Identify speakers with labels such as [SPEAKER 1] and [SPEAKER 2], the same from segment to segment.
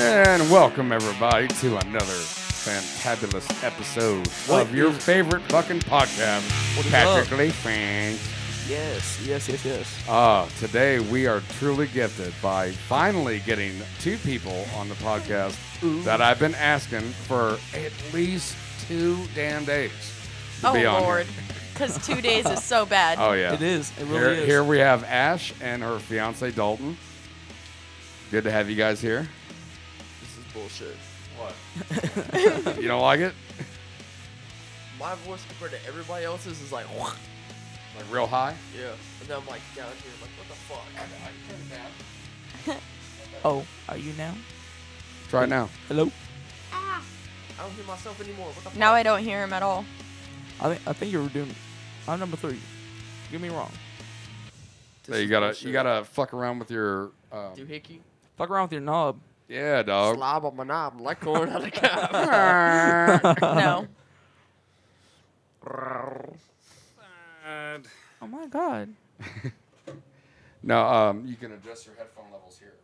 [SPEAKER 1] And welcome everybody to another fantabulous episode
[SPEAKER 2] What
[SPEAKER 1] of your
[SPEAKER 2] is-
[SPEAKER 1] favorite fucking podcast,
[SPEAKER 2] What is
[SPEAKER 1] Patrick
[SPEAKER 2] up?
[SPEAKER 1] Lee Frank.
[SPEAKER 2] Yes, yes, yes, yes.
[SPEAKER 1] Uh, today we are truly gifted by finally getting two people on the podcast that I've been asking for at least two damn days. To
[SPEAKER 3] Oh
[SPEAKER 1] be on
[SPEAKER 3] lord,
[SPEAKER 1] Here.
[SPEAKER 3] because two days is so bad.
[SPEAKER 1] Oh yeah,
[SPEAKER 2] It is. It really
[SPEAKER 1] here,
[SPEAKER 2] is.
[SPEAKER 1] here we have Ash and her fiance Dalton. Good to have you guys here.
[SPEAKER 4] This is bullshit.
[SPEAKER 1] What? you don't like it?
[SPEAKER 4] My voice compared to everybody else's is like,
[SPEAKER 1] Like real high?
[SPEAKER 4] yeah. And then I'm like down here, like, what the fuck?
[SPEAKER 2] Oh, are you now?
[SPEAKER 1] Try it now.
[SPEAKER 2] Hello.
[SPEAKER 4] I don't hear myself anymore. What the fuck?
[SPEAKER 3] Now I don't hear him at all.
[SPEAKER 2] I think I think you were doing. I'm number three. Get me wrong.
[SPEAKER 4] This
[SPEAKER 1] Hey, you
[SPEAKER 4] is
[SPEAKER 1] gotta
[SPEAKER 4] bullshit.
[SPEAKER 1] you gotta fuck around with your um,
[SPEAKER 4] doohickey.
[SPEAKER 2] Fuck around with your knob.
[SPEAKER 1] yeah, dog.
[SPEAKER 4] Oh. Slob on my knob, like corn out of cow.
[SPEAKER 3] No.
[SPEAKER 2] Oh my god.
[SPEAKER 1] No, um, you can adjust your headphone levels here.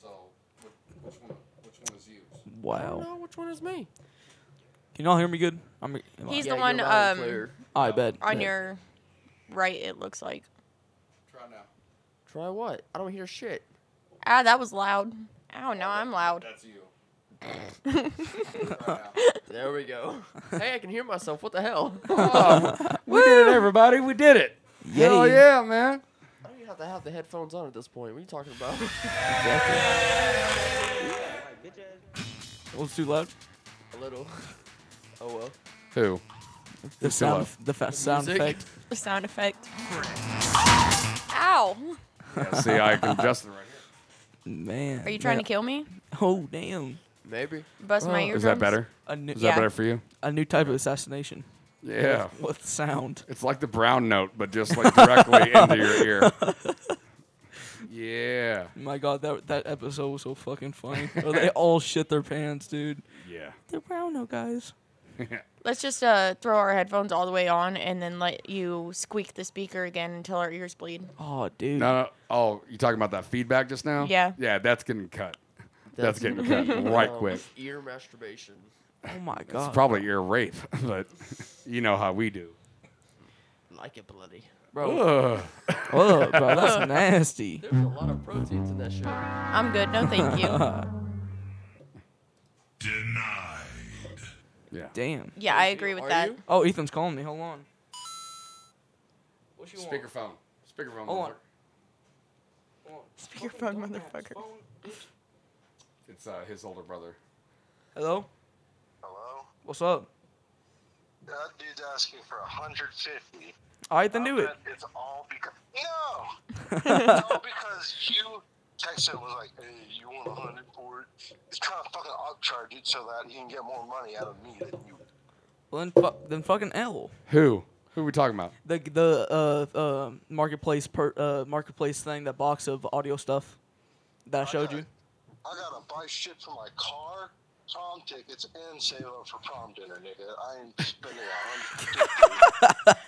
[SPEAKER 1] So, which, which one? Which one is used?
[SPEAKER 4] I don't
[SPEAKER 2] Wow.
[SPEAKER 4] know which one is me.
[SPEAKER 2] Can y'all hear me good? I'm. am I-
[SPEAKER 3] He's-
[SPEAKER 4] Yeah,
[SPEAKER 3] the one,
[SPEAKER 4] you're loud and
[SPEAKER 3] um,
[SPEAKER 4] clear.
[SPEAKER 2] I bet.
[SPEAKER 3] On
[SPEAKER 2] bet.
[SPEAKER 3] your right, it looks like.
[SPEAKER 1] Try now.
[SPEAKER 4] Try what? I don't hear shit.
[SPEAKER 3] Ah, that was loud. Ow, now I'm loud.
[SPEAKER 1] That's you. Try now.
[SPEAKER 4] There we go. hey, I can hear myself. What the hell? I
[SPEAKER 1] Oh, we did it, everybody. We did it.
[SPEAKER 2] Yay.
[SPEAKER 1] Hell yeah, man.
[SPEAKER 4] don't even have to have the headphones on at this point. What are you talking about?
[SPEAKER 2] Exactly. Well, it's too loud.
[SPEAKER 4] A little. Oh well.
[SPEAKER 2] The
[SPEAKER 1] Who? It's too
[SPEAKER 2] sound.
[SPEAKER 1] loud.
[SPEAKER 2] f- The fa- sound
[SPEAKER 4] music.
[SPEAKER 2] effect.
[SPEAKER 3] The sound effect. Ow.
[SPEAKER 1] Yeah, see, I can adjust it right here.
[SPEAKER 2] Man.
[SPEAKER 3] Are you trying
[SPEAKER 2] man.
[SPEAKER 3] to kill me?
[SPEAKER 2] Oh damn.
[SPEAKER 4] Maybe.
[SPEAKER 3] Bust my eardrums?
[SPEAKER 1] Is that better?
[SPEAKER 2] A new
[SPEAKER 1] Is
[SPEAKER 3] Yeah.
[SPEAKER 1] that better for you?
[SPEAKER 2] a new type of assassination.
[SPEAKER 1] Yeah.
[SPEAKER 2] With sound.
[SPEAKER 1] It's like the brown note, but just like directly into your ear. Yeah.
[SPEAKER 2] My god, that that episode was so fucking funny. Oh, they all shit their pants, dude.
[SPEAKER 1] Yeah.
[SPEAKER 2] They're brown, no guys.
[SPEAKER 3] Let's just uh, throw our headphones all the way on and then let you squeak the speaker again until our ears bleed.
[SPEAKER 2] Oh, dude.
[SPEAKER 1] No, no. Oh, you talking about that feedback just now?
[SPEAKER 3] Yeah.
[SPEAKER 1] Yeah, that's getting cut. That's, getting
[SPEAKER 4] gonna
[SPEAKER 1] cut
[SPEAKER 4] be,
[SPEAKER 1] right
[SPEAKER 4] um,
[SPEAKER 1] quick.
[SPEAKER 4] Ear masturbation.
[SPEAKER 2] Oh my
[SPEAKER 1] It's
[SPEAKER 2] god.
[SPEAKER 1] probably ear rape, but you know how we do.
[SPEAKER 4] Like it bloody.
[SPEAKER 2] bro.
[SPEAKER 1] Ugh.
[SPEAKER 2] Ugh, bro, that's nasty.
[SPEAKER 4] There's a lot of proteins in that show.
[SPEAKER 3] I'm good. No, thank you.
[SPEAKER 1] Yeah.
[SPEAKER 2] Damn.
[SPEAKER 3] Yeah, I agree with
[SPEAKER 4] Are
[SPEAKER 3] that.
[SPEAKER 4] you?
[SPEAKER 2] Oh, Ethan's calling me. Hold on. What you
[SPEAKER 1] Speakerphone. Speakerphone.
[SPEAKER 2] Hold
[SPEAKER 1] will
[SPEAKER 2] on.
[SPEAKER 1] work.
[SPEAKER 3] Speakerphone, motherfucker.
[SPEAKER 1] It's uh, his older brother.
[SPEAKER 2] Hello.
[SPEAKER 5] Hello?
[SPEAKER 2] What's up?
[SPEAKER 5] That dude's asking for 150.
[SPEAKER 2] All right, then do it.
[SPEAKER 5] But It's all because no. it's all because you texted and was like, "Hey, you want 100 for it?" He's trying to fucking upcharge it so that he can get more money out of me than you.
[SPEAKER 2] Well, then, fu- then fucking L.
[SPEAKER 1] Who? Who we talking about?
[SPEAKER 2] The the uh, uh marketplace per uh marketplace thing that box of audio stuff that I showed you.
[SPEAKER 5] I gotta buy shit for my car, prom tickets, and save up for prom dinner, nigga. I ain't spending 150.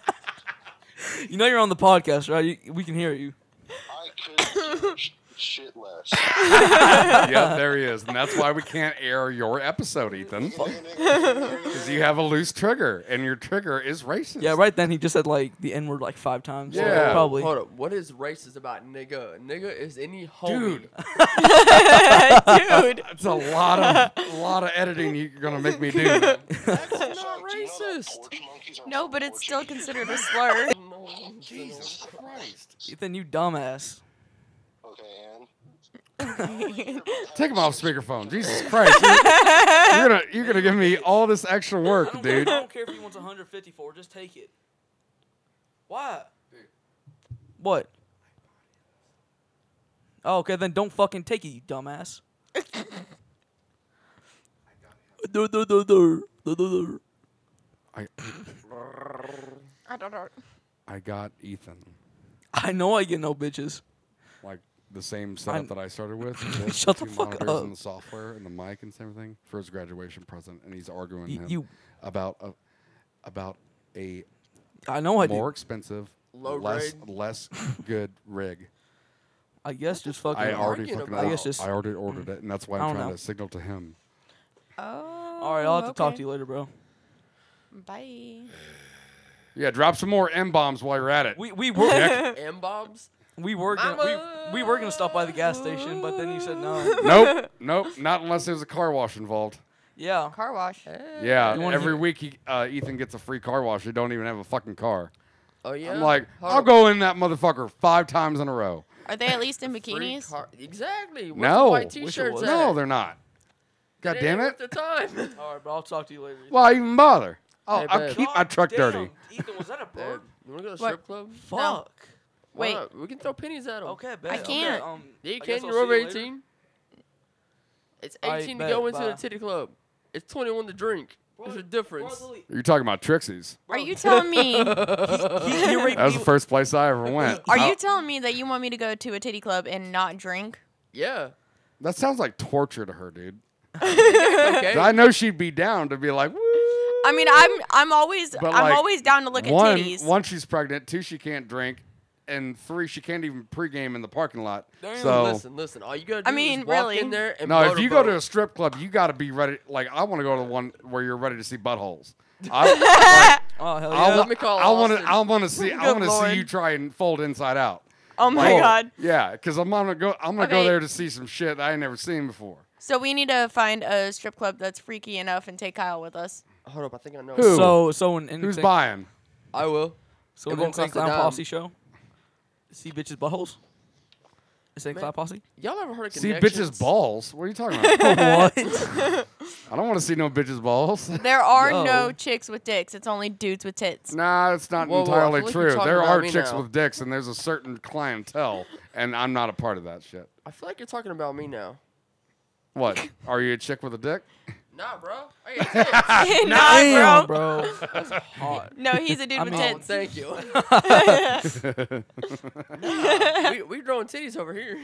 [SPEAKER 2] You know you're on the podcast, right? You, we can hear you.
[SPEAKER 5] I could give a sh- shit less.
[SPEAKER 1] yeah, there he is, and that's why we can't air your episode, Ethan, because you have a loose trigger, and your trigger is racist.
[SPEAKER 2] Yeah, right then he just said like the N word like five times. so
[SPEAKER 1] Yeah.
[SPEAKER 2] probably.
[SPEAKER 4] Hold up. What is racist about nigga? Nigga is any homie.
[SPEAKER 1] dude.
[SPEAKER 3] Dude.
[SPEAKER 1] It's a lot of lot of editing you're gonna make me do. man.
[SPEAKER 4] That's not
[SPEAKER 5] Do you know that
[SPEAKER 4] racist.
[SPEAKER 5] porch monkeys are
[SPEAKER 3] No,
[SPEAKER 5] from
[SPEAKER 3] but it's still
[SPEAKER 5] Portugal?
[SPEAKER 3] considered a slur.
[SPEAKER 4] No,
[SPEAKER 1] Jesus Christ!
[SPEAKER 2] Ethan, you dumbass.
[SPEAKER 5] Okay, and
[SPEAKER 1] Take him off speakerphone. Jesus Christ! You're, you're gonna you're gonna give me all this extra work, dude.
[SPEAKER 2] care if he wants 150 for it. Just take it. Why? What? Oh, okay, then don't fucking take it, you dumbass. Dur, dur, dur, dur. Dur, dur, dur.
[SPEAKER 1] I
[SPEAKER 3] I don't know.
[SPEAKER 1] I got Ethan
[SPEAKER 2] I know I get no bitches.
[SPEAKER 1] like the same setup
[SPEAKER 2] I'm-
[SPEAKER 1] that I started with. just
[SPEAKER 2] Shut
[SPEAKER 1] two
[SPEAKER 2] the fuck
[SPEAKER 1] monitors
[SPEAKER 2] up.
[SPEAKER 1] And the software and the mic and everything for his graduation present, and he's arguing
[SPEAKER 2] You-
[SPEAKER 1] him
[SPEAKER 2] you-
[SPEAKER 1] about a, about a
[SPEAKER 2] I know I
[SPEAKER 1] more
[SPEAKER 2] do.
[SPEAKER 1] expensive,
[SPEAKER 4] Low
[SPEAKER 1] less
[SPEAKER 4] grade?
[SPEAKER 1] less good rig.
[SPEAKER 2] I guess just fucking.
[SPEAKER 1] I already
[SPEAKER 6] arguing
[SPEAKER 1] fucking
[SPEAKER 6] about?
[SPEAKER 2] I guess
[SPEAKER 1] ordered,
[SPEAKER 2] just-
[SPEAKER 1] I already ordered it, and that's why
[SPEAKER 2] I
[SPEAKER 1] I'm
[SPEAKER 2] don't
[SPEAKER 1] trying
[SPEAKER 2] know.
[SPEAKER 1] to signal to him.
[SPEAKER 3] Oh.
[SPEAKER 2] All right, I'll have to talk to you
[SPEAKER 3] okay.
[SPEAKER 2] later, bro.
[SPEAKER 3] Bye.
[SPEAKER 1] Yeah, drop some more M bombs while you're at it.
[SPEAKER 2] We we were
[SPEAKER 6] M Bob's.
[SPEAKER 2] we were gonna, we, we were gonna stop by the gas station, but then you said no.
[SPEAKER 1] nope, nope, not unless there's a car wash involved.
[SPEAKER 2] Yeah.
[SPEAKER 3] Car wash.
[SPEAKER 1] Yeah,
[SPEAKER 2] You wanna
[SPEAKER 1] every
[SPEAKER 2] hear-
[SPEAKER 1] week he, uh, Ethan gets a free car wash. They don't even have a fucking car.
[SPEAKER 6] Oh yeah.
[SPEAKER 1] I'm like,
[SPEAKER 6] Hold
[SPEAKER 1] I'll
[SPEAKER 6] on.
[SPEAKER 1] go in that motherfucker five times in a row.
[SPEAKER 3] Are they at least in
[SPEAKER 6] Free
[SPEAKER 3] bikinis?
[SPEAKER 6] car- exactly. Where's
[SPEAKER 1] no,
[SPEAKER 6] The white
[SPEAKER 1] Wish it
[SPEAKER 6] t-shirts
[SPEAKER 1] was.
[SPEAKER 6] at?
[SPEAKER 1] no, they're not. God
[SPEAKER 6] It
[SPEAKER 1] damn
[SPEAKER 6] ain't
[SPEAKER 1] it!
[SPEAKER 6] worth The time.
[SPEAKER 2] All right, but I'll talk to you later.
[SPEAKER 1] Why even bother? Oh,
[SPEAKER 6] Hey,
[SPEAKER 1] I'll
[SPEAKER 6] babe.
[SPEAKER 1] keep my
[SPEAKER 2] God
[SPEAKER 1] truck
[SPEAKER 2] damn,
[SPEAKER 1] dirty.
[SPEAKER 2] Ethan, was that a
[SPEAKER 6] Dude,
[SPEAKER 2] bird?
[SPEAKER 6] you wanna go to the
[SPEAKER 3] What?
[SPEAKER 6] strip club?
[SPEAKER 2] Fuck.
[SPEAKER 6] Why
[SPEAKER 3] Wait.
[SPEAKER 6] not? we can throw pennies at them.
[SPEAKER 2] Okay, bet. okay,
[SPEAKER 3] can't.
[SPEAKER 2] um,
[SPEAKER 6] Yeah, you
[SPEAKER 2] I
[SPEAKER 6] can.
[SPEAKER 2] guess I'll
[SPEAKER 6] You're over
[SPEAKER 2] see you later.
[SPEAKER 6] 18. It's
[SPEAKER 2] I
[SPEAKER 6] 18 to
[SPEAKER 2] bet,
[SPEAKER 6] go into
[SPEAKER 2] bye.
[SPEAKER 6] the titty club. It's 21 to drink. There's a difference.
[SPEAKER 1] You're talking about Trixie's.
[SPEAKER 3] Are you telling me?
[SPEAKER 2] He, he raped
[SPEAKER 1] That was
[SPEAKER 2] me-
[SPEAKER 1] the first place I ever went.
[SPEAKER 3] Are
[SPEAKER 1] Uh,
[SPEAKER 3] you telling me that you want me to go to a titty club and not drink?
[SPEAKER 6] Yeah.
[SPEAKER 1] that sounds like torture to her, dude.
[SPEAKER 6] Okay.
[SPEAKER 1] I know she'd be down to be like, woo.
[SPEAKER 3] I mean, I'm I'm always
[SPEAKER 1] But,
[SPEAKER 3] I'm
[SPEAKER 1] like,
[SPEAKER 3] always down to look
[SPEAKER 1] one,
[SPEAKER 3] at titties.
[SPEAKER 1] one, she's pregnant. Two, she can't drink. And three, she can't even pregame in the parking lot.
[SPEAKER 2] Damn,
[SPEAKER 1] so
[SPEAKER 6] listen, listen. All you gotta do
[SPEAKER 3] I mean,
[SPEAKER 6] is walk
[SPEAKER 3] really.
[SPEAKER 6] in there and
[SPEAKER 1] no, if
[SPEAKER 6] motorboat.
[SPEAKER 1] you go to a strip club, you got to be ready. Like I want to go to the one where you're ready to see buttholes. I,
[SPEAKER 2] Oh hell
[SPEAKER 1] like, I,
[SPEAKER 2] yeah!
[SPEAKER 6] let me call
[SPEAKER 1] want to.
[SPEAKER 6] Austin.
[SPEAKER 1] I want to see. I
[SPEAKER 3] Good
[SPEAKER 1] want to
[SPEAKER 3] Lord.
[SPEAKER 1] see you try and fold inside out.
[SPEAKER 3] oh my
[SPEAKER 1] Like,
[SPEAKER 3] god!
[SPEAKER 1] Yeah, because I'm gonna go. I'm gonna go
[SPEAKER 3] Okay.
[SPEAKER 1] there to see some shit I ain't never seen before.
[SPEAKER 3] So we need to find a strip club that's freaky enough and take Kyle with us.
[SPEAKER 6] Hold up, I think I know.
[SPEAKER 1] Who?
[SPEAKER 2] So so in anything,
[SPEAKER 1] Who's buying?
[SPEAKER 6] I will.
[SPEAKER 2] So
[SPEAKER 6] It
[SPEAKER 2] in
[SPEAKER 6] won't
[SPEAKER 2] Insane
[SPEAKER 6] cost a
[SPEAKER 2] Clown
[SPEAKER 6] dime.
[SPEAKER 2] Posse show, see bitches buttholes. Insane
[SPEAKER 6] Man.
[SPEAKER 2] Clown Posse.
[SPEAKER 6] Y'all ever heard of
[SPEAKER 1] See
[SPEAKER 6] Connections?
[SPEAKER 1] bitches balls. What are you talking about?
[SPEAKER 2] what?
[SPEAKER 1] I don't want to see no bitches balls.
[SPEAKER 3] There are
[SPEAKER 2] Yo.
[SPEAKER 3] no chicks with dicks. It's only dudes with tits.
[SPEAKER 1] Nah, it's not
[SPEAKER 6] Whoa, whoa, I
[SPEAKER 1] entirely
[SPEAKER 6] feel like you're
[SPEAKER 1] true.
[SPEAKER 6] talking
[SPEAKER 1] There
[SPEAKER 6] about
[SPEAKER 1] are
[SPEAKER 6] me
[SPEAKER 1] chicks
[SPEAKER 6] now.
[SPEAKER 1] with dicks, and there's a certain clientele, and I'm not a part of that shit.
[SPEAKER 6] I feel like you're talking about me now.
[SPEAKER 1] What? Are you a chick with a dick?
[SPEAKER 6] Nah, bro. I got tits.
[SPEAKER 3] nah, bro.
[SPEAKER 2] bro. That's hot.
[SPEAKER 3] No, he's a dude
[SPEAKER 2] I
[SPEAKER 3] with
[SPEAKER 2] mean-
[SPEAKER 6] Oh,
[SPEAKER 3] tits.
[SPEAKER 6] thank you. we we growing titties over here.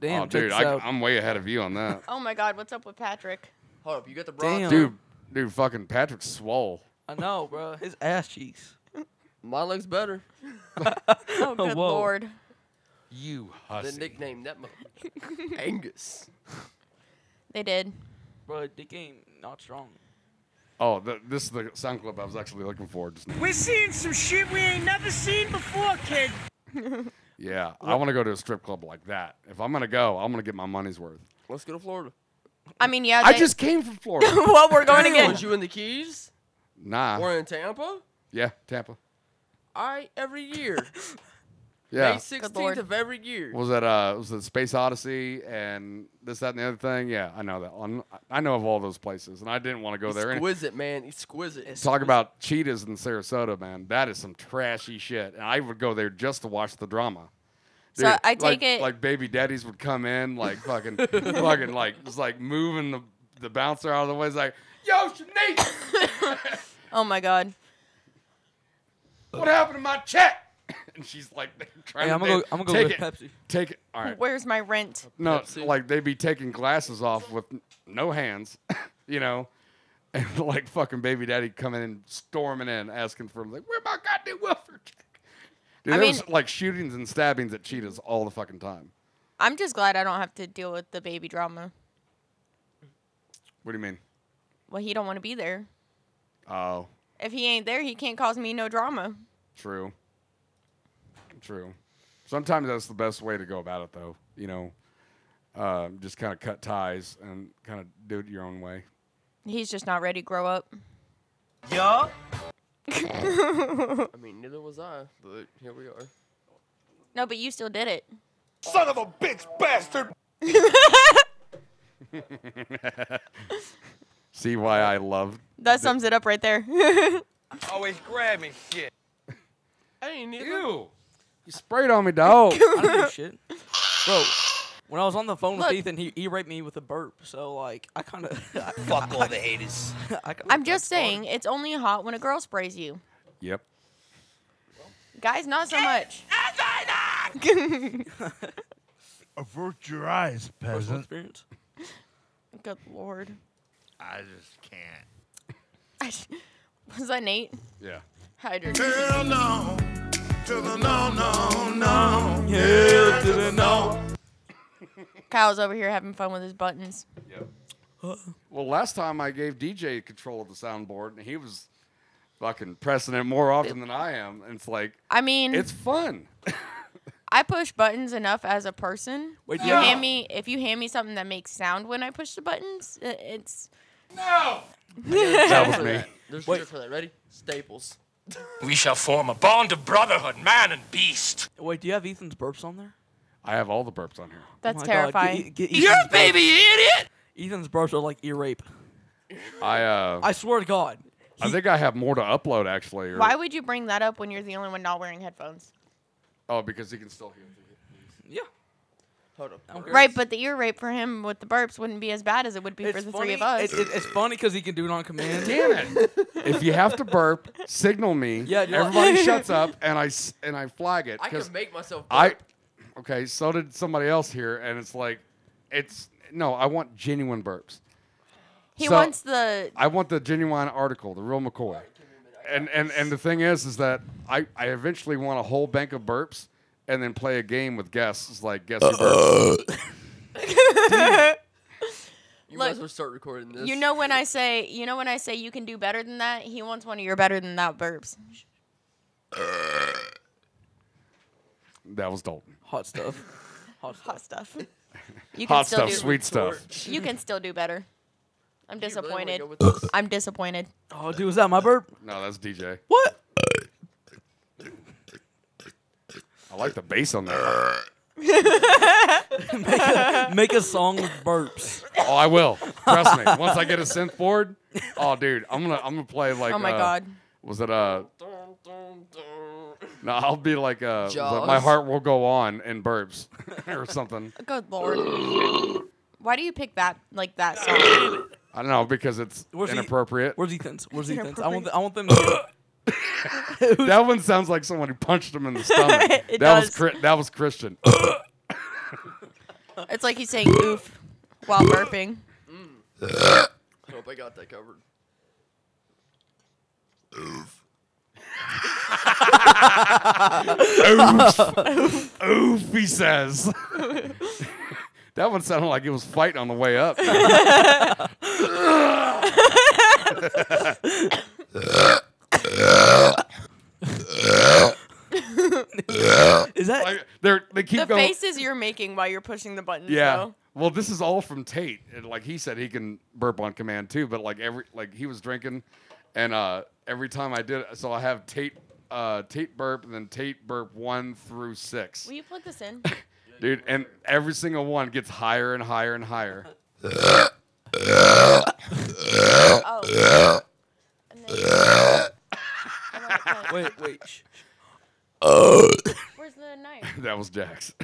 [SPEAKER 2] Damn,
[SPEAKER 1] oh, dude,
[SPEAKER 2] check
[SPEAKER 1] I,
[SPEAKER 2] this out.
[SPEAKER 1] I'm way ahead of you on that.
[SPEAKER 3] Oh my god, what's up with Patrick?
[SPEAKER 6] Hold up, you got the bra.
[SPEAKER 2] Damn,
[SPEAKER 1] dude, dude, fucking Patrick swole.
[SPEAKER 2] I know, bro. His ass cheeks.
[SPEAKER 6] Mine looks better.
[SPEAKER 3] Oh good
[SPEAKER 2] Whoa.
[SPEAKER 3] lord.
[SPEAKER 1] You
[SPEAKER 6] The
[SPEAKER 1] hussy.
[SPEAKER 6] nickname that mo- Angus.
[SPEAKER 3] They did.
[SPEAKER 2] Bro, dick ain't not strong.
[SPEAKER 1] oh, th- this is the sound clip I was actually looking for just now.
[SPEAKER 7] We're seeing some shit we ain't never seen before, kid.
[SPEAKER 1] Yeah, I want to go to a strip club like that. If I'm gonna go, I'm gonna get my money's worth.
[SPEAKER 6] Let's go to Florida.
[SPEAKER 3] I mean, yeah.
[SPEAKER 1] I
[SPEAKER 3] they-
[SPEAKER 1] just came from Florida.
[SPEAKER 3] well, we're going again.
[SPEAKER 6] Was you in the Keys
[SPEAKER 1] nah.
[SPEAKER 6] or in Tampa?
[SPEAKER 1] Yeah, Tampa.
[SPEAKER 6] I every year. May
[SPEAKER 1] Yeah.
[SPEAKER 3] lord.
[SPEAKER 6] 16th of every year.
[SPEAKER 1] Was that uh was it Space Odyssey and this that and the other thing? Yeah, I know that. On I know of all those places, and I didn't want to go there. Any-
[SPEAKER 6] Exquisite, man. Exquisite.
[SPEAKER 1] Talk about cheetahs in Sarasota, man. That is some trashy shit, and I would go there just to watch the drama.
[SPEAKER 3] So I
[SPEAKER 1] like-
[SPEAKER 3] take it-
[SPEAKER 1] like baby daddies would come in, like fucking, fucking, like just like moving the the bouncer out of the way. It's like, yo, Shanique,
[SPEAKER 3] Oh my god.
[SPEAKER 1] what happened to my check? and she's like
[SPEAKER 2] Hey,
[SPEAKER 1] trying to
[SPEAKER 2] I'm gonna go.
[SPEAKER 1] take-
[SPEAKER 2] I'm gonna go
[SPEAKER 1] take
[SPEAKER 2] with
[SPEAKER 1] it,
[SPEAKER 2] Pepsi.
[SPEAKER 1] Take it. All right.
[SPEAKER 3] Where's my rent?
[SPEAKER 1] No,
[SPEAKER 6] Pepsi.
[SPEAKER 1] like they'd be taking glasses off with n- no hands, you know, and like fucking baby daddy coming in, storming in, asking for like, "Where my goddamn welfare check?" Dude,
[SPEAKER 3] I
[SPEAKER 1] there
[SPEAKER 3] mean-
[SPEAKER 1] was like shootings and stabbings at cheetahs all the fucking time.
[SPEAKER 3] I'm just glad I don't have to deal with the baby drama.
[SPEAKER 1] What do you mean?
[SPEAKER 3] Well, he don't want to be there.
[SPEAKER 1] Oh,
[SPEAKER 3] If he ain't there, he can't cause me no drama.
[SPEAKER 1] true, true. Sometimes that's the best way to go about it, though. You know, uh, just kind of cut ties and kind of do it your own way.
[SPEAKER 3] He's just not ready to grow up.
[SPEAKER 7] Yo.
[SPEAKER 6] I mean, neither was I, but here we are.
[SPEAKER 3] No, but you still did it.
[SPEAKER 8] Son of a bitch, bastard!
[SPEAKER 1] See why I love
[SPEAKER 3] That sums it up right there.
[SPEAKER 7] Always grabbing shit.
[SPEAKER 6] I ain't neither.
[SPEAKER 1] you. You sprayed on me, dog.
[SPEAKER 2] I don't do shit, bro. When I was on the phone
[SPEAKER 3] Look.
[SPEAKER 2] with Ethan, he, he raped me with a burp. So like, I kind of.
[SPEAKER 7] Fuck all the haters.
[SPEAKER 3] I'm just saying, it's only hot when a girl sprays you.
[SPEAKER 1] yep.
[SPEAKER 3] Guys, not so much.
[SPEAKER 7] Avert your eyes,
[SPEAKER 2] Personal
[SPEAKER 7] peasant.
[SPEAKER 2] experience.
[SPEAKER 3] Good lord.
[SPEAKER 7] I just can't.
[SPEAKER 3] I sh- Was that Nate?
[SPEAKER 1] Yeah.
[SPEAKER 3] Hydrate.
[SPEAKER 9] Hell no. To the no, no, no.
[SPEAKER 2] Yeah, to the no.
[SPEAKER 3] Kyle's over here having fun with his buttons.
[SPEAKER 1] Well, last time I gave DJ control of the soundboard, and he was fucking pressing it more often than I am. And it's like,
[SPEAKER 3] I mean,
[SPEAKER 1] it's fun.
[SPEAKER 3] I push buttons enough as a person.
[SPEAKER 2] Wait,
[SPEAKER 3] you
[SPEAKER 2] yeah.
[SPEAKER 3] hand me if you hand me something that makes sound when I push the buttons, i- it's
[SPEAKER 1] That
[SPEAKER 4] For
[SPEAKER 1] was me.
[SPEAKER 4] that. There's
[SPEAKER 2] Wait.
[SPEAKER 4] a trick for that. Ready? Staples.
[SPEAKER 10] We shall form a bond of brotherhood, man and beast.
[SPEAKER 2] Wait, do you have Ethan's burps on there?
[SPEAKER 1] I have all Oh the burps on here.
[SPEAKER 3] that's
[SPEAKER 2] my God, get E-
[SPEAKER 3] terrifying.
[SPEAKER 2] get
[SPEAKER 10] You're
[SPEAKER 2] Ethan's
[SPEAKER 10] a
[SPEAKER 2] burps.
[SPEAKER 10] baby idiot!
[SPEAKER 2] Ethan's burps are like ear rape.
[SPEAKER 1] I uh, I,
[SPEAKER 2] I swear to God.
[SPEAKER 1] think I have more to upload actually. Or,
[SPEAKER 3] Why would you bring that up when you're the only one not wearing headphones?
[SPEAKER 1] Oh, because he can still hear.
[SPEAKER 2] Yeah.
[SPEAKER 4] Hold up.
[SPEAKER 2] don't
[SPEAKER 3] Right, but the ear rape for him with the burps wouldn't be as bad as it would be for the three of us.
[SPEAKER 2] It, it, it's funny because he can do it on command.
[SPEAKER 1] Damn it! if you have to burp, signal me.
[SPEAKER 2] Yeah, you're like-
[SPEAKER 1] everybody shuts up, and I s- and I flag it
[SPEAKER 4] I
[SPEAKER 1] because
[SPEAKER 4] can make myself.
[SPEAKER 1] I,
[SPEAKER 4] burp.
[SPEAKER 1] okay, so did somebody else here, and it's like, it's no, I want genuine burps.
[SPEAKER 3] he
[SPEAKER 1] so-
[SPEAKER 3] wants the
[SPEAKER 1] I want the genuine article, the real McCoy. And and and the thing is, is that I I eventually want a whole bank of burps, and then play a game with guests like guess who burps.
[SPEAKER 4] You
[SPEAKER 3] Look,
[SPEAKER 4] might as well start recording this.
[SPEAKER 3] you know when I say you know when I say you can do better than that, he wants one of your better than that burps.
[SPEAKER 1] That was Dalton.
[SPEAKER 2] Hot stuff. Hot stuff.
[SPEAKER 3] Hot stuff. You can
[SPEAKER 1] Hot
[SPEAKER 3] still
[SPEAKER 1] stuff,
[SPEAKER 3] do
[SPEAKER 1] sweet stuff.
[SPEAKER 3] you can still do better. I'm
[SPEAKER 4] You really wanna
[SPEAKER 3] disappointed.
[SPEAKER 4] go with this?
[SPEAKER 3] I'm disappointed.
[SPEAKER 2] Oh, dude, was that my burp?
[SPEAKER 1] No, that's DJ.
[SPEAKER 2] What?
[SPEAKER 1] I like the bass on that.
[SPEAKER 2] Make a song with burps.
[SPEAKER 1] Oh, I will. Trust me. Once I get a synth board, oh dude, I'm gonna I'm gonna play like.
[SPEAKER 3] oh my
[SPEAKER 1] uh,
[SPEAKER 3] god.
[SPEAKER 1] Was it uh?
[SPEAKER 4] Dun, dun, dun.
[SPEAKER 1] No, I'll be like uh. was it my
[SPEAKER 4] Jaws.
[SPEAKER 1] heart will go on in burps or something.
[SPEAKER 3] Good lord. Why do you pick that like that song?
[SPEAKER 1] I don't know because it's
[SPEAKER 2] Where's he-
[SPEAKER 1] inappropriate.
[SPEAKER 2] Where's Ethan's? Where's Ethan's? I want, th- I want them to.
[SPEAKER 1] That one sounds like someone who punched him in the stomach. that
[SPEAKER 3] It
[SPEAKER 1] was
[SPEAKER 3] does.
[SPEAKER 1] Chri- that was Christian.
[SPEAKER 3] It's like he's saying oof while burping.
[SPEAKER 4] Hope I got that covered.
[SPEAKER 1] Oof, he says. that one sounded like it was fighting on the way up.
[SPEAKER 2] Is that.
[SPEAKER 1] Like, they're, they keep
[SPEAKER 3] The
[SPEAKER 1] going.
[SPEAKER 3] faces you're making while you're pushing the buttons
[SPEAKER 1] yeah.
[SPEAKER 3] though.
[SPEAKER 1] Well, this is all from Tate. And like he said, he can burp on command too. But like every like he was drinking, and uh, every time I did, it, so I have Tate uh, Tate burp and then Tate burp one through six,
[SPEAKER 3] Will you put this in?
[SPEAKER 1] dude. And every single one gets higher and higher and higher.
[SPEAKER 3] Oh. And then I'm like, okay,
[SPEAKER 2] Wait, wait. Shh.
[SPEAKER 3] Where's the knife?
[SPEAKER 1] That was Jax.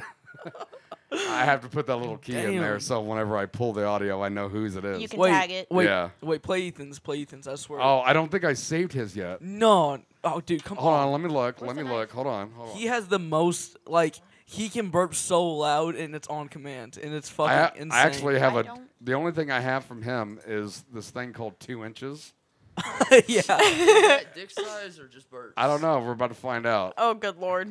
[SPEAKER 1] I have to put that little key in there
[SPEAKER 2] Damn.
[SPEAKER 1] so whenever I pull the audio, I know whose it is.
[SPEAKER 3] You can
[SPEAKER 2] Wait,
[SPEAKER 3] tag it.
[SPEAKER 2] wait,
[SPEAKER 1] Yeah.
[SPEAKER 2] wait, play Ethan's, play Ethan's. I swear.
[SPEAKER 1] oh, I don't think I saved his yet.
[SPEAKER 2] no! Oh, dude, come
[SPEAKER 1] Hold
[SPEAKER 2] on.
[SPEAKER 1] on, let me look. let
[SPEAKER 3] Where's
[SPEAKER 1] me
[SPEAKER 3] the
[SPEAKER 1] look.
[SPEAKER 3] knife?
[SPEAKER 1] Hold on. Hold on.
[SPEAKER 2] He has the most like he can burp so loud and it's on command and it's fucking
[SPEAKER 1] I, ha-
[SPEAKER 2] insane.
[SPEAKER 1] I actually have
[SPEAKER 3] I
[SPEAKER 1] a.
[SPEAKER 3] don't-
[SPEAKER 1] The only thing I have from him is this thing called two inches.
[SPEAKER 2] yeah.
[SPEAKER 4] Is that dick size or just burps?
[SPEAKER 1] I don't know. We're about to find out.
[SPEAKER 3] Oh good lord.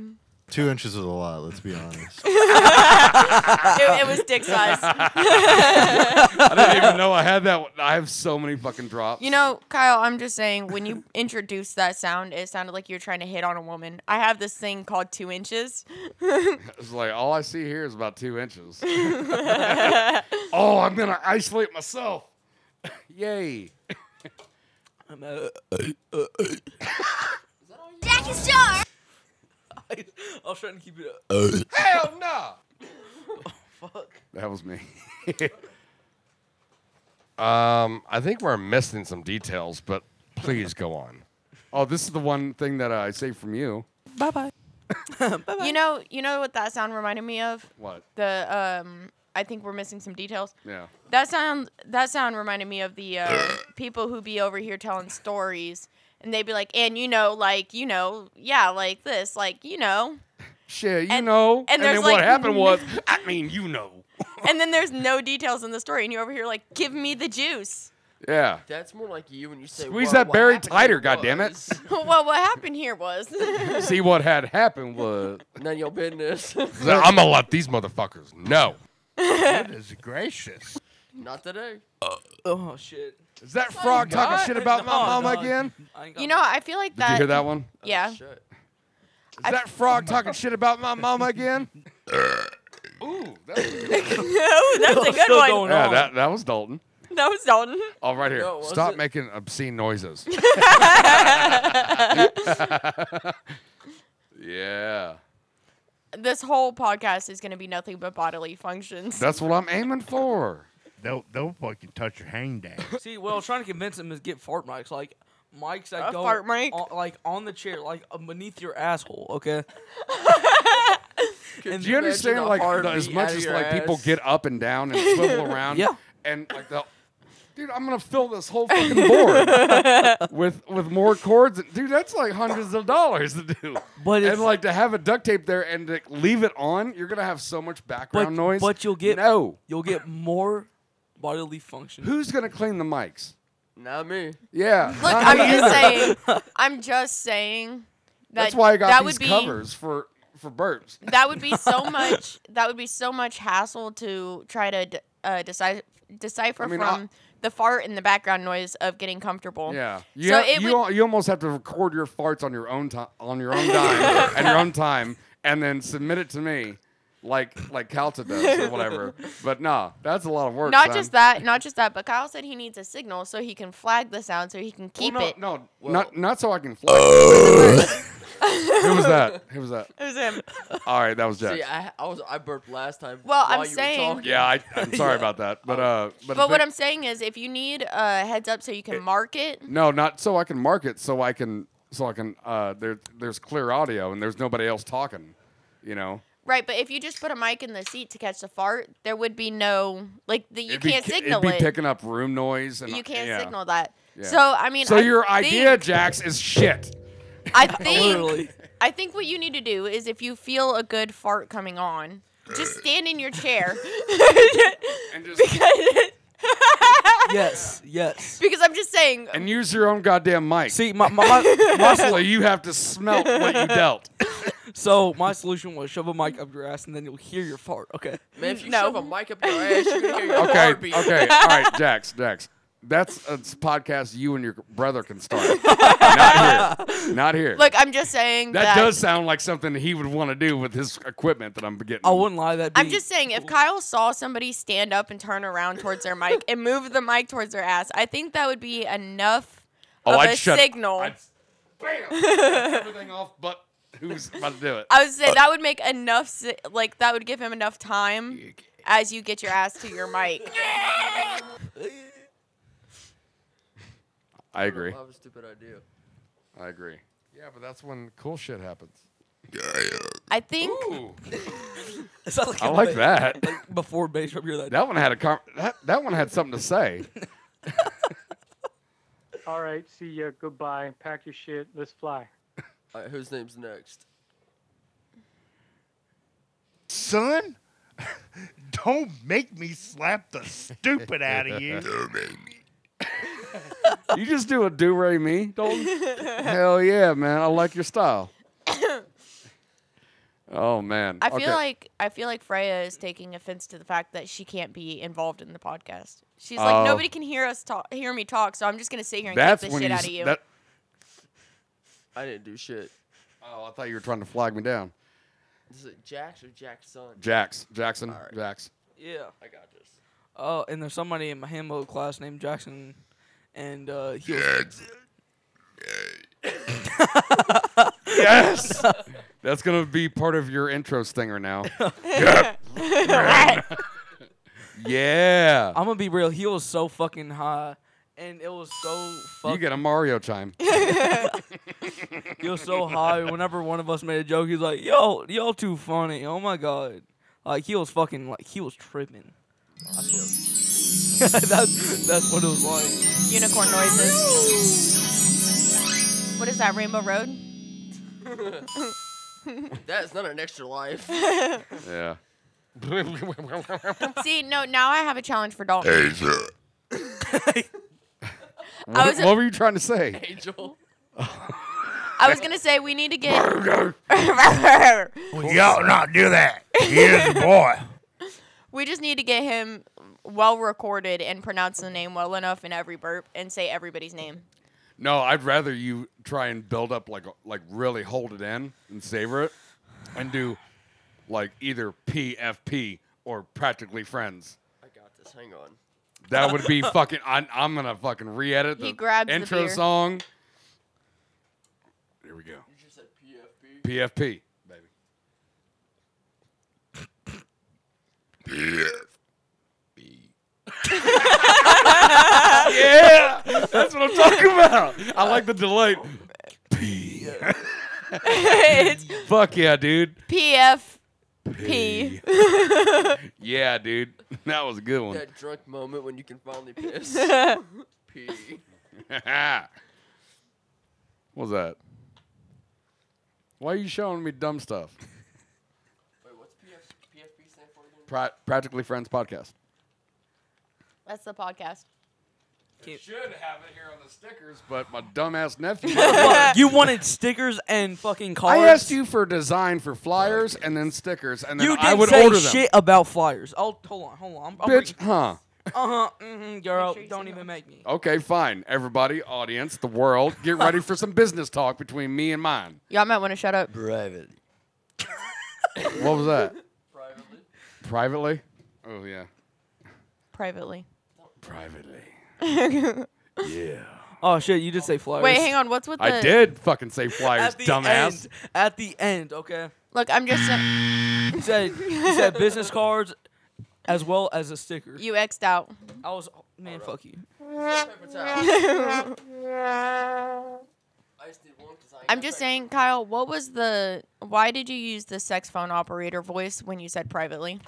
[SPEAKER 11] Two inches is a lot. Let's be honest.
[SPEAKER 3] It, it was dick size.
[SPEAKER 1] I didn't even know I had that. One. I have so many fucking drops.
[SPEAKER 3] You know, Kyle, I'm just saying when you introduced that sound, it sounded like you were trying to hit on a woman. I have this thing called two inches.
[SPEAKER 1] it's like all I see here is about two inches. oh, I'm gonna isolate myself. Yay.
[SPEAKER 2] I'm, uh,
[SPEAKER 7] Jack is star.
[SPEAKER 2] I, I was trying to keep it up.
[SPEAKER 3] Oh.
[SPEAKER 1] Hell no.
[SPEAKER 2] Fuck.
[SPEAKER 1] That was me.
[SPEAKER 12] Um, I think we're missing some details, but please go on.
[SPEAKER 1] Oh, this is the one thing that I saved from you.
[SPEAKER 2] Bye bye.
[SPEAKER 3] You know, you know what that sound reminded me of?
[SPEAKER 1] What?
[SPEAKER 3] The um I think we're missing some details.
[SPEAKER 1] Yeah.
[SPEAKER 3] That sound that sound reminded me of the uh, people who be over here telling stories and they'd be like, and you know, like, you know, yeah, like this, like, you know.
[SPEAKER 1] Shit, you
[SPEAKER 3] And-
[SPEAKER 1] know.
[SPEAKER 3] and there's
[SPEAKER 1] then what
[SPEAKER 3] like-
[SPEAKER 1] happened was, I mean, you know.
[SPEAKER 3] And then there's no details in the story and you're over here like, give me the juice.
[SPEAKER 1] Yeah.
[SPEAKER 4] That's more like you when you say. "Well,
[SPEAKER 1] Squeeze that
[SPEAKER 4] what
[SPEAKER 1] berry
[SPEAKER 4] happened
[SPEAKER 1] tighter,
[SPEAKER 4] was."
[SPEAKER 1] goddammit.
[SPEAKER 3] well, what happened here was
[SPEAKER 1] See what had happened was
[SPEAKER 4] None of your business.
[SPEAKER 12] I'm gonna let these motherfuckers know.
[SPEAKER 7] Goodness gracious.
[SPEAKER 4] Not today.
[SPEAKER 2] Oh shit!
[SPEAKER 1] Is that frog
[SPEAKER 3] Oh
[SPEAKER 1] talking
[SPEAKER 2] God.
[SPEAKER 1] shit about my
[SPEAKER 2] No,
[SPEAKER 1] mom
[SPEAKER 2] no.
[SPEAKER 1] again?
[SPEAKER 2] I ain't got
[SPEAKER 3] You know, I feel like
[SPEAKER 1] Did you
[SPEAKER 3] that.
[SPEAKER 1] hear that one?
[SPEAKER 3] Yeah.
[SPEAKER 4] Shit.
[SPEAKER 1] Is that frog talking shit about my mom again? Ooh, that was a good one.
[SPEAKER 3] oh, that's
[SPEAKER 2] Still
[SPEAKER 3] a good one.
[SPEAKER 2] going
[SPEAKER 1] yeah,
[SPEAKER 2] on.
[SPEAKER 1] that, that was Dalton.
[SPEAKER 3] That was Dalton.
[SPEAKER 1] Oh, right here.
[SPEAKER 4] No, was
[SPEAKER 1] Stop
[SPEAKER 4] it?
[SPEAKER 1] making obscene noises. yeah.
[SPEAKER 3] This whole podcast is going to be nothing but bodily functions.
[SPEAKER 1] That's what I'm aiming for.
[SPEAKER 7] Don't don't fucking touch your hang dang.
[SPEAKER 2] See, what I was trying to convince him is get fart mics, like mics that
[SPEAKER 3] A
[SPEAKER 2] go
[SPEAKER 3] fart mic?
[SPEAKER 2] on- like on the chair, like uh, beneath your asshole. Okay.
[SPEAKER 1] Do you understand, like, the- as much as like people get up and down and swivel around,
[SPEAKER 2] Yeah.
[SPEAKER 1] and like the, dude, I'm gonna fill this whole fucking board with with more cords, dude. That's like hundreds of dollars to do.
[SPEAKER 2] But
[SPEAKER 1] and
[SPEAKER 2] it's-
[SPEAKER 1] like to have a duct tape there and to leave it on, you're gonna have so much background
[SPEAKER 2] But
[SPEAKER 1] noise.
[SPEAKER 2] but you'll get
[SPEAKER 1] no.
[SPEAKER 2] You'll get more bodily function.
[SPEAKER 1] Who's gonna clean the mics?
[SPEAKER 4] Not me.
[SPEAKER 1] Yeah,
[SPEAKER 3] Look,
[SPEAKER 1] not
[SPEAKER 3] I'm
[SPEAKER 1] me
[SPEAKER 3] just
[SPEAKER 1] either.
[SPEAKER 3] saying. I'm just saying. That,
[SPEAKER 1] That's why I
[SPEAKER 3] that
[SPEAKER 1] got these
[SPEAKER 3] would be,
[SPEAKER 1] covers for for burps.
[SPEAKER 3] That would be so much. That would be so much hassle to try to d- uh, decipher decipher
[SPEAKER 1] I mean,
[SPEAKER 3] from the fart and the background noise of getting comfortable.
[SPEAKER 1] Yeah, you,
[SPEAKER 3] So
[SPEAKER 1] ha-
[SPEAKER 3] it
[SPEAKER 1] you,
[SPEAKER 3] would-
[SPEAKER 1] al- you almost have to record your farts on your own time, on your own dime, and your own time, and then submit it to me, like like Calta does or whatever. But nah, that's a lot of work.
[SPEAKER 3] Not
[SPEAKER 1] son.
[SPEAKER 3] just that, not just that, but Kyle said he needs a signal so he can flag the sound so he can
[SPEAKER 1] Well,
[SPEAKER 3] keep
[SPEAKER 1] no,
[SPEAKER 3] it.
[SPEAKER 1] No,
[SPEAKER 4] Well-
[SPEAKER 1] not not so I can. Fly. Who was that? Who was that?
[SPEAKER 3] It was him.
[SPEAKER 1] All right, that was Jack.
[SPEAKER 4] See, I, I was I burped last time.
[SPEAKER 3] Well,
[SPEAKER 4] while
[SPEAKER 3] I'm
[SPEAKER 4] you were
[SPEAKER 3] saying-
[SPEAKER 4] talking.
[SPEAKER 1] yeah, I, I'm sorry about that, but uh, but,
[SPEAKER 3] But what
[SPEAKER 1] they-
[SPEAKER 3] I'm saying is, if you need a heads up so you can mark it,
[SPEAKER 1] no, not so I can mark it, so I can so I can uh, there there's clear audio and there's nobody else talking, you know.
[SPEAKER 3] right? But if you just put a mic in the seat to catch the fart, there would be no like the, you
[SPEAKER 1] It'd be
[SPEAKER 3] can't
[SPEAKER 1] ki-
[SPEAKER 3] signal
[SPEAKER 1] It'd
[SPEAKER 3] it.
[SPEAKER 1] be picking up room noise, and uh,
[SPEAKER 3] you can't
[SPEAKER 1] yeah.
[SPEAKER 3] signal that.
[SPEAKER 1] Yeah.
[SPEAKER 3] So I mean,
[SPEAKER 1] So
[SPEAKER 3] I
[SPEAKER 1] your
[SPEAKER 3] think-
[SPEAKER 1] idea, Jax, is shit.
[SPEAKER 3] I think
[SPEAKER 2] Literally.
[SPEAKER 3] I think what you need to do is if you feel a good fart coming on, just
[SPEAKER 1] Uh.
[SPEAKER 3] stand in your chair.
[SPEAKER 1] And just
[SPEAKER 3] because,
[SPEAKER 2] yes. Yes.
[SPEAKER 3] because I'm just saying,
[SPEAKER 1] and use your own goddamn mic.
[SPEAKER 2] See, my my, my, my
[SPEAKER 1] so you have to smelt what you dealt.
[SPEAKER 2] so my solution was shove a mic up your ass and then you'll hear your fart. Okay.
[SPEAKER 4] Man, if you
[SPEAKER 3] No.
[SPEAKER 4] shove a mic up your ass, you're gonna hear your
[SPEAKER 1] Okay,
[SPEAKER 4] heartbeat.
[SPEAKER 1] okay, all right, Jax, Jax. That's a s- podcast you and your brother can start. Not here. Not here.
[SPEAKER 3] look, I'm just saying
[SPEAKER 1] that, does sound like something he would want to do with his equipment that I'm getting.
[SPEAKER 2] I wouldn't lie. That
[SPEAKER 3] I'm just saying, if Kyle saw somebody stand up and turn around towards their mic and move the mic towards their ass, I think that would be enough
[SPEAKER 1] Oh,
[SPEAKER 3] of
[SPEAKER 1] I'd
[SPEAKER 3] a
[SPEAKER 1] shut-
[SPEAKER 3] signal.
[SPEAKER 1] I'd, bam, cut everything off, but who's about to do it?
[SPEAKER 3] I would say that would make enough, si- like that would give him enough time as you get your ass to your mic.
[SPEAKER 1] I agree.
[SPEAKER 4] I have a stupid idea.
[SPEAKER 1] I agree. Yeah, but that's when cool shit happens.
[SPEAKER 3] I think
[SPEAKER 1] Ooh,
[SPEAKER 2] It's not like
[SPEAKER 1] I
[SPEAKER 2] I'm
[SPEAKER 1] like
[SPEAKER 2] ba-
[SPEAKER 1] that.
[SPEAKER 2] Like before bass rub, you're like,
[SPEAKER 1] That one had a com- that, that one had something to say.
[SPEAKER 13] All right, see ya. Goodbye. Pack your shit. Let's fly.
[SPEAKER 4] All right, whose name's next?
[SPEAKER 7] Son, don't make me slap the stupid out of you.
[SPEAKER 1] You just do a do re me, Dalton. Hell yeah, man! I like your style. Oh man,
[SPEAKER 3] I feel
[SPEAKER 1] Okay.
[SPEAKER 3] like I feel like Freya is taking offense to the fact that she can't be involved in the podcast. She's like,
[SPEAKER 1] Oh.
[SPEAKER 3] nobody can hear us talk, hear me talk, so I'm just gonna sit here and
[SPEAKER 1] that's
[SPEAKER 3] kick the
[SPEAKER 1] when
[SPEAKER 3] shit
[SPEAKER 1] you.
[SPEAKER 3] out
[SPEAKER 1] s-
[SPEAKER 3] of you.
[SPEAKER 1] that-
[SPEAKER 4] I didn't do shit.
[SPEAKER 1] oh, I thought you were trying to flag me down,
[SPEAKER 4] Is it Jax or Jack's son?
[SPEAKER 1] Jax, Jackson,
[SPEAKER 4] right.
[SPEAKER 1] Jax.
[SPEAKER 2] yeah.
[SPEAKER 4] I got this.
[SPEAKER 2] Oh, and there's somebody in my handbook class named Jackson, and uh, he was,
[SPEAKER 1] Yes, that's gonna be part of your intro stinger now. yeah,
[SPEAKER 2] I'm gonna be real. He was so fucking high, and it was so
[SPEAKER 1] you
[SPEAKER 2] fucking.
[SPEAKER 1] get a Mario chime.
[SPEAKER 2] He was so high. Whenever one of us made a joke, he was like, "Yo, y'all too funny. Oh my god!" Like he was fucking like he was tripping. I swear. that's that's what it was like.
[SPEAKER 3] Unicorn noises. What is that? Rainbow Road?
[SPEAKER 4] That's not an extra life.
[SPEAKER 1] Yeah.
[SPEAKER 3] See, no, now I have a challenge for Dalton. I
[SPEAKER 1] What,
[SPEAKER 3] was
[SPEAKER 1] what were you trying to say?
[SPEAKER 4] Angel.
[SPEAKER 3] I was gonna say we need to get.
[SPEAKER 1] Burger.
[SPEAKER 7] Y'all not do that. He is a boy.
[SPEAKER 3] We just need to get him well recorded and pronounce the name well enough in every burp and say everybody's name.
[SPEAKER 1] No, I'd rather you try and build up like like really hold it in and savor it, and do like either PFP or practically friends.
[SPEAKER 4] I got this. Hang on.
[SPEAKER 1] That would be fucking. I, I'm gonna fucking re-edit
[SPEAKER 3] He
[SPEAKER 1] the
[SPEAKER 3] grabs the
[SPEAKER 1] intro
[SPEAKER 3] beer.
[SPEAKER 1] song. Here we go.
[SPEAKER 4] You just said PFP.
[SPEAKER 1] PFP, baby. yeah, that's what I'm talking about. I like the delight. P.
[SPEAKER 3] it's
[SPEAKER 1] Fuck yeah, dude.
[SPEAKER 3] PFP.
[SPEAKER 1] Yeah, dude. That was a good one.
[SPEAKER 4] That drunk moment when you can finally piss. P.
[SPEAKER 1] what was that? Why are you showing me dumb stuff?
[SPEAKER 4] Wait, what's PF- PFP stand for again?
[SPEAKER 1] Pra- Practically Friends podcast.
[SPEAKER 3] That's the podcast.
[SPEAKER 2] Can't-
[SPEAKER 1] should have it here on the stickers, but my dumbass nephew.
[SPEAKER 2] Fuck, you wanted stickers and fucking
[SPEAKER 1] I
[SPEAKER 2] cards.
[SPEAKER 1] asked you for design for flyers and then stickers, and then
[SPEAKER 2] You didn't
[SPEAKER 1] I would
[SPEAKER 2] say
[SPEAKER 1] order them.
[SPEAKER 2] shit about flyers. Oh, hold on, hold on. I'm,
[SPEAKER 1] Bitch, huh?
[SPEAKER 2] Uh huh. Mm-hmm, girl,
[SPEAKER 3] sure you
[SPEAKER 2] don't
[SPEAKER 3] say
[SPEAKER 2] even make me.
[SPEAKER 1] Okay, fine. Everybody, audience, the world, get ready for some business talk between me and mine.
[SPEAKER 3] Y'all might want to shut up.
[SPEAKER 4] Private.
[SPEAKER 1] What was that?
[SPEAKER 4] Privately.
[SPEAKER 1] Privately? Oh yeah.
[SPEAKER 3] Privately.
[SPEAKER 1] Privately.
[SPEAKER 3] Wait,
[SPEAKER 1] Yeah.
[SPEAKER 2] Oh shit, you did say flyers.
[SPEAKER 3] hang on. What's with the?
[SPEAKER 1] I did fucking say flyers,
[SPEAKER 2] At the
[SPEAKER 1] dumbass.
[SPEAKER 2] end. At the end, okay.
[SPEAKER 3] Look, I'm just.
[SPEAKER 2] You said you said business cards, as well as a sticker.
[SPEAKER 3] you xed out.
[SPEAKER 2] I was man, fuck you.
[SPEAKER 4] Paper towel. I just need one 'cause I ain't
[SPEAKER 3] I'm
[SPEAKER 4] got
[SPEAKER 3] just
[SPEAKER 4] paper.
[SPEAKER 3] saying, Kyle. What was the? Why did you use the sex phone operator voice when you said privately?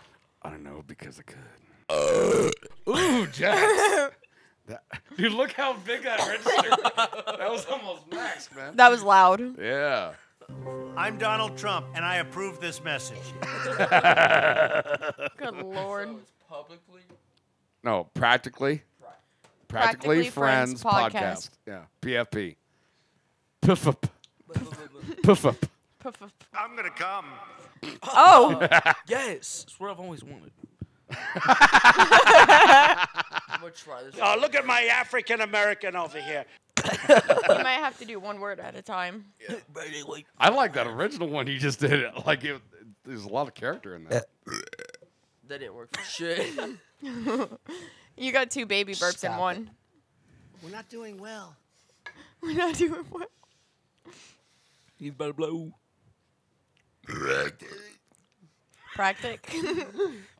[SPEAKER 1] I don't know because I could. Ooh, Jax. that, Uh. dude, look how big that registered. that was almost max, man.
[SPEAKER 3] That was loud.
[SPEAKER 1] Yeah.
[SPEAKER 14] I'm Donald Trump, and I approve this message.
[SPEAKER 3] Good lord.
[SPEAKER 4] So it's publicly.
[SPEAKER 1] No, practically. Practically,
[SPEAKER 3] Practically
[SPEAKER 1] Friends,
[SPEAKER 3] Friends
[SPEAKER 1] podcast. Yeah. PFP. Puff up. Puff up.
[SPEAKER 14] I'm gonna come.
[SPEAKER 3] Oh,
[SPEAKER 2] Yes, it's what I've always wanted.
[SPEAKER 4] I'm gonna try this.
[SPEAKER 14] Oh, look at my African American over here.
[SPEAKER 3] you might have to do one word at a time.
[SPEAKER 1] I like that original one you just did. Like it, there's a lot of character in that.
[SPEAKER 4] That didn't work for shit.
[SPEAKER 3] You got two baby burps in one.
[SPEAKER 14] We're not doing well.
[SPEAKER 3] We're not doing what?
[SPEAKER 2] He's better blow.
[SPEAKER 3] Practic.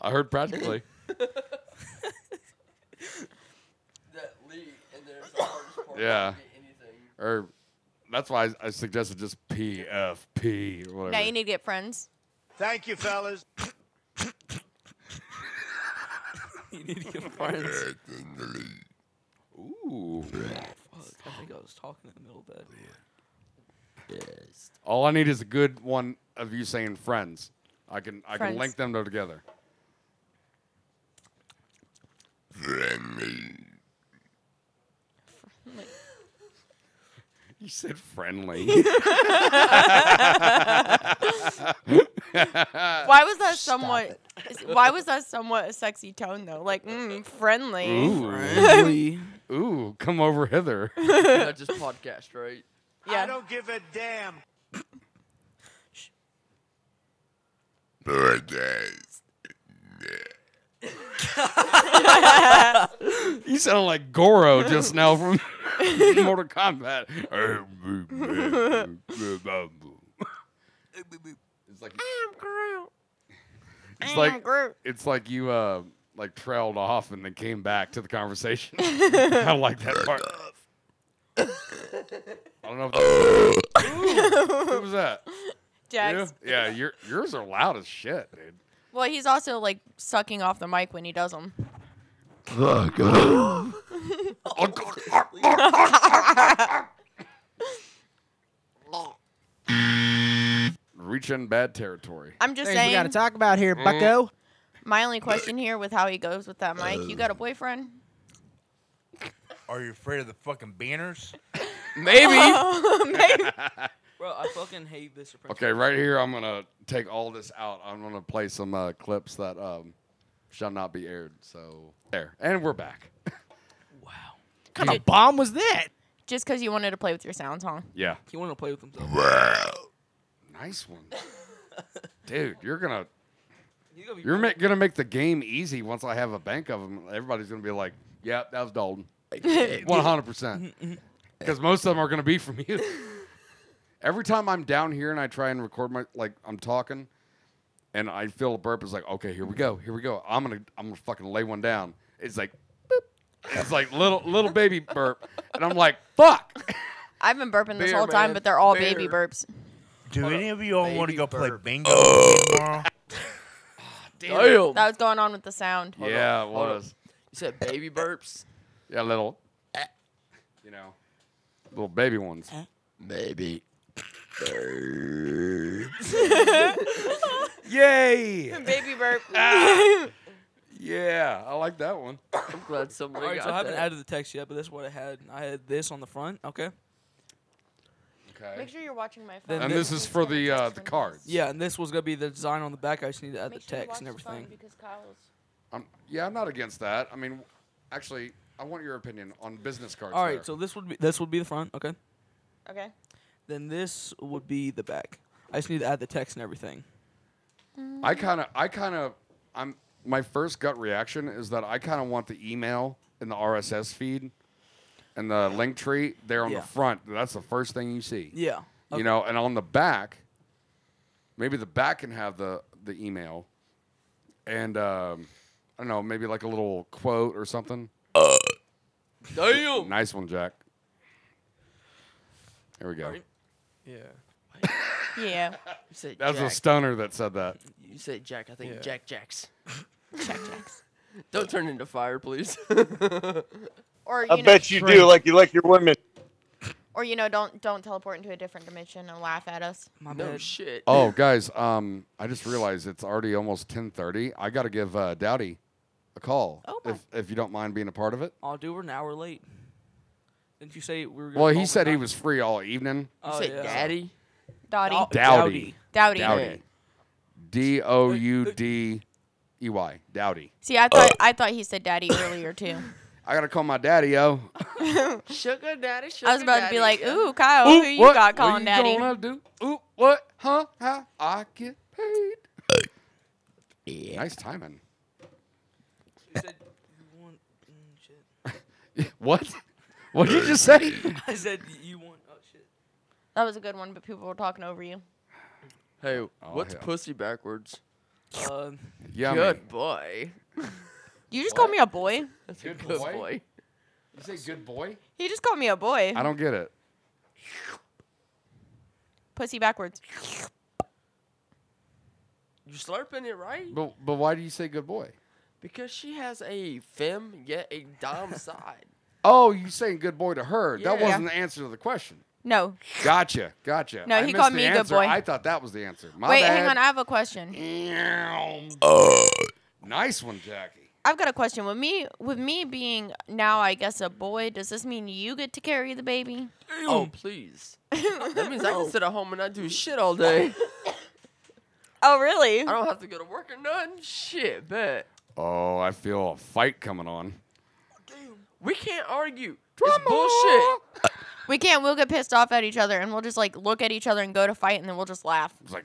[SPEAKER 1] I heard practically.
[SPEAKER 4] that leak, and there's the hardest part.
[SPEAKER 1] Yeah.
[SPEAKER 4] It could be anything.
[SPEAKER 1] or that's why I, I suggested just PFP or whatever.
[SPEAKER 3] now you need to get friends.
[SPEAKER 14] Thank you, fellas.
[SPEAKER 2] You need to get friends.
[SPEAKER 1] Ooh.
[SPEAKER 2] Fuck, I think I was talking in the middle of that.
[SPEAKER 1] All I need is a good one of you saying friends. I can I
[SPEAKER 3] Friends.
[SPEAKER 1] can link them together. You said friendly. Uh,
[SPEAKER 3] Why was that somewhat? Why was that somewhat a sexy tone though? Like mm, friendly.
[SPEAKER 1] Ooh.
[SPEAKER 2] Friendly.
[SPEAKER 1] Ooh, come over hither.
[SPEAKER 4] Not just podcast, right?
[SPEAKER 14] I
[SPEAKER 3] Yeah.
[SPEAKER 14] don't give a damn.
[SPEAKER 1] You sound like Goro just now from Mortal Kombat. it's like It's
[SPEAKER 3] I'm
[SPEAKER 1] like
[SPEAKER 3] Groot.
[SPEAKER 1] it's like you uh like trailed off and then came back to the conversation. I like that part. I don't know. If Ooh, who was that?
[SPEAKER 3] Jax.
[SPEAKER 1] You? Yeah, your, yours are loud as shit, dude.
[SPEAKER 3] Well, he's also like sucking off the mic when he does them.
[SPEAKER 1] Reaching bad territory.
[SPEAKER 3] I'm just saying.
[SPEAKER 6] talk about here, Bucko.
[SPEAKER 3] my only question here with how he goes with that mic, you got a boyfriend?
[SPEAKER 15] Are you afraid of the fucking banners?
[SPEAKER 1] Maybe.
[SPEAKER 2] Oh,
[SPEAKER 3] Maybe.
[SPEAKER 2] Bro, I fucking hate this. approach.
[SPEAKER 1] Okay, right here, I'm gonna take all this out. I'm gonna play some uh, clips that um, shall not be aired. So there, and we're back.
[SPEAKER 6] What kind of bomb was that?
[SPEAKER 3] Just because you wanted to play with your sound song.
[SPEAKER 1] Yeah.
[SPEAKER 2] He wanted to play with himself.
[SPEAKER 1] Nice one, dude. You're gonna
[SPEAKER 2] He's gonna be
[SPEAKER 1] you're ma- gonna make the game easy once I have a bank of them. Everybody's gonna be like, "Yeah, that was Dalton, one hundred percent," because most of them are gonna be from you. Every time I'm down here and I try and record my like I'm talking, and I feel a burp, it's like, "Okay, here we go, here we go." I'm gonna I'm gonna fucking lay one down. It's like, boop. it's like little little baby burp, and I'm like, "Fuck."
[SPEAKER 3] I've been burping this
[SPEAKER 1] Beer,
[SPEAKER 3] whole time,
[SPEAKER 1] man.
[SPEAKER 3] but they're all
[SPEAKER 1] Beer.
[SPEAKER 3] baby burps.
[SPEAKER 15] Do any of you all want to go play bingo tomorrow?
[SPEAKER 3] That was going on with the sound.
[SPEAKER 1] yeah, it
[SPEAKER 6] hold up.
[SPEAKER 1] was.
[SPEAKER 6] You said baby burps.
[SPEAKER 1] Yeah, little, you know, little baby ones.
[SPEAKER 2] Eh?
[SPEAKER 6] Baby.
[SPEAKER 1] Yay!
[SPEAKER 3] Baby burp.
[SPEAKER 1] Ah. Yeah, I like that one.
[SPEAKER 6] I'm glad somebody
[SPEAKER 2] All right,
[SPEAKER 6] got
[SPEAKER 2] so I haven't
[SPEAKER 6] that.
[SPEAKER 2] added the text yet, but this is what I had. I had this on the front. Okay.
[SPEAKER 3] Make sure you're watching my phone.
[SPEAKER 1] And this is for the uh, the cards.
[SPEAKER 2] Yeah, and this was gonna be the design on the back. I just need to add
[SPEAKER 3] Make
[SPEAKER 2] the
[SPEAKER 3] sure you
[SPEAKER 2] text and
[SPEAKER 3] watch the phone
[SPEAKER 2] everything.
[SPEAKER 3] Because Kyle's.
[SPEAKER 1] I'm, yeah, I'm not against that. I mean, actually, I want your opinion on business cards.
[SPEAKER 2] All right,
[SPEAKER 1] there.
[SPEAKER 2] so this would be this would be the front. Okay.
[SPEAKER 3] Okay.
[SPEAKER 2] Then this would be the back. I just need to add the text and everything.
[SPEAKER 1] I kind of, I kind of, I'm. My first gut reaction is that I kind of want the email and the RSS feed and the link tree there on
[SPEAKER 2] Yeah.
[SPEAKER 1] the front. That's the first thing you see.
[SPEAKER 2] Yeah. Okay.
[SPEAKER 1] You know, and on the back, maybe the back can have the the email, and um, I don't know, maybe like a little quote or something.
[SPEAKER 6] Damn.
[SPEAKER 1] Nice one, Jack. There we go.
[SPEAKER 6] Yeah.
[SPEAKER 3] Yeah.
[SPEAKER 6] You said
[SPEAKER 1] That was
[SPEAKER 6] Jack.
[SPEAKER 1] a stoner that said that.
[SPEAKER 6] You said Jack. I think
[SPEAKER 15] Yeah.
[SPEAKER 6] Jack Jacks.
[SPEAKER 3] Jack Jacks.
[SPEAKER 6] Don't turn into fire, please.
[SPEAKER 3] Or you
[SPEAKER 16] I
[SPEAKER 3] know,
[SPEAKER 16] bet you do, like you like your women.
[SPEAKER 3] Or you know, don't don't teleport into a different dimension and laugh at us.
[SPEAKER 2] My
[SPEAKER 6] no shit.
[SPEAKER 1] Oh, guys, um, I just realized it's already almost ten thirty. I got to give uh, Dowdy a call if if you don't mind being a part of it.
[SPEAKER 2] I'll do. We're an hour late. Didn't you say we were? Gonna
[SPEAKER 1] Well,
[SPEAKER 2] call
[SPEAKER 1] he
[SPEAKER 2] for
[SPEAKER 1] said he
[SPEAKER 2] nine?
[SPEAKER 1] was free all evening.
[SPEAKER 2] You Oh, said yeah. daddy?
[SPEAKER 3] Dottie.
[SPEAKER 2] Dow-
[SPEAKER 1] Dowdy.
[SPEAKER 3] Dowdy.
[SPEAKER 1] Dowdy. D o u d e y. Dowdy.
[SPEAKER 3] See, I thought I thought he said daddy earlier too.
[SPEAKER 1] I gotta call my daddy, yo.
[SPEAKER 6] Sugar daddy. Sugar
[SPEAKER 3] I was about to be like,
[SPEAKER 6] daddy.
[SPEAKER 3] "Ooh, Kyle,
[SPEAKER 1] Ooh,
[SPEAKER 3] Oh, who you
[SPEAKER 1] what?
[SPEAKER 3] got
[SPEAKER 1] What
[SPEAKER 3] calling
[SPEAKER 1] you
[SPEAKER 3] daddy?"
[SPEAKER 1] gonna do? Ooh, what? Huh? How I get paid? Nice timing.
[SPEAKER 2] You said you want. mm, shit.
[SPEAKER 1] What? What did you just say?
[SPEAKER 2] I said you want. Oh shit.
[SPEAKER 3] That was a good one, but people were talking over you.
[SPEAKER 6] Hey, what's
[SPEAKER 1] hell.
[SPEAKER 6] pussy backwards?
[SPEAKER 2] Um,
[SPEAKER 1] Yummy.
[SPEAKER 6] Good boy.
[SPEAKER 3] You just called me a boy.
[SPEAKER 6] That's
[SPEAKER 1] Good
[SPEAKER 6] a good
[SPEAKER 1] boy?
[SPEAKER 6] boy.
[SPEAKER 1] You say good boy?
[SPEAKER 3] He just called me a boy.
[SPEAKER 1] I don't get it.
[SPEAKER 3] Pussy backwards.
[SPEAKER 6] You slurping it right?
[SPEAKER 1] But but why do you say good boy?
[SPEAKER 6] Because she has a fem yet a dom side.
[SPEAKER 1] Oh, you saying good boy to her? That
[SPEAKER 6] Yeah.
[SPEAKER 1] wasn't the answer to the question.
[SPEAKER 3] No.
[SPEAKER 1] Gotcha, gotcha.
[SPEAKER 3] No,
[SPEAKER 1] I
[SPEAKER 3] he
[SPEAKER 1] missed
[SPEAKER 3] called
[SPEAKER 1] the
[SPEAKER 3] me good
[SPEAKER 1] answer.
[SPEAKER 3] boy.
[SPEAKER 1] I thought that was the answer. My
[SPEAKER 3] Wait,
[SPEAKER 1] bad.
[SPEAKER 3] hang on. I have a question.
[SPEAKER 1] Nice one, Jackie.
[SPEAKER 3] I've got a question. With me, with me being now, I guess a boy, does this mean you get to carry the baby?
[SPEAKER 6] Oh please. that means I can sit at home and not do shit all day.
[SPEAKER 3] Oh, really?
[SPEAKER 6] I don't have to go to work or none. Shit, bet.
[SPEAKER 1] Oh, I feel a fight coming on.
[SPEAKER 6] We can't argue. It's bullshit.
[SPEAKER 3] We can't. We'll get pissed off at each other, and we'll just like look at each other and go to fight, and then we'll just laugh.
[SPEAKER 1] It's like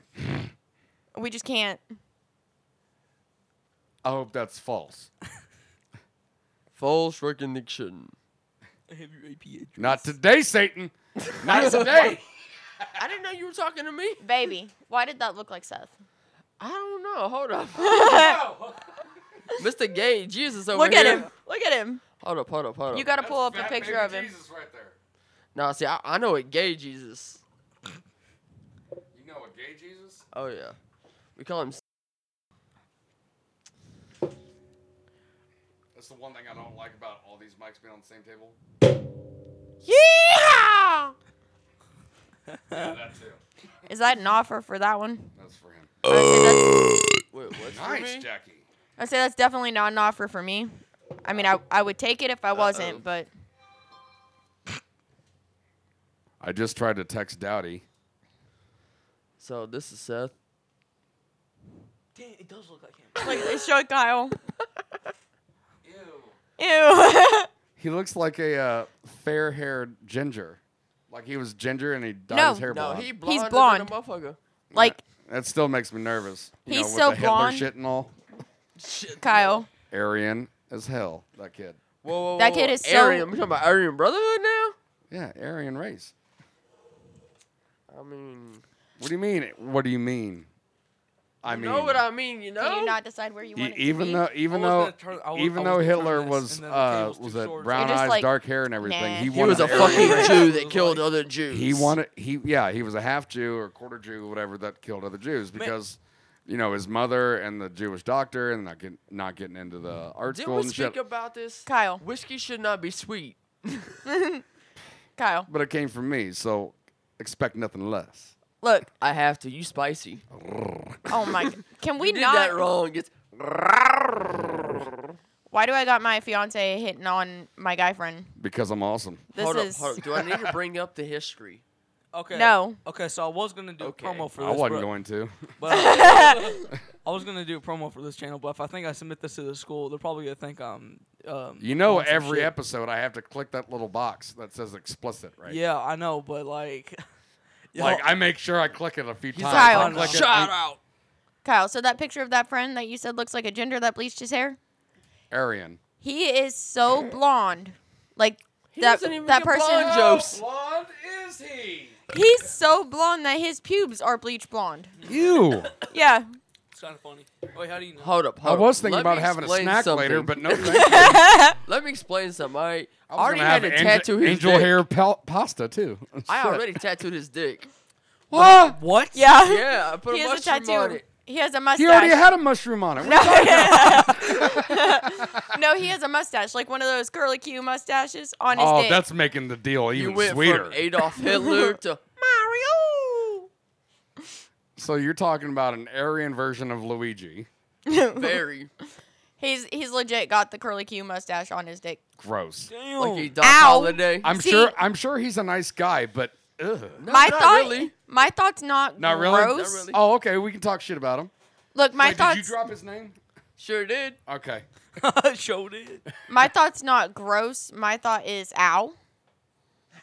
[SPEAKER 3] We just can't.
[SPEAKER 1] I hope that's false.
[SPEAKER 6] False recognition.
[SPEAKER 2] I have your AP address.
[SPEAKER 1] Not today, Satan. Not today.
[SPEAKER 6] I didn't know you were talking to me.
[SPEAKER 3] Baby, why did that look like Seth?
[SPEAKER 6] I don't know. Hold up. Mr. Gay, Jesus over
[SPEAKER 3] look
[SPEAKER 6] here.
[SPEAKER 3] at him. Look at him.
[SPEAKER 6] Hold up, hold up, hold up.
[SPEAKER 3] You gotta pull up a picture of him.
[SPEAKER 1] right there.
[SPEAKER 6] Nah, see, I, I know it gay Jesus.
[SPEAKER 1] You know a gay Jesus?
[SPEAKER 6] Oh yeah. We call him s-
[SPEAKER 1] That's the one thing I don't like about all these mics being on the same table.
[SPEAKER 3] Yeah.
[SPEAKER 1] Yeah, that too.
[SPEAKER 3] Is that an offer for that one?
[SPEAKER 1] That's for him.
[SPEAKER 6] Wait, what's for
[SPEAKER 1] Nice,
[SPEAKER 6] me?
[SPEAKER 1] Jackie.
[SPEAKER 3] I say that's definitely not an offer for me. I mean, I I would take it if I wasn't,
[SPEAKER 6] Uh-oh.
[SPEAKER 3] but
[SPEAKER 1] I just tried to text Dowdy.
[SPEAKER 6] So this is Seth.
[SPEAKER 2] Dang, it does look like him.
[SPEAKER 3] Like they showed Kyle. Ew.
[SPEAKER 1] He looks like a uh, fair-haired ginger. Like he was ginger and he dyed
[SPEAKER 3] No.
[SPEAKER 1] his hair
[SPEAKER 3] No,
[SPEAKER 1] blonde.
[SPEAKER 3] he blonde He's blonde.
[SPEAKER 6] motherfucker.
[SPEAKER 3] Like
[SPEAKER 1] That still makes me nervous. You
[SPEAKER 3] He's
[SPEAKER 1] know,
[SPEAKER 3] so
[SPEAKER 1] with the
[SPEAKER 3] blonde.
[SPEAKER 1] Hitler shit and all.
[SPEAKER 3] Kyle.
[SPEAKER 1] Aryan as hell, that kid.
[SPEAKER 6] Whoa, whoa,
[SPEAKER 3] That
[SPEAKER 6] whoa,
[SPEAKER 3] kid
[SPEAKER 6] whoa.
[SPEAKER 3] is so-
[SPEAKER 6] Aryan. We talking about Aryan Brotherhood now?
[SPEAKER 1] Yeah, Aryan race.
[SPEAKER 6] I mean,
[SPEAKER 1] What do you mean? What do you mean? I
[SPEAKER 6] you
[SPEAKER 1] mean,
[SPEAKER 6] know what I mean? You know.
[SPEAKER 3] Can you not decide where you
[SPEAKER 1] e-
[SPEAKER 3] want it to
[SPEAKER 1] even
[SPEAKER 3] be?
[SPEAKER 1] though even
[SPEAKER 6] I was
[SPEAKER 1] though
[SPEAKER 6] gonna turn- I was-
[SPEAKER 1] even
[SPEAKER 6] I was
[SPEAKER 1] though
[SPEAKER 6] gonna turn
[SPEAKER 1] Hitler
[SPEAKER 6] this,
[SPEAKER 1] was
[SPEAKER 6] and then the
[SPEAKER 1] uh,
[SPEAKER 6] table's too
[SPEAKER 1] was it
[SPEAKER 6] short.
[SPEAKER 1] brown
[SPEAKER 6] You're just
[SPEAKER 1] eyes,
[SPEAKER 6] like,
[SPEAKER 1] dark hair, and everything.
[SPEAKER 6] nah. He
[SPEAKER 1] wanted
[SPEAKER 6] was a
[SPEAKER 1] everything.
[SPEAKER 6] fucking Jew that killed other Jews.
[SPEAKER 1] He wanted he yeah he was a half Jew or quarter Jew whatever that killed other Jews because. You know his mother and the Jewish doctor, and not getting not getting into the art
[SPEAKER 6] Did
[SPEAKER 1] school
[SPEAKER 6] we
[SPEAKER 1] and
[SPEAKER 6] speak
[SPEAKER 1] shit.
[SPEAKER 6] about this?
[SPEAKER 3] Kyle.
[SPEAKER 6] Whiskey should not be sweet.
[SPEAKER 3] Kyle,
[SPEAKER 1] But it came from me, so expect nothing less.
[SPEAKER 6] Look, I have to. You spicy.
[SPEAKER 3] Oh my! g- Can we
[SPEAKER 6] you did
[SPEAKER 3] not?
[SPEAKER 6] that wrong. It's
[SPEAKER 3] Why do I got my fiance hitting on my guy friend?
[SPEAKER 1] Because I'm awesome.
[SPEAKER 3] This
[SPEAKER 6] hold
[SPEAKER 3] is-
[SPEAKER 6] up, hold up. Do I need to bring up the history?
[SPEAKER 2] Okay.
[SPEAKER 3] No.
[SPEAKER 2] Okay, so I was gonna do a promo for
[SPEAKER 1] I
[SPEAKER 2] this. but-
[SPEAKER 1] wasn't going to.
[SPEAKER 2] But I, I was gonna do a promo for this channel, but if I think I submit this to the school, they're probably gonna think um um.
[SPEAKER 1] You know,
[SPEAKER 2] doing some
[SPEAKER 1] every
[SPEAKER 2] shit.
[SPEAKER 1] episode I have to click that little box that says explicit, right?
[SPEAKER 2] Yeah, I know, but like. yo,
[SPEAKER 1] Like I make sure I click it a few times.
[SPEAKER 3] Kyle.
[SPEAKER 1] I click it-
[SPEAKER 6] out.
[SPEAKER 3] Kyle, so that picture of that friend that you said looks like a ginger that bleached his hair,
[SPEAKER 1] Aryan.
[SPEAKER 3] he is so blonde, like
[SPEAKER 6] He
[SPEAKER 3] that
[SPEAKER 6] doesn't even
[SPEAKER 3] that
[SPEAKER 6] get
[SPEAKER 3] person.
[SPEAKER 6] blonde jokes.
[SPEAKER 1] blonde is he?
[SPEAKER 3] He's so blonde that his pubes are bleach blonde.
[SPEAKER 1] You.
[SPEAKER 3] Yeah.
[SPEAKER 2] It's kind of funny. Wait, how do you know?
[SPEAKER 6] Hold up.
[SPEAKER 1] I
[SPEAKER 6] Hold
[SPEAKER 1] was
[SPEAKER 6] up.
[SPEAKER 1] thinking
[SPEAKER 6] Let
[SPEAKER 1] about
[SPEAKER 6] me
[SPEAKER 1] having a
[SPEAKER 6] explain
[SPEAKER 1] snack
[SPEAKER 6] something.
[SPEAKER 1] later, but no, thank you.
[SPEAKER 6] Let me explain something. All right. I,
[SPEAKER 1] was
[SPEAKER 6] already
[SPEAKER 1] gonna have
[SPEAKER 6] had a
[SPEAKER 1] angel,
[SPEAKER 6] tattoo his
[SPEAKER 1] angel
[SPEAKER 6] dick. Oh,
[SPEAKER 1] hair pal- pasta too.
[SPEAKER 6] I
[SPEAKER 1] Shit.
[SPEAKER 6] already tattooed his dick.
[SPEAKER 1] What?
[SPEAKER 2] What?
[SPEAKER 3] Yeah.
[SPEAKER 6] Yeah, I put
[SPEAKER 3] he
[SPEAKER 6] a
[SPEAKER 3] has a
[SPEAKER 6] mushroom
[SPEAKER 3] tattoo.
[SPEAKER 6] on it.
[SPEAKER 3] He has a mustache.
[SPEAKER 1] He already had a mushroom on it. What are you talking
[SPEAKER 3] no, he has a mustache, like one of those curly Q mustaches on his
[SPEAKER 1] Oh,
[SPEAKER 3] dick.
[SPEAKER 1] that's making the deal
[SPEAKER 6] You
[SPEAKER 1] even
[SPEAKER 6] went
[SPEAKER 1] sweeter.
[SPEAKER 6] from Adolf Hitler to
[SPEAKER 1] so you're talking about an Aryan version of Luigi.
[SPEAKER 6] very
[SPEAKER 3] He's he's legit got the curly Q mustache on his dick.
[SPEAKER 1] Gross.
[SPEAKER 6] like he Doc
[SPEAKER 3] Ow.
[SPEAKER 6] Holiday.
[SPEAKER 1] I'm
[SPEAKER 3] See-
[SPEAKER 1] sure. I'm sure he's a nice guy, but ugh.
[SPEAKER 3] my
[SPEAKER 6] not
[SPEAKER 3] thought,
[SPEAKER 6] really.
[SPEAKER 3] my thought's not,
[SPEAKER 1] Not really.
[SPEAKER 3] gross.
[SPEAKER 1] Oh, okay. We can talk shit about him.
[SPEAKER 3] Look, my
[SPEAKER 1] Wait,
[SPEAKER 3] thought's
[SPEAKER 1] Did you drop his name?
[SPEAKER 6] Sure did.
[SPEAKER 1] Okay.
[SPEAKER 2] Showed it.
[SPEAKER 3] my thought's not gross. My thought is ow.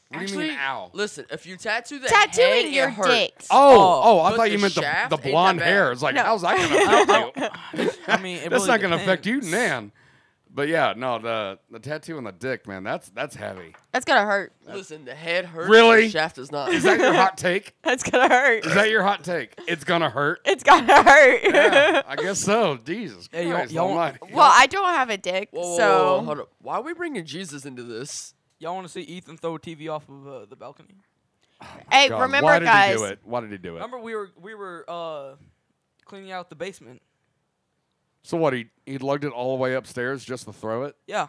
[SPEAKER 1] What do you
[SPEAKER 6] Actually,
[SPEAKER 1] mean, ow?
[SPEAKER 6] Listen, if you tattoo that head,
[SPEAKER 3] Tattooing
[SPEAKER 6] it
[SPEAKER 3] your
[SPEAKER 6] hurts.
[SPEAKER 3] dick.
[SPEAKER 1] Oh, oh, I
[SPEAKER 6] but
[SPEAKER 1] thought you
[SPEAKER 6] the
[SPEAKER 1] meant the,
[SPEAKER 6] shaft
[SPEAKER 1] the
[SPEAKER 6] ain't that
[SPEAKER 1] blonde
[SPEAKER 6] bad.
[SPEAKER 1] hair. It's like,
[SPEAKER 3] No.
[SPEAKER 1] how's that gonna affect you?
[SPEAKER 2] I mean, it
[SPEAKER 1] That's
[SPEAKER 2] really
[SPEAKER 1] not gonna affect
[SPEAKER 2] depends.
[SPEAKER 1] you, Nan. But yeah, no, the the tattoo on the dick, man, that's that's heavy.
[SPEAKER 3] That's gonna hurt.
[SPEAKER 6] Listen, the head hurts.
[SPEAKER 1] Really?
[SPEAKER 6] The shaft does not.
[SPEAKER 1] Is that your hot take?
[SPEAKER 3] That's gonna hurt.
[SPEAKER 1] Is that your hot take? It's gonna hurt.
[SPEAKER 3] It's gonna hurt.
[SPEAKER 1] Yeah, I guess so. Jesus
[SPEAKER 2] Hey, y'all-
[SPEAKER 1] Christ
[SPEAKER 2] y'all-
[SPEAKER 1] almighty.
[SPEAKER 3] well, I don't have a dick,
[SPEAKER 6] Whoa, whoa, whoa,
[SPEAKER 3] so
[SPEAKER 6] whoa, hold up. Why are we bringing Jesus into this?
[SPEAKER 2] Y'all want to see Ethan throw a TV off of uh, the balcony?
[SPEAKER 3] hey,
[SPEAKER 1] God,
[SPEAKER 3] remember,
[SPEAKER 1] why did
[SPEAKER 3] guys.
[SPEAKER 1] he do it? Why did he do it?
[SPEAKER 2] Remember, we were we were uh, cleaning out the basement.
[SPEAKER 1] So what? He he lugged it all the way upstairs just to throw it.
[SPEAKER 2] Yeah.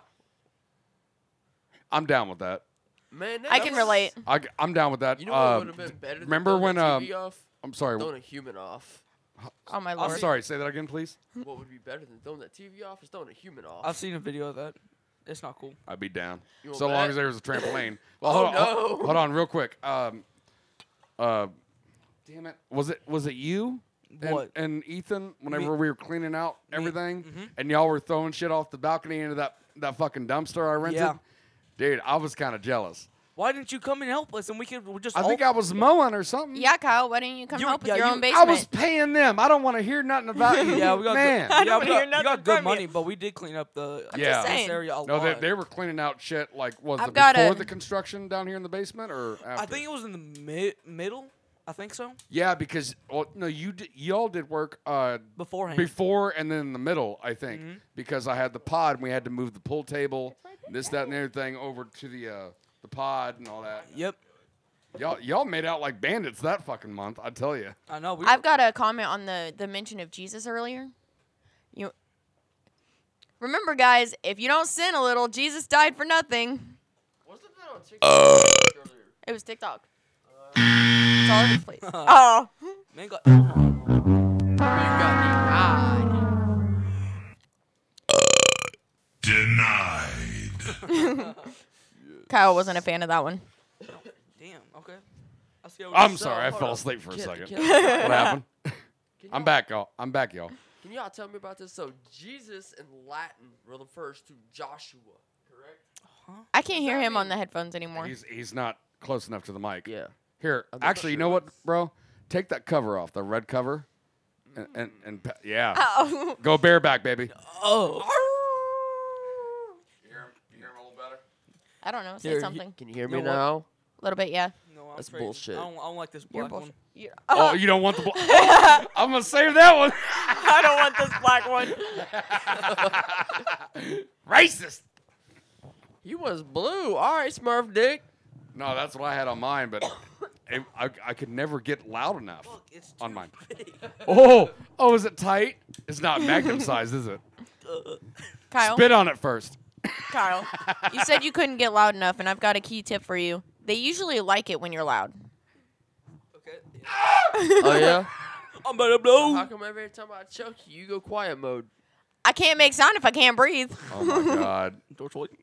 [SPEAKER 1] I'm down with that.
[SPEAKER 6] Man, that
[SPEAKER 3] I can
[SPEAKER 6] was-
[SPEAKER 3] relate.
[SPEAKER 1] I, am down with that.
[SPEAKER 6] You know what
[SPEAKER 1] Uh,
[SPEAKER 6] would have been better? than Uh,
[SPEAKER 1] remember
[SPEAKER 6] throwing
[SPEAKER 1] when?
[SPEAKER 6] a
[SPEAKER 1] Um,
[SPEAKER 6] TV off?
[SPEAKER 1] I'm sorry.
[SPEAKER 6] Throwing a human off.
[SPEAKER 3] Oh my
[SPEAKER 1] I'm
[SPEAKER 3] lord.
[SPEAKER 1] sorry. Say that again, please.
[SPEAKER 6] What would be better than throwing that TV off is throwing a human off.
[SPEAKER 2] I've seen a video of that. It's not cool.
[SPEAKER 1] I'd be down.
[SPEAKER 6] You want
[SPEAKER 1] So long
[SPEAKER 6] that?
[SPEAKER 1] as there was a trampoline. Well,
[SPEAKER 6] Oh,
[SPEAKER 1] hold, on,
[SPEAKER 6] no.
[SPEAKER 1] hold, hold on, real quick. Um, uh, damn it, was it was it you? and-
[SPEAKER 2] What?
[SPEAKER 1] And, Ethan, whenever we were cleaning out everything,
[SPEAKER 6] Mm-hmm.
[SPEAKER 2] mhm.
[SPEAKER 1] and y'all were throwing shit off the balcony into that that fucking dumpster I rented,
[SPEAKER 2] Yeah.
[SPEAKER 1] dude, I was kind of jealous.
[SPEAKER 2] Why didn't you come and help us? And we could just.
[SPEAKER 1] I
[SPEAKER 6] Oh.
[SPEAKER 2] all-
[SPEAKER 1] think I was mowing or something.
[SPEAKER 3] Yeah, Kyle, why didn't you come
[SPEAKER 2] You-
[SPEAKER 3] help with
[SPEAKER 2] yeah,
[SPEAKER 3] your
[SPEAKER 2] you-
[SPEAKER 3] own
[SPEAKER 1] I
[SPEAKER 3] basement?
[SPEAKER 1] was paying them. I don't want to hear nothing about you.
[SPEAKER 2] yeah, we got
[SPEAKER 1] man.
[SPEAKER 2] good. yeah,
[SPEAKER 3] don't
[SPEAKER 2] we
[SPEAKER 3] hear
[SPEAKER 2] got, we got
[SPEAKER 3] nothing
[SPEAKER 2] good
[SPEAKER 3] from
[SPEAKER 2] money,
[SPEAKER 3] you.
[SPEAKER 2] but we did clean up the
[SPEAKER 1] just Yeah.
[SPEAKER 2] this
[SPEAKER 3] saying.
[SPEAKER 2] area a
[SPEAKER 1] No,
[SPEAKER 2] lot.
[SPEAKER 1] they, they were cleaning out shit like was
[SPEAKER 3] I've
[SPEAKER 1] it
[SPEAKER 3] got
[SPEAKER 1] before
[SPEAKER 3] a-
[SPEAKER 1] the construction down here in the basement or after?
[SPEAKER 2] I think it was in the mid middle. I think so.
[SPEAKER 1] yeah, because well, no, you did, y'all did work uh,
[SPEAKER 2] Beforehand.
[SPEAKER 1] before and then in the middle, I think,
[SPEAKER 2] Mhm.
[SPEAKER 1] because I had the pod and we had to move the pool table, this, that, and everything over to the uh, the pod and all that.
[SPEAKER 2] yep.
[SPEAKER 1] Y'all y'all made out like bandits that fucking month, I tell you.
[SPEAKER 2] I know. We
[SPEAKER 3] I've got a comment on the the mention of Jesus earlier. You remember, guys, if you don't sin a little, Jesus died for nothing.
[SPEAKER 6] Wasn't that on
[SPEAKER 1] Uh.
[SPEAKER 6] TikTok?
[SPEAKER 3] It was TikTok. it's all over the place. oh,
[SPEAKER 2] man got. oh,
[SPEAKER 6] Ah,
[SPEAKER 3] Kyle wasn't a fan of that one.
[SPEAKER 2] Damn. Okay. I see how we
[SPEAKER 1] I'm
[SPEAKER 2] just-
[SPEAKER 1] sorry, I
[SPEAKER 6] hold
[SPEAKER 1] fell
[SPEAKER 6] up.
[SPEAKER 1] asleep for a
[SPEAKER 6] Can-
[SPEAKER 1] second.
[SPEAKER 6] can-
[SPEAKER 1] what happened? I'm back, y'all. I'm back, y'all.
[SPEAKER 6] Can Can y'all tell me about this? So Jesus in Latin refers to Joshua, correct?
[SPEAKER 3] I can't hear him on the headphones anymore.
[SPEAKER 1] He's he's not close enough to the mic.
[SPEAKER 6] Yeah.
[SPEAKER 1] Here,
[SPEAKER 6] I'm not
[SPEAKER 1] actually, you know what, bro? Take that cover off, the red cover, and
[SPEAKER 6] Mm-hmm.
[SPEAKER 1] and, and pa- yeah,
[SPEAKER 3] Oh.
[SPEAKER 1] go bareback, baby.
[SPEAKER 2] Oh.
[SPEAKER 3] I don't know. Say
[SPEAKER 6] There, you-
[SPEAKER 3] something.
[SPEAKER 6] Can you hear
[SPEAKER 1] You
[SPEAKER 6] me
[SPEAKER 1] know what?
[SPEAKER 6] now?
[SPEAKER 3] A little bit, yeah.
[SPEAKER 2] No, I'm
[SPEAKER 6] That's
[SPEAKER 2] crazy.
[SPEAKER 6] bullshit.
[SPEAKER 2] I don't, I don't like this
[SPEAKER 3] You're
[SPEAKER 2] black one.
[SPEAKER 3] bullshit. You're-
[SPEAKER 1] Oh, you don't want the. Bl- Oh, I'm gonna save that one.
[SPEAKER 3] I don't want this black one.
[SPEAKER 1] Racist.
[SPEAKER 6] He was blue. All right, Smurf dick.
[SPEAKER 1] No, that's what I had on mine, but it, I I could never get loud enough
[SPEAKER 2] it's
[SPEAKER 1] on mine. Oh, oh, is it tight? It's not magnum size, is it?
[SPEAKER 3] Kyle.
[SPEAKER 1] Spit on it first.
[SPEAKER 3] Kyle, you said you couldn't get loud enough, and I've got a key tip for you. They usually like it when you're loud.
[SPEAKER 6] Oh yeah.
[SPEAKER 2] I'm about to
[SPEAKER 6] So
[SPEAKER 2] blow.
[SPEAKER 6] how come every time I choke you, you go quiet mode?
[SPEAKER 3] I can't make sound if I can't breathe.
[SPEAKER 1] Oh my god.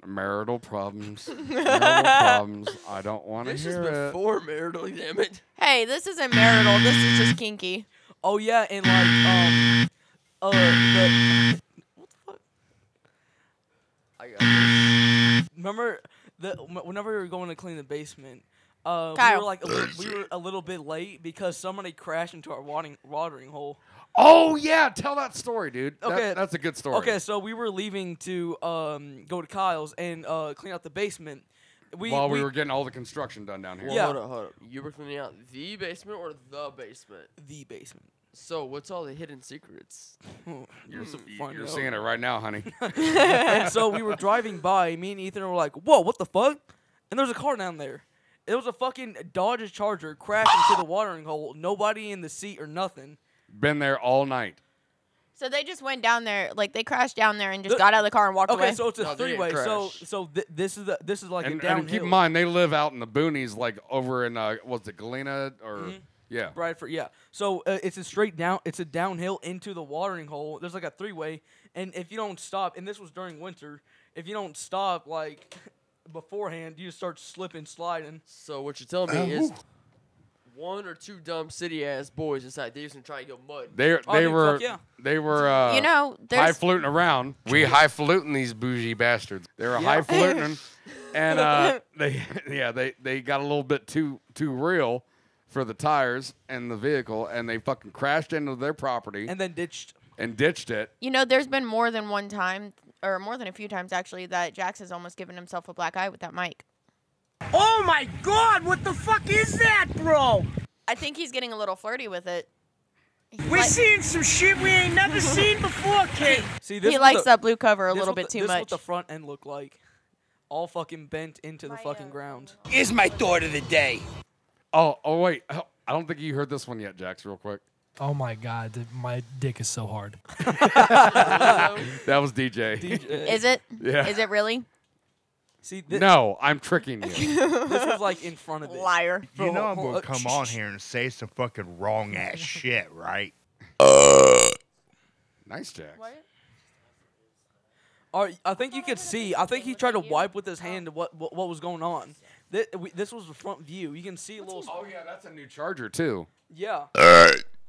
[SPEAKER 1] Marital problems. Marital problems. I don't want to
[SPEAKER 6] This is
[SPEAKER 1] hear it.
[SPEAKER 6] before marital, damn it.
[SPEAKER 3] Hey, this isn't marital. This is just kinky.
[SPEAKER 2] Oh yeah, and like um uh the
[SPEAKER 6] I got this.
[SPEAKER 2] remember the wh- whenever we were going to clean the basement, uh we
[SPEAKER 3] Kyle.
[SPEAKER 2] were like a, li- we were a little bit late because somebody crashed into our watering, watering hole.
[SPEAKER 1] Oh yeah, tell that story, dude. That-
[SPEAKER 2] Okay.
[SPEAKER 1] that's a good story.
[SPEAKER 2] Okay, so we were leaving to um go to Kyle's and uh clean out the basement. We
[SPEAKER 1] While we,
[SPEAKER 2] we
[SPEAKER 1] were getting all the construction done down here.
[SPEAKER 6] Well,
[SPEAKER 2] Yeah.
[SPEAKER 6] Hold up, hold up. You were cleaning out the basement or the basement?
[SPEAKER 2] The basement.
[SPEAKER 6] So what's all the hidden secrets?
[SPEAKER 1] You're,
[SPEAKER 2] so
[SPEAKER 1] you-
[SPEAKER 2] funny.
[SPEAKER 1] you're seeing it right now, honey.
[SPEAKER 2] and so we were driving by. Me and Ethan were like, "Whoa, what the fuck?" And there's a car down there. It was a fucking Dodge Charger crashed into the watering hole. Nobody in the seat or nothing.
[SPEAKER 1] Been there all night.
[SPEAKER 3] So they just went down there, like they crashed down there and just got out of the car and walked
[SPEAKER 2] okay,
[SPEAKER 3] away.
[SPEAKER 2] so it's a
[SPEAKER 6] No, they didn't
[SPEAKER 2] three-way. So
[SPEAKER 6] crash.
[SPEAKER 2] so th- this is the this is like a
[SPEAKER 1] and, and
[SPEAKER 2] downhill.
[SPEAKER 1] keep in mind, they live out in the boonies, like over in uh, what's it, Galena or
[SPEAKER 2] Mhm.
[SPEAKER 1] yeah.
[SPEAKER 2] Bradford, yeah. So uh, it's a straight down. It's a downhill into the watering hole. There's like a three-way, and if you don't stop, and this was during winter, if you don't stop like beforehand, you just start slipping, sliding.
[SPEAKER 6] So what you're telling me is one or two dumb city ass boys inside these and try to go mud.
[SPEAKER 1] They
[SPEAKER 6] Oh,
[SPEAKER 1] they
[SPEAKER 6] dude,
[SPEAKER 1] were
[SPEAKER 6] fuck yeah.
[SPEAKER 1] they were uh,
[SPEAKER 3] You know,
[SPEAKER 1] high
[SPEAKER 3] there's-
[SPEAKER 1] fluting around.
[SPEAKER 12] We high fluting these bougie bastards.
[SPEAKER 1] They were
[SPEAKER 12] Yeah.
[SPEAKER 1] high fluting, and uh, they yeah they, they got a little bit too too real for the tires and the vehicle, and they fucking crashed into their property
[SPEAKER 2] and then ditched
[SPEAKER 1] and ditched it.
[SPEAKER 3] You know, there's been more than one time, or more than a few times actually, that Jax has almost given himself a black eye with that mic.
[SPEAKER 17] Oh my god, what the fuck is that, bro?
[SPEAKER 3] I think he's getting a little flirty with it.
[SPEAKER 17] We're seeing some shit we ain't never seen before, kid.
[SPEAKER 2] See,
[SPEAKER 3] He
[SPEAKER 2] this was
[SPEAKER 3] likes
[SPEAKER 2] the-
[SPEAKER 3] that blue cover a
[SPEAKER 2] this
[SPEAKER 3] little
[SPEAKER 2] what
[SPEAKER 3] bit
[SPEAKER 2] the-
[SPEAKER 3] too
[SPEAKER 2] this
[SPEAKER 3] much.
[SPEAKER 2] What the front end looked like, all fucking bent into the fucking ground.
[SPEAKER 17] Is my thought of the day.
[SPEAKER 1] Oh oh wait, oh, I don't think you heard this one yet, Jax. Real quick,
[SPEAKER 18] Oh my god, th- my dick is so hard.
[SPEAKER 1] that was DJ.
[SPEAKER 3] Is it?
[SPEAKER 1] Yeah.
[SPEAKER 3] Is it really?
[SPEAKER 2] See,
[SPEAKER 1] no, I'm tricking you.
[SPEAKER 2] this was like in front of it.
[SPEAKER 3] Liar.
[SPEAKER 7] You know
[SPEAKER 2] Hold-
[SPEAKER 7] I'm gonna
[SPEAKER 2] hold-
[SPEAKER 7] come on here and say some fucking wrong ass shit, right?
[SPEAKER 1] nice, Jack.
[SPEAKER 2] All right, I think you could see. I think he tried to wipe with his hand what what, what was going on. This, we, this was the front view. You can see a little.
[SPEAKER 1] Oh yeah, that's a new Charger too.
[SPEAKER 2] Yeah.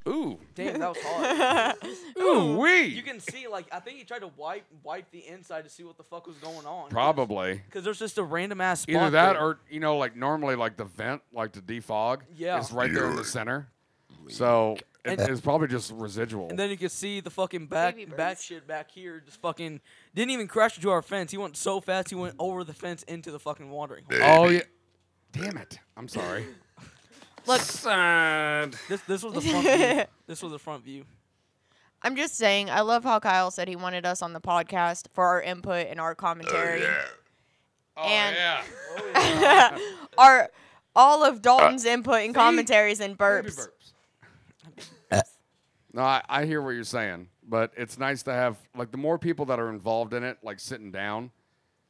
[SPEAKER 1] Ooh.
[SPEAKER 2] Damn, that was hard.
[SPEAKER 1] Ooh wee.
[SPEAKER 2] You can see, like, I think he tried to wipe wipe the inside to see what the fuck was going on.
[SPEAKER 1] Probably.
[SPEAKER 2] Because there's just a random ass spot.
[SPEAKER 1] Either that
[SPEAKER 2] there.
[SPEAKER 1] or you know, like normally, like the vent, like to defog,
[SPEAKER 2] Yeah.
[SPEAKER 1] is right there in the center. So it,
[SPEAKER 2] And-
[SPEAKER 1] it's probably just residual.
[SPEAKER 2] And then you can see the fucking back back shit back here. Just fucking didn't even crash into our fence. He went so fast he went over the fence into the fucking watering hole.
[SPEAKER 1] Oh yeah, damn it! I'm sorry.
[SPEAKER 3] Look.
[SPEAKER 2] This this was the front view. This was the front view.
[SPEAKER 3] I'm just saying, I love how Kyle said he wanted us on the podcast for our input and our commentary.
[SPEAKER 1] Oh,
[SPEAKER 3] and our all of Dalton's input and commentaries and burps.
[SPEAKER 1] No, I, I hear what you're saying, but it's nice to have like the more people that are involved in it, like sitting down,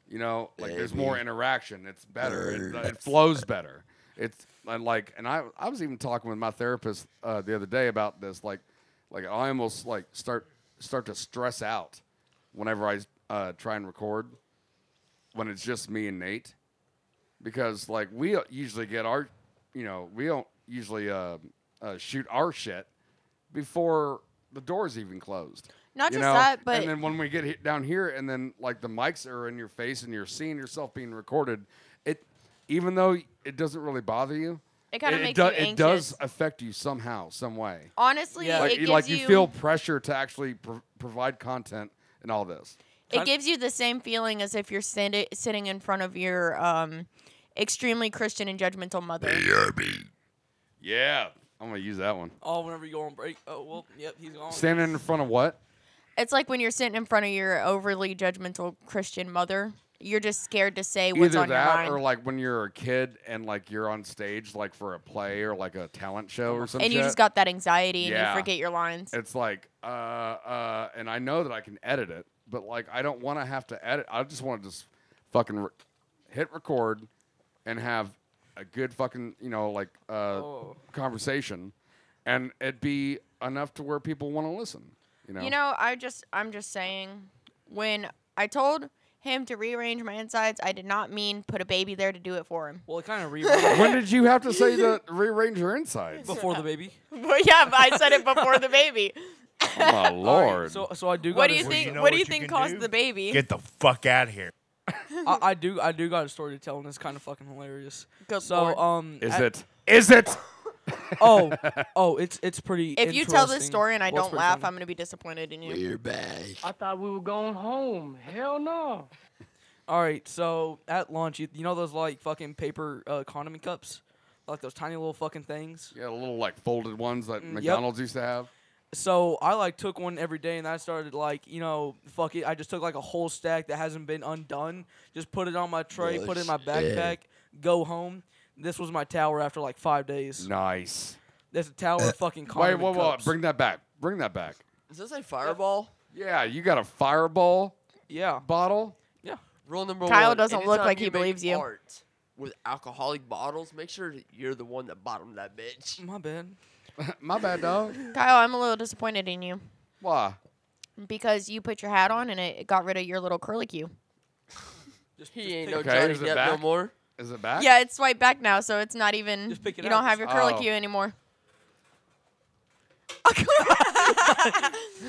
[SPEAKER 1] you know, like there's more
[SPEAKER 12] Baby.
[SPEAKER 1] interaction. It's better. It, it flows better. It's and like, and I I was even talking with my therapist uh, the other day about this. Like, like I almost like start start to stress out whenever I uh, try and record when it's just me and Nate because like we usually get our you know we don't usually uh, uh, shoot our shit before the door's even closed.
[SPEAKER 3] Not
[SPEAKER 1] you
[SPEAKER 3] just
[SPEAKER 1] know?
[SPEAKER 3] that, but-
[SPEAKER 1] and then when we get hit down here, and then like the mics are in your face, and you're seeing yourself being recorded, it even though it doesn't really bother you,
[SPEAKER 3] It kinda makes you
[SPEAKER 1] It does
[SPEAKER 3] anxious.
[SPEAKER 1] affect you somehow, some way.
[SPEAKER 3] Honestly, Yeah. it
[SPEAKER 1] like, you-
[SPEAKER 3] gives
[SPEAKER 1] like you
[SPEAKER 3] you-
[SPEAKER 1] feel pressure to actually pro- provide content and all this.
[SPEAKER 3] It gives you the same feeling as if you're sitting sitting in front of your um, extremely Christian and judgmental mother.
[SPEAKER 1] Yeah, I'm gonna use that one.
[SPEAKER 2] Oh, whenever you go on break. Oh well, yep, he's gone.
[SPEAKER 1] Standing in front of what?
[SPEAKER 3] It's like when you're sitting in front of your overly judgmental Christian mother. You're just scared to say what's
[SPEAKER 1] Either
[SPEAKER 3] on your
[SPEAKER 1] that,
[SPEAKER 3] mind.
[SPEAKER 1] or like when you're a kid and like you're on stage, like for a play or like a talent show or something.
[SPEAKER 3] and you just got that anxiety and
[SPEAKER 1] Yeah.
[SPEAKER 3] you forget your lines.
[SPEAKER 1] It's like, uh, uh, and I know that I can edit it, but like I don't want to have to edit. I just want to just fucking re- hit record and have a good fucking you know like uh, conversation, and it be enough to where people want to listen. You know.
[SPEAKER 3] You know, I just I'm just saying when I told him to rearrange my insides, I did not mean put a baby there to do it for him.
[SPEAKER 2] Well, it kind of
[SPEAKER 1] when did you have to say that? Rearrange your insides
[SPEAKER 2] Before the baby.
[SPEAKER 3] Well, yeah, but I said it before the baby.
[SPEAKER 1] Oh my lord.
[SPEAKER 2] So, so I do. got
[SPEAKER 3] What do
[SPEAKER 2] a
[SPEAKER 3] you
[SPEAKER 2] story-
[SPEAKER 3] think? what do you think caused the baby?
[SPEAKER 15] the fuck out of here.
[SPEAKER 2] I, I do. I do got a story to tell, and it's kind of fucking hilarious.
[SPEAKER 3] Good
[SPEAKER 2] so,
[SPEAKER 3] lord.
[SPEAKER 2] um,
[SPEAKER 1] Is
[SPEAKER 2] at-
[SPEAKER 1] it? Is it?
[SPEAKER 2] oh, oh, it's it's pretty.
[SPEAKER 3] if you tell this
[SPEAKER 2] interesting.
[SPEAKER 3] story and I
[SPEAKER 2] Well, it's
[SPEAKER 3] don't
[SPEAKER 2] pretty
[SPEAKER 3] laugh,
[SPEAKER 2] funny.
[SPEAKER 3] I'm gonna be disappointed in you.
[SPEAKER 13] I thought we were going home. Hell no.
[SPEAKER 2] All right, so at lunch, you, you know those like fucking paper uh, economy cups, like those tiny little fucking things.
[SPEAKER 1] Yeah, the little like folded ones that
[SPEAKER 2] Mm, yep.
[SPEAKER 1] McDonald's used to have.
[SPEAKER 2] So I like took one every day, and I started like you know fuck it. I just took like a whole stack that hasn't been undone. Just put it on my tray, put it in my
[SPEAKER 1] Nice. Yeah.
[SPEAKER 2] backpack, go home. This was my tower after like five days.
[SPEAKER 1] Nice.
[SPEAKER 2] That's a tower of fucking
[SPEAKER 1] Uh, Wait,
[SPEAKER 2] condiment
[SPEAKER 1] whoa, whoa!
[SPEAKER 2] cups.
[SPEAKER 1] Bring that back. Bring that back.
[SPEAKER 6] Does it say fireball?
[SPEAKER 1] Yeah, you got a fireball.
[SPEAKER 2] Yeah.
[SPEAKER 1] Bottle.
[SPEAKER 2] Yeah.
[SPEAKER 6] Rule number
[SPEAKER 3] Kyle
[SPEAKER 6] one.
[SPEAKER 3] doesn't look
[SPEAKER 6] anytime
[SPEAKER 3] like
[SPEAKER 6] you
[SPEAKER 3] he believes
[SPEAKER 6] make
[SPEAKER 3] you.
[SPEAKER 6] Art with alcoholic bottles, make sure that you're the one that bottomed that bitch.
[SPEAKER 2] My bad.
[SPEAKER 1] My bad, dog.
[SPEAKER 3] Kyle, I'm a little disappointed in you
[SPEAKER 1] Why?
[SPEAKER 3] because you put your hat on and it, it got rid of your little curly cue.
[SPEAKER 6] he ain't no
[SPEAKER 1] Okay,
[SPEAKER 6] Johnny
[SPEAKER 1] is it
[SPEAKER 6] Depp no
[SPEAKER 1] back?
[SPEAKER 6] more.
[SPEAKER 1] Is it back?
[SPEAKER 3] Yeah, it's swiped back now, so it's not even.
[SPEAKER 2] pick it
[SPEAKER 3] you
[SPEAKER 2] up.
[SPEAKER 3] don't have your curly
[SPEAKER 1] Oh.
[SPEAKER 3] cue anymore.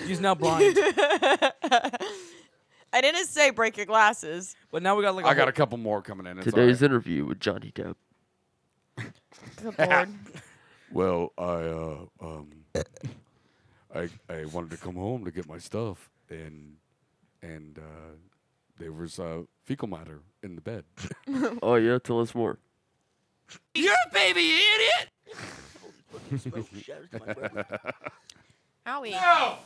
[SPEAKER 2] He's now blind.
[SPEAKER 3] I didn't say break your glasses.
[SPEAKER 2] but now we got like
[SPEAKER 1] I
[SPEAKER 2] a
[SPEAKER 1] got a
[SPEAKER 2] whole-
[SPEAKER 1] couple more coming in. It's
[SPEAKER 6] Today's
[SPEAKER 1] all
[SPEAKER 6] interview with Johnny Depp.
[SPEAKER 3] Good lord.
[SPEAKER 1] Well, I uh, um, I I wanted to come home to get my stuff, and and uh, there was uh, fecal matter in the bed.
[SPEAKER 6] oh yeah, tell us more.
[SPEAKER 17] You're a baby, you idiot!
[SPEAKER 3] Howie.
[SPEAKER 2] Hold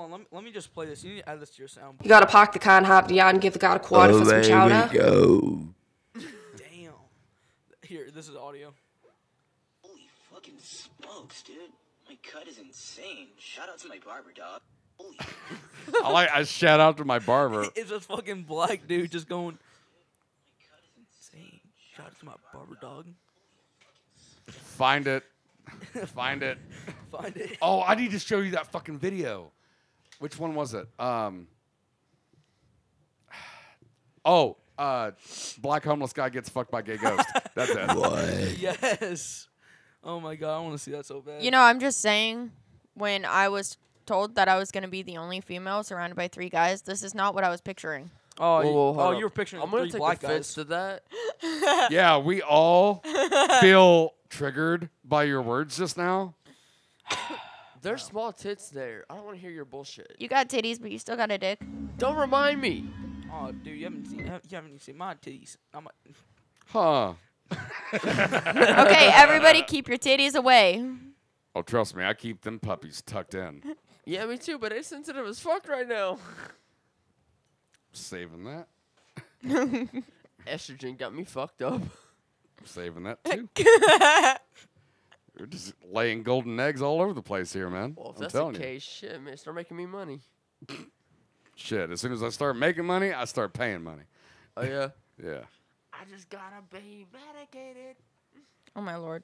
[SPEAKER 2] on, let me, let me just play this. You need to add this to your sound.
[SPEAKER 19] You gotta park the car and hop down, give the guy a quarter for some chowder.
[SPEAKER 6] Oh, go.
[SPEAKER 2] Damn. Here, this is audio.
[SPEAKER 20] Holy fucking smokes, dude. My cut is insane. Shout out to my barber, dog.
[SPEAKER 1] I like I shout out to my barber.
[SPEAKER 2] it's this fucking black dude just going. Insane. Shout out to my barber dog.
[SPEAKER 1] Find it. Find it.
[SPEAKER 2] Find it.
[SPEAKER 1] Oh, I need to show you that fucking video. Which one was it? Um. Oh, uh, black homeless guy gets fucked by gay ghost. That's it.
[SPEAKER 2] Yes. Oh my god, I want to see that so bad.
[SPEAKER 3] You know, I'm just saying, when I was told that I was going to be the only female surrounded by three guys, this is not what I was picturing.
[SPEAKER 2] Oh,
[SPEAKER 6] Whoa,
[SPEAKER 2] you-
[SPEAKER 6] whoa, hold
[SPEAKER 2] oh,
[SPEAKER 6] up.
[SPEAKER 2] you were picturing
[SPEAKER 6] I'm gonna
[SPEAKER 2] three
[SPEAKER 6] take
[SPEAKER 2] black
[SPEAKER 6] offense
[SPEAKER 2] guys.
[SPEAKER 6] to that.
[SPEAKER 1] yeah, we all feel triggered by your words just now.
[SPEAKER 6] There's small tits there. I don't want to hear your bullshit.
[SPEAKER 3] You got titties, but you still got a dick.
[SPEAKER 6] Don't remind me.
[SPEAKER 2] Oh, dude, you haven't seen you haven't even seen my titties. I'm like,
[SPEAKER 1] Huh.
[SPEAKER 3] okay, everybody, keep your titties away.
[SPEAKER 1] Oh, trust me, I keep them puppies tucked in.
[SPEAKER 6] Yeah, me too, but it's sensitive as fuck right now.
[SPEAKER 1] Saving that.
[SPEAKER 6] Estrogen got me fucked up.
[SPEAKER 1] Saving that too. We're just laying golden eggs all over the place here, man.
[SPEAKER 6] Well, if
[SPEAKER 1] I'm
[SPEAKER 6] that's
[SPEAKER 1] telling
[SPEAKER 6] the
[SPEAKER 1] you.
[SPEAKER 6] case, shit, man, start making me money.
[SPEAKER 1] Shit, as soon as I start making money, I start paying money.
[SPEAKER 6] Oh yeah.
[SPEAKER 1] yeah.
[SPEAKER 6] I just gotta be medicated.
[SPEAKER 3] Oh my lord.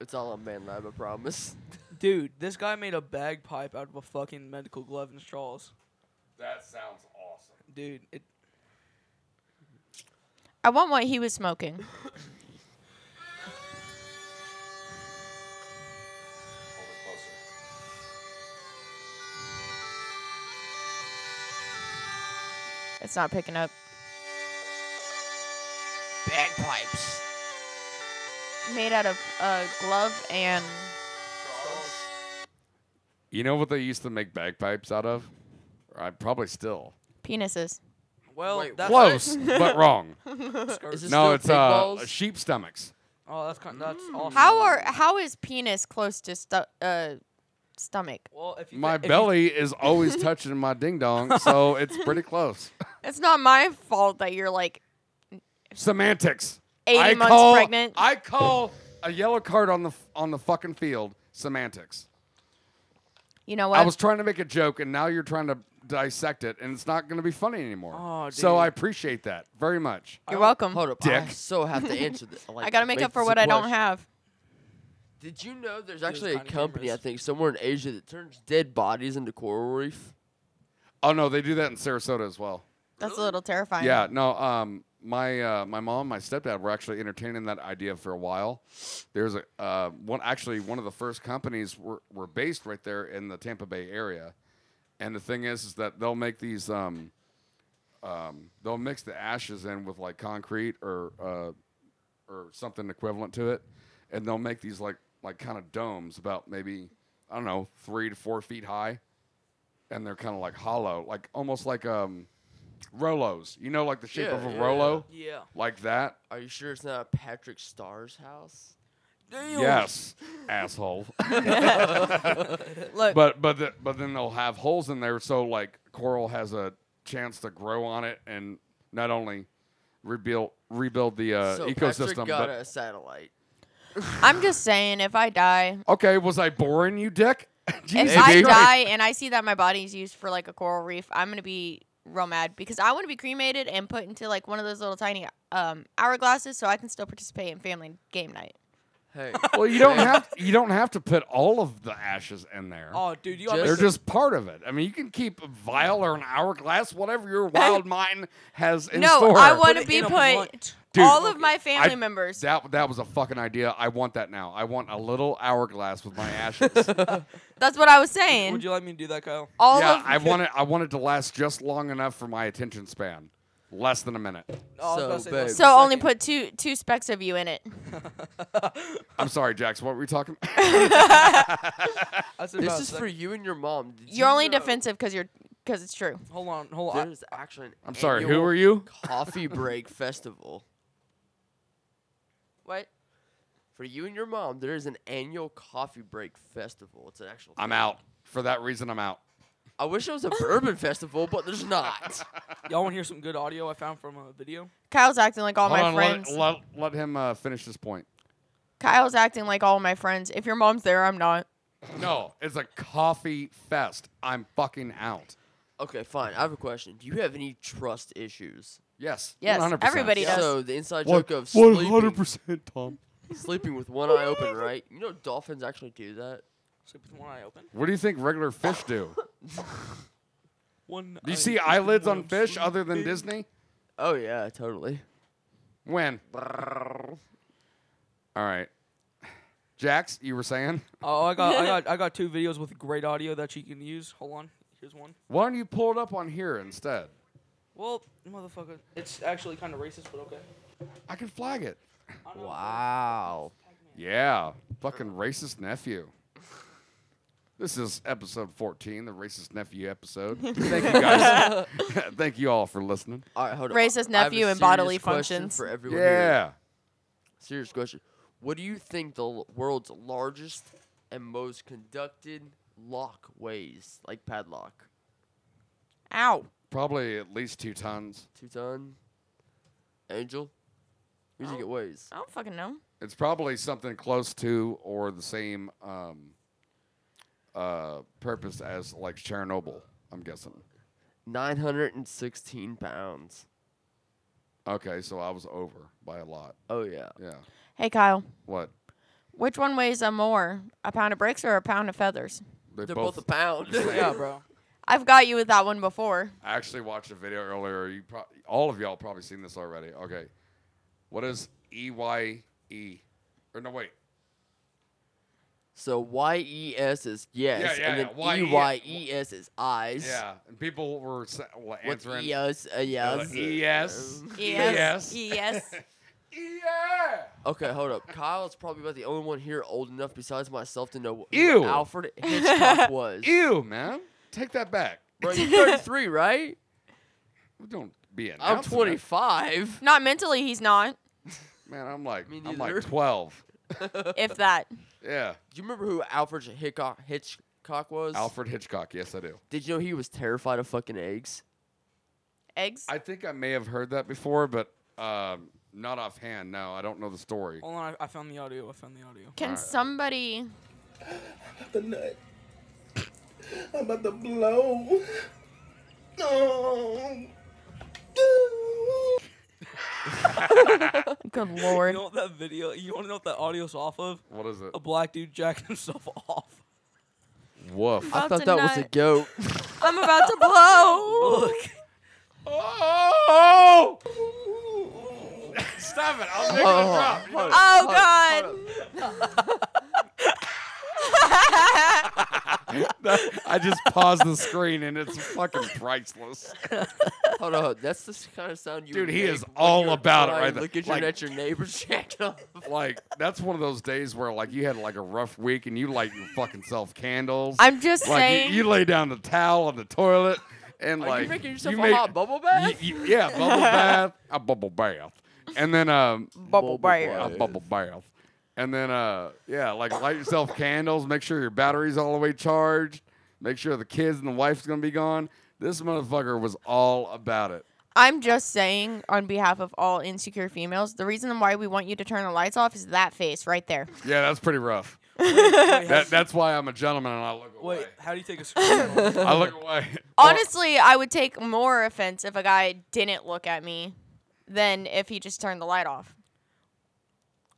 [SPEAKER 6] It's all a man lab, I promise.
[SPEAKER 2] dude, this guy made a bagpipe out of a fucking medical glove and straws.
[SPEAKER 1] That sounds awesome.
[SPEAKER 2] Dude, it,
[SPEAKER 3] I want what he was smoking. It's not picking up.
[SPEAKER 6] Bagpipes.
[SPEAKER 3] Made out of uh, glove and
[SPEAKER 1] You know what they used to make bagpipes out of? I probably still.
[SPEAKER 3] penises.
[SPEAKER 2] Well, that's
[SPEAKER 1] Close, but wrong.
[SPEAKER 3] Is it
[SPEAKER 1] no,
[SPEAKER 3] still
[SPEAKER 1] it's
[SPEAKER 3] pig
[SPEAKER 1] uh,
[SPEAKER 3] balls?
[SPEAKER 1] sheep stomachs.
[SPEAKER 2] Oh, that's kind. That's
[SPEAKER 6] Mm.
[SPEAKER 2] awesome.
[SPEAKER 3] How are how is penis close to stu- uh, stomach?
[SPEAKER 2] Well, if
[SPEAKER 1] My belly is always touching my ding dong, so it's pretty close.
[SPEAKER 3] It's not my fault that you're like
[SPEAKER 1] Semantics.
[SPEAKER 3] 80
[SPEAKER 1] I
[SPEAKER 3] months
[SPEAKER 1] call-
[SPEAKER 3] pregnant.
[SPEAKER 1] I call a yellow card on the f- on the fucking field semantics.
[SPEAKER 3] You know what?
[SPEAKER 1] I was trying to make a joke, and now you're trying to dissect it, and it's not going to be funny anymore.
[SPEAKER 3] Aw,
[SPEAKER 1] so
[SPEAKER 3] dude.
[SPEAKER 1] I appreciate that very much.
[SPEAKER 3] You're welcome.
[SPEAKER 6] Hold up. I
[SPEAKER 1] Dick.
[SPEAKER 6] so have to answer this. Like,
[SPEAKER 3] I gotta make, up for
[SPEAKER 6] this
[SPEAKER 3] what
[SPEAKER 6] a
[SPEAKER 3] I don't
[SPEAKER 6] question.
[SPEAKER 3] have.
[SPEAKER 6] Did you know there's actually a company I think somewhere in Asia that turns dead bodies into coral reef?
[SPEAKER 1] Oh no, they do that in Sarasota as well.
[SPEAKER 3] That's a little terrifying.
[SPEAKER 1] Yeah, no. Um, my uh, my mom, my stepdad were actually entertaining that idea for a while. There's a uh, one actually one of the first companies were, were based right there in the Tampa Bay area, and the thing is, is that they'll make these um, um, they'll mix the ashes in with like concrete or uh, or something equivalent to it, and they'll make these like like kind of domes about maybe I don't know three to four feet high, and they're kind of like hollow, like almost like um, Rolos. You know, like the shape
[SPEAKER 6] Yeah,
[SPEAKER 1] of a
[SPEAKER 6] yeah,
[SPEAKER 1] Rolo.
[SPEAKER 6] yeah. Yeah.
[SPEAKER 1] Like that.
[SPEAKER 6] Are you sure it's not Patrick Starr's house?
[SPEAKER 1] Yes, asshole.
[SPEAKER 6] Look.
[SPEAKER 1] But but the, but then they'll have holes in there, so like coral has a chance to grow on it and not only rebuild rebuild the uh,
[SPEAKER 6] so
[SPEAKER 1] ecosystem.
[SPEAKER 6] Patrick got
[SPEAKER 1] But,
[SPEAKER 6] a satellite.
[SPEAKER 3] I'm just saying, if I die,
[SPEAKER 1] okay, was I boring you, Dick? Jesus
[SPEAKER 3] if I
[SPEAKER 1] Christ.
[SPEAKER 3] die and I see that my body's used for like a coral reef, I'm gonna be real mad because I want to be cremated and put into like one of those little tiny um, hourglasses so I can still participate in family game night.
[SPEAKER 6] Hey.
[SPEAKER 1] Well, you don't have you don't have to put all of the ashes in there.
[SPEAKER 2] Oh, dude, you gotta
[SPEAKER 1] they're
[SPEAKER 2] make
[SPEAKER 1] just part of it. I mean, you can keep a vial or an hourglass, whatever your wild mind has in
[SPEAKER 3] no,
[SPEAKER 1] store.
[SPEAKER 3] I want to be put
[SPEAKER 1] Dude,
[SPEAKER 3] all of my family
[SPEAKER 1] I-
[SPEAKER 3] members.
[SPEAKER 1] That that was a fucking idea. I want that now. I want a little hourglass with my ashes.
[SPEAKER 3] That's what I was saying.
[SPEAKER 2] Would you like me to do that, Kyle?
[SPEAKER 3] all
[SPEAKER 1] yeah,
[SPEAKER 3] of
[SPEAKER 1] I want it. I want it to last just long enough for my attention span, less than a minute.
[SPEAKER 2] Oh, I was about to say, that's-
[SPEAKER 3] So only put two two specks of you in it.
[SPEAKER 1] I'm sorry, Jax. What were we talking?
[SPEAKER 2] That's
[SPEAKER 6] This
[SPEAKER 2] about
[SPEAKER 6] is
[SPEAKER 2] sec-
[SPEAKER 6] for you and your mom. Did
[SPEAKER 3] You're
[SPEAKER 6] you
[SPEAKER 3] only
[SPEAKER 6] know
[SPEAKER 3] defensive because you're because it's true.
[SPEAKER 2] Hold on, hold on.
[SPEAKER 6] There's actually an
[SPEAKER 1] I'm sorry, who
[SPEAKER 6] annual
[SPEAKER 1] are you?
[SPEAKER 6] Coffee break festival.
[SPEAKER 3] What?
[SPEAKER 6] For you and your mom, there is an annual coffee break festival. It's an actual.
[SPEAKER 1] I'm
[SPEAKER 6] thing.
[SPEAKER 1] out. For that reason, I'm out.
[SPEAKER 6] I wish it was a bourbon festival, but there's not.
[SPEAKER 2] Y'all want to hear some good audio I found from a video?
[SPEAKER 3] Kyle's acting like all
[SPEAKER 1] Hold
[SPEAKER 3] my
[SPEAKER 1] on, let-
[SPEAKER 3] friends.
[SPEAKER 1] Let, let him uh, finish this point.
[SPEAKER 3] Kyle's acting like all my friends. If your mom's there, I'm not.
[SPEAKER 1] No, it's a coffee fest. I'm fucking out.
[SPEAKER 6] Okay, fine. I have a question. Do you have any trust issues?
[SPEAKER 1] Yes.
[SPEAKER 3] Yes, 100%. everybody does.
[SPEAKER 6] So the inside
[SPEAKER 1] One-
[SPEAKER 6] joke of sleeping,
[SPEAKER 1] 100%, Tom.
[SPEAKER 6] sleeping with one eye open, right? You know dolphins actually do that.
[SPEAKER 2] Sleep with one eye open.
[SPEAKER 1] What do you think regular fish do?
[SPEAKER 2] One.
[SPEAKER 1] Do
[SPEAKER 2] eye
[SPEAKER 1] you see
[SPEAKER 2] open
[SPEAKER 1] eyelids
[SPEAKER 2] when
[SPEAKER 1] on
[SPEAKER 2] I'm
[SPEAKER 1] fish other than
[SPEAKER 2] sleeping.
[SPEAKER 1] Disney?
[SPEAKER 6] Oh yeah, totally.
[SPEAKER 1] When? All right. Jax, you were saying?
[SPEAKER 2] Oh, I got, I got, I got two videos with great audio that you can use. Hold on, here's one.
[SPEAKER 1] Why don't you pull it up on here instead?
[SPEAKER 2] Well, motherfucker, it's actually kind of racist, but okay.
[SPEAKER 1] I can flag it.
[SPEAKER 6] Wow.
[SPEAKER 1] Yeah. Fucking racist nephew. This is episode 14, the racist nephew episode. Thank you guys. Thank you all for listening.
[SPEAKER 6] All right, hold on.
[SPEAKER 3] Racist
[SPEAKER 6] I have a
[SPEAKER 3] nephew and
[SPEAKER 6] serious
[SPEAKER 3] bodily
[SPEAKER 6] question
[SPEAKER 3] functions.
[SPEAKER 6] for everyone. here.
[SPEAKER 1] Yeah.
[SPEAKER 6] Serious question. What do you think the l- world's largest and most conducted lock weighs? Like padlock.
[SPEAKER 3] Ow.
[SPEAKER 1] Probably at least two tons.
[SPEAKER 6] Two ton. Angel. What do you think it weighs?
[SPEAKER 3] I don't fucking know.
[SPEAKER 1] It's probably something close to or the same um, uh, purpose as like Chernobyl, I'm guessing.
[SPEAKER 6] 916 pounds.
[SPEAKER 1] Okay, so I was over by a lot.
[SPEAKER 6] Oh, yeah.
[SPEAKER 1] Yeah.
[SPEAKER 3] Hey Kyle,
[SPEAKER 1] What?
[SPEAKER 3] which one weighs a more, a pound of bricks or a pound of feathers?
[SPEAKER 1] They
[SPEAKER 6] They're both, a pound. yeah, bro.
[SPEAKER 3] I've got you with that one before.
[SPEAKER 1] I actually watched a video earlier. You pro- all of y'all probably seen this already. Okay, what is E Y E? Or no, wait.
[SPEAKER 6] So Y E S is yes,
[SPEAKER 1] yeah,
[SPEAKER 6] and
[SPEAKER 1] yeah,
[SPEAKER 6] then
[SPEAKER 1] Y
[SPEAKER 6] E
[SPEAKER 1] E-
[SPEAKER 6] Y E S is eyes.
[SPEAKER 1] Yeah, and people were sa- well,
[SPEAKER 6] With
[SPEAKER 1] answering.
[SPEAKER 6] ES, uh,
[SPEAKER 1] They're like,
[SPEAKER 6] yes,
[SPEAKER 1] ES,
[SPEAKER 3] Yes. E
[SPEAKER 1] ES.
[SPEAKER 3] Yes.
[SPEAKER 1] yeah.
[SPEAKER 6] Okay, hold up. Kyle is probably about the only one here old enough besides myself to know who
[SPEAKER 1] Ew.
[SPEAKER 6] Alfred Hitchcock was.
[SPEAKER 1] Ew, man. Take that back.
[SPEAKER 6] Bro, you're 33, right?
[SPEAKER 1] Don't be an.
[SPEAKER 6] I'm 25.
[SPEAKER 3] Not mentally, he's not.
[SPEAKER 1] Man, I'm like,
[SPEAKER 6] Me
[SPEAKER 1] I'm
[SPEAKER 6] neither.
[SPEAKER 1] like 12.
[SPEAKER 3] If that.
[SPEAKER 1] Yeah.
[SPEAKER 6] Do you remember who Alfred Hitchcock, Hitchcock was?
[SPEAKER 1] Alfred Hitchcock. Yes, I do.
[SPEAKER 6] Did you know he was terrified of fucking eggs?
[SPEAKER 3] Eggs.
[SPEAKER 1] I think I may have heard that before, but um, not offhand. No, I don't know the story.
[SPEAKER 6] Oh.
[SPEAKER 2] Hold on, I, I found the audio. I found the audio.
[SPEAKER 3] Can somebody?
[SPEAKER 17] The nut. I'm about to blow. No.
[SPEAKER 3] Good lord.
[SPEAKER 2] You know what that video? You want to know what that audio's off of?
[SPEAKER 1] What is it?
[SPEAKER 2] A black dude jacking himself off.
[SPEAKER 1] Woof.
[SPEAKER 6] I
[SPEAKER 2] About
[SPEAKER 6] thought
[SPEAKER 2] to
[SPEAKER 6] that was a
[SPEAKER 2] nut.
[SPEAKER 6] goat.
[SPEAKER 3] I'm about to blow.
[SPEAKER 2] Look.
[SPEAKER 1] Oh! Stop it! I'll make
[SPEAKER 17] Oh,
[SPEAKER 1] it a drop.
[SPEAKER 17] hold
[SPEAKER 3] Oh
[SPEAKER 17] up,
[SPEAKER 1] That- I just paused the screen and it's fucking priceless.
[SPEAKER 6] Hold on, that's the kind of sound you.
[SPEAKER 1] Dude,
[SPEAKER 6] would
[SPEAKER 1] he
[SPEAKER 6] make
[SPEAKER 1] is
[SPEAKER 6] when
[SPEAKER 1] all
[SPEAKER 6] you're
[SPEAKER 1] about it
[SPEAKER 6] crying,
[SPEAKER 1] right there.
[SPEAKER 6] Look at your,
[SPEAKER 1] Like-
[SPEAKER 6] at your neighbor's jacket off.
[SPEAKER 1] Like that's one of those days where like you had like a rough week and you light your fucking self candles.
[SPEAKER 3] I'm just
[SPEAKER 1] like,
[SPEAKER 3] saying-
[SPEAKER 1] You, you lay down the towel on the toilet and
[SPEAKER 6] Are
[SPEAKER 1] like
[SPEAKER 6] you making yourself
[SPEAKER 1] you
[SPEAKER 6] a
[SPEAKER 1] make-
[SPEAKER 6] hot bubble bath?
[SPEAKER 1] y- y- yeah, bubble bath, a bubble bath, and then um,
[SPEAKER 3] Bubble bath.
[SPEAKER 1] a bubble bath, and then uh, yeah, like light yourself candles. Make sure your battery's all the way charged. Make sure the kids and the wife's gonna be gone. This motherfucker was all about it.
[SPEAKER 3] I'm just saying, on behalf of all insecure females, the reason why we want you to turn the lights off is that face right there.
[SPEAKER 1] Yeah, that's pretty rough. that, that's why I'm a gentleman and I look.
[SPEAKER 2] Wait, how do you take a screenshot?
[SPEAKER 1] I look away.
[SPEAKER 3] Honestly, I would take more offense if a guy didn't look at me than if he just turned the light off.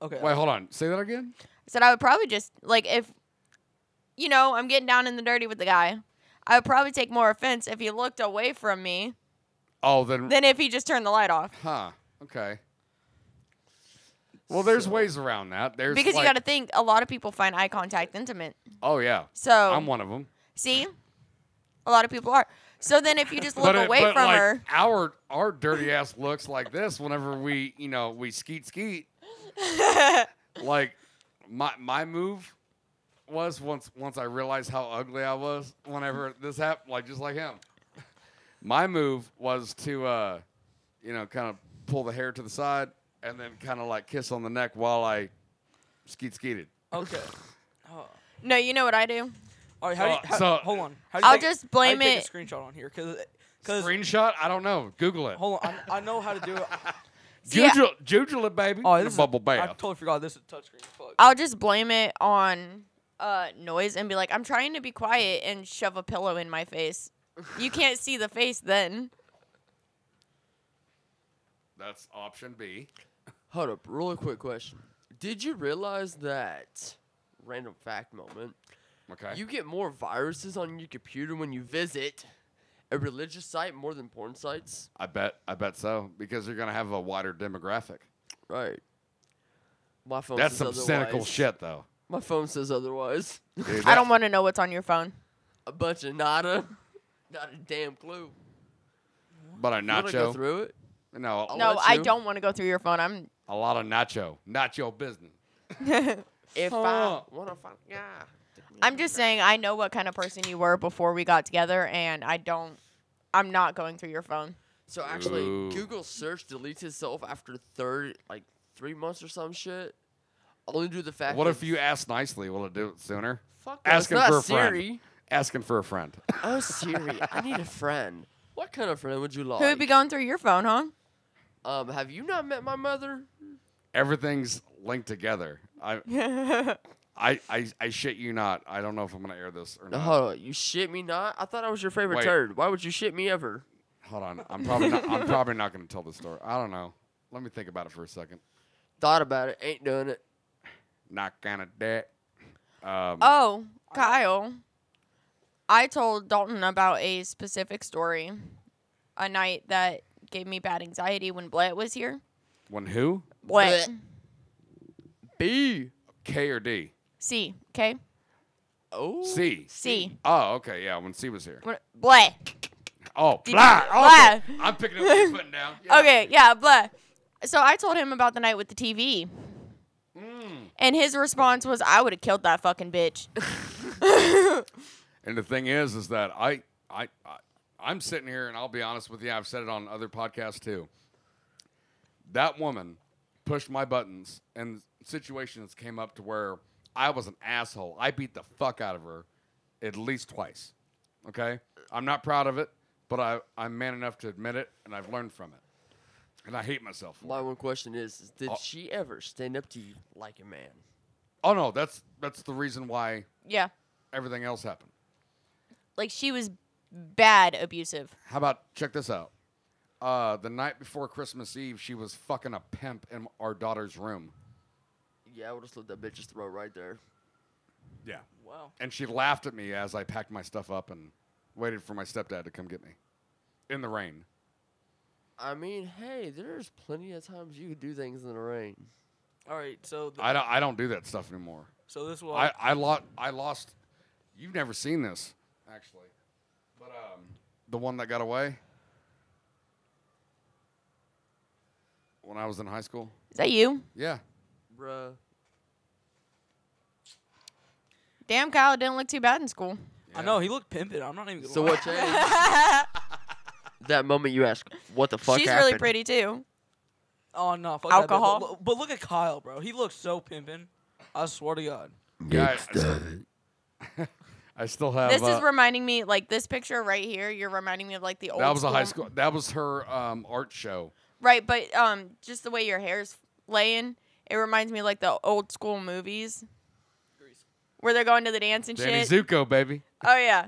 [SPEAKER 2] Okay.
[SPEAKER 1] Wait, hold on. Say that again.
[SPEAKER 3] I said I would probably just like if you know, I'm getting down in the dirty with the guy. I would probably take more offense if he looked away from me
[SPEAKER 1] Oh, then.
[SPEAKER 3] than if he just turned the light off.
[SPEAKER 1] huh. Okay. Well, there's
[SPEAKER 3] So-
[SPEAKER 1] ways around that. There's
[SPEAKER 3] because
[SPEAKER 1] like,
[SPEAKER 3] you got to think a lot of people find eye contact intimate.
[SPEAKER 1] Oh yeah.
[SPEAKER 3] So-
[SPEAKER 1] I'm one of them.
[SPEAKER 3] See? A lot of people are. So then if you just look
[SPEAKER 1] but it-
[SPEAKER 3] away
[SPEAKER 1] but,
[SPEAKER 3] from
[SPEAKER 1] like,
[SPEAKER 3] her,
[SPEAKER 1] Our our dirty ass looks like this whenever we you know we skeet skeet. like my my move was once once I realized how ugly I was whenever this happened. Like just like him. My move was to uh, you know kind of pull the hair to the side and then kind of like kiss on the neck while I skeet skeeted.
[SPEAKER 2] Okay. Oh.
[SPEAKER 3] no, you know what I do?
[SPEAKER 2] All right, how do you, how,
[SPEAKER 1] So- so-
[SPEAKER 2] hold on. How do you
[SPEAKER 3] I'll
[SPEAKER 2] take-
[SPEAKER 3] just
[SPEAKER 2] how do
[SPEAKER 3] blame
[SPEAKER 2] you take
[SPEAKER 3] it-
[SPEAKER 2] a screenshot on here because
[SPEAKER 1] Screenshot? I don't know. Google it.
[SPEAKER 2] hold on, I, I know how to do it.
[SPEAKER 3] See,
[SPEAKER 1] Jujul, jujul it, baby.
[SPEAKER 2] Oh,
[SPEAKER 1] in
[SPEAKER 2] this
[SPEAKER 1] a
[SPEAKER 2] is
[SPEAKER 1] bubble
[SPEAKER 2] I
[SPEAKER 1] bath.
[SPEAKER 2] totally forgot this is a touchscreen. Fuck.
[SPEAKER 3] I'll just blame it on uh, noise and be like, I'm trying to be quiet and shove a pillow in my face. You can't see the face then.
[SPEAKER 1] That's option B.
[SPEAKER 6] Hold up, really quick question. Did you realize that random fact moment?
[SPEAKER 1] Okay.
[SPEAKER 6] You get more viruses on your computer when you visit a religious site more than porn sites.
[SPEAKER 1] I bet. I bet so because you're gonna have a wider demographic.
[SPEAKER 6] Right. My phone
[SPEAKER 1] That's
[SPEAKER 6] says
[SPEAKER 1] some
[SPEAKER 6] otherwise.
[SPEAKER 1] cynical shit, though.
[SPEAKER 6] My phone says otherwise.
[SPEAKER 1] Dude,
[SPEAKER 3] I
[SPEAKER 1] that-
[SPEAKER 3] don't want to know what's on your phone.
[SPEAKER 6] a bunch of nada. Not a damn clue.
[SPEAKER 1] But a
[SPEAKER 6] You wanna
[SPEAKER 1] nacho.
[SPEAKER 6] go through it?
[SPEAKER 1] No. a-
[SPEAKER 3] no,
[SPEAKER 6] let
[SPEAKER 3] I
[SPEAKER 6] you.
[SPEAKER 3] don't want to go through your phone. I'm.
[SPEAKER 1] A lot of nacho. Not your business.
[SPEAKER 6] If I
[SPEAKER 1] Huh.
[SPEAKER 6] want to find, yeah.
[SPEAKER 3] I'm just saying I know what kind of person you were before we got together, and I don't. I'm not going through your phone.
[SPEAKER 6] So actually,
[SPEAKER 1] Ooh.
[SPEAKER 6] Google search deletes itself after third, like three months or some shit. Only do the fact.
[SPEAKER 1] What
[SPEAKER 6] that-
[SPEAKER 1] if you ask nicely? Will it do it sooner?
[SPEAKER 6] Fuck no, it's
[SPEAKER 1] Asking
[SPEAKER 6] not
[SPEAKER 1] for a friend.
[SPEAKER 6] Siri.
[SPEAKER 1] Asking for a friend.
[SPEAKER 6] Oh Siri, I need a friend. What kind of friend would you like?
[SPEAKER 3] Who would be going through your phone, huh?
[SPEAKER 6] um, have you not met my mother?
[SPEAKER 1] Everything's linked together. I, I, I, I shit you not. I don't know if I'm gonna air this or
[SPEAKER 6] No,
[SPEAKER 1] not.
[SPEAKER 6] hold on. You shit me not? I thought I was your favorite
[SPEAKER 1] Wait.
[SPEAKER 6] turd. Why would you shit me ever?
[SPEAKER 1] Hold on. I'm probably not. I'm probably not gonna tell this story. I don't know. Let me think about it for a second.
[SPEAKER 6] Thought about it. Ain't doing it.
[SPEAKER 1] Not gonna that. Um,
[SPEAKER 6] Uh,
[SPEAKER 3] Oh, Kyle. I told Dalton about a specific story a night that gave me bad anxiety when Blett was here.
[SPEAKER 1] When who?
[SPEAKER 3] Blett.
[SPEAKER 6] B.
[SPEAKER 1] K or D?
[SPEAKER 3] C. Okay.
[SPEAKER 6] Oh.
[SPEAKER 1] C.
[SPEAKER 3] C.
[SPEAKER 1] Oh, okay. Yeah, when C was here.
[SPEAKER 3] What- Blah.
[SPEAKER 1] Oh,
[SPEAKER 3] Did-
[SPEAKER 1] blah.
[SPEAKER 3] blah.
[SPEAKER 1] Oh, I'm picking up what you're putting down.
[SPEAKER 3] Okay. Yeah. Blah. So I told him about the night with the TV, and his response was, "I would have killed that fucking bitch."
[SPEAKER 1] And the thing is, is that I, I, I, I'm sitting here, and I'll be honest with you. I've said it on other podcasts too. That woman pushed my buttons, and situations came up to where I was an asshole. I beat the fuck out of her, at least twice. Okay, I'm not proud of it, but I, I'm man enough to admit it, and I've learned from it. And I hate myself.
[SPEAKER 6] My one question is, is did
[SPEAKER 1] Oh.
[SPEAKER 6] she ever stand up to you like a man?
[SPEAKER 1] Oh no, that's that's the reason why
[SPEAKER 3] yeah.
[SPEAKER 1] everything else happened.
[SPEAKER 3] Like she was bad abusive.
[SPEAKER 1] How about check this out? Uh, the night before Christmas Eve, she was fucking a pimp in our daughter's room,
[SPEAKER 6] Yeah, I would have slit that bitch's throat right there.
[SPEAKER 1] Yeah.
[SPEAKER 6] Wow.
[SPEAKER 1] and she laughed at me as I packed my stuff up and waited for my stepdad to come get me in the rain.
[SPEAKER 6] I mean, hey, there's plenty of times you could do things in the rain.
[SPEAKER 2] All right, so the,
[SPEAKER 1] I don't, I don't do that stuff anymore.
[SPEAKER 2] So this will.
[SPEAKER 1] I, I lost. I lost. You've never seen this, actually, but um, the one that got away when I was in high school.
[SPEAKER 3] Is that you?
[SPEAKER 1] Yeah.
[SPEAKER 6] Bruh.
[SPEAKER 3] Damn, Kyle didn't look too bad in school.
[SPEAKER 2] I know he looked pimped. I'm not even. Gonna
[SPEAKER 6] So
[SPEAKER 2] lie.
[SPEAKER 6] what changed? that moment you asked, what the fuck
[SPEAKER 3] She's
[SPEAKER 6] happened?
[SPEAKER 3] really pretty too.
[SPEAKER 2] Oh no, fuck
[SPEAKER 3] Alcohol.
[SPEAKER 2] That, bitch. but, but look at Kyle, bro. He looks so pimping. I swear to God.
[SPEAKER 1] Yeah, I, I still have.
[SPEAKER 3] this
[SPEAKER 1] uh,
[SPEAKER 3] is reminding me, like this picture right here. You're reminding me of like the old.
[SPEAKER 1] that was a high
[SPEAKER 3] school-
[SPEAKER 1] school. That was her um, art show.
[SPEAKER 3] Right, but um, just the way your hair's laying, it reminds me of, like the old school movies, where they're going to the dance and
[SPEAKER 1] Danny
[SPEAKER 3] shit.
[SPEAKER 1] Zuko, baby.
[SPEAKER 3] Oh yeah.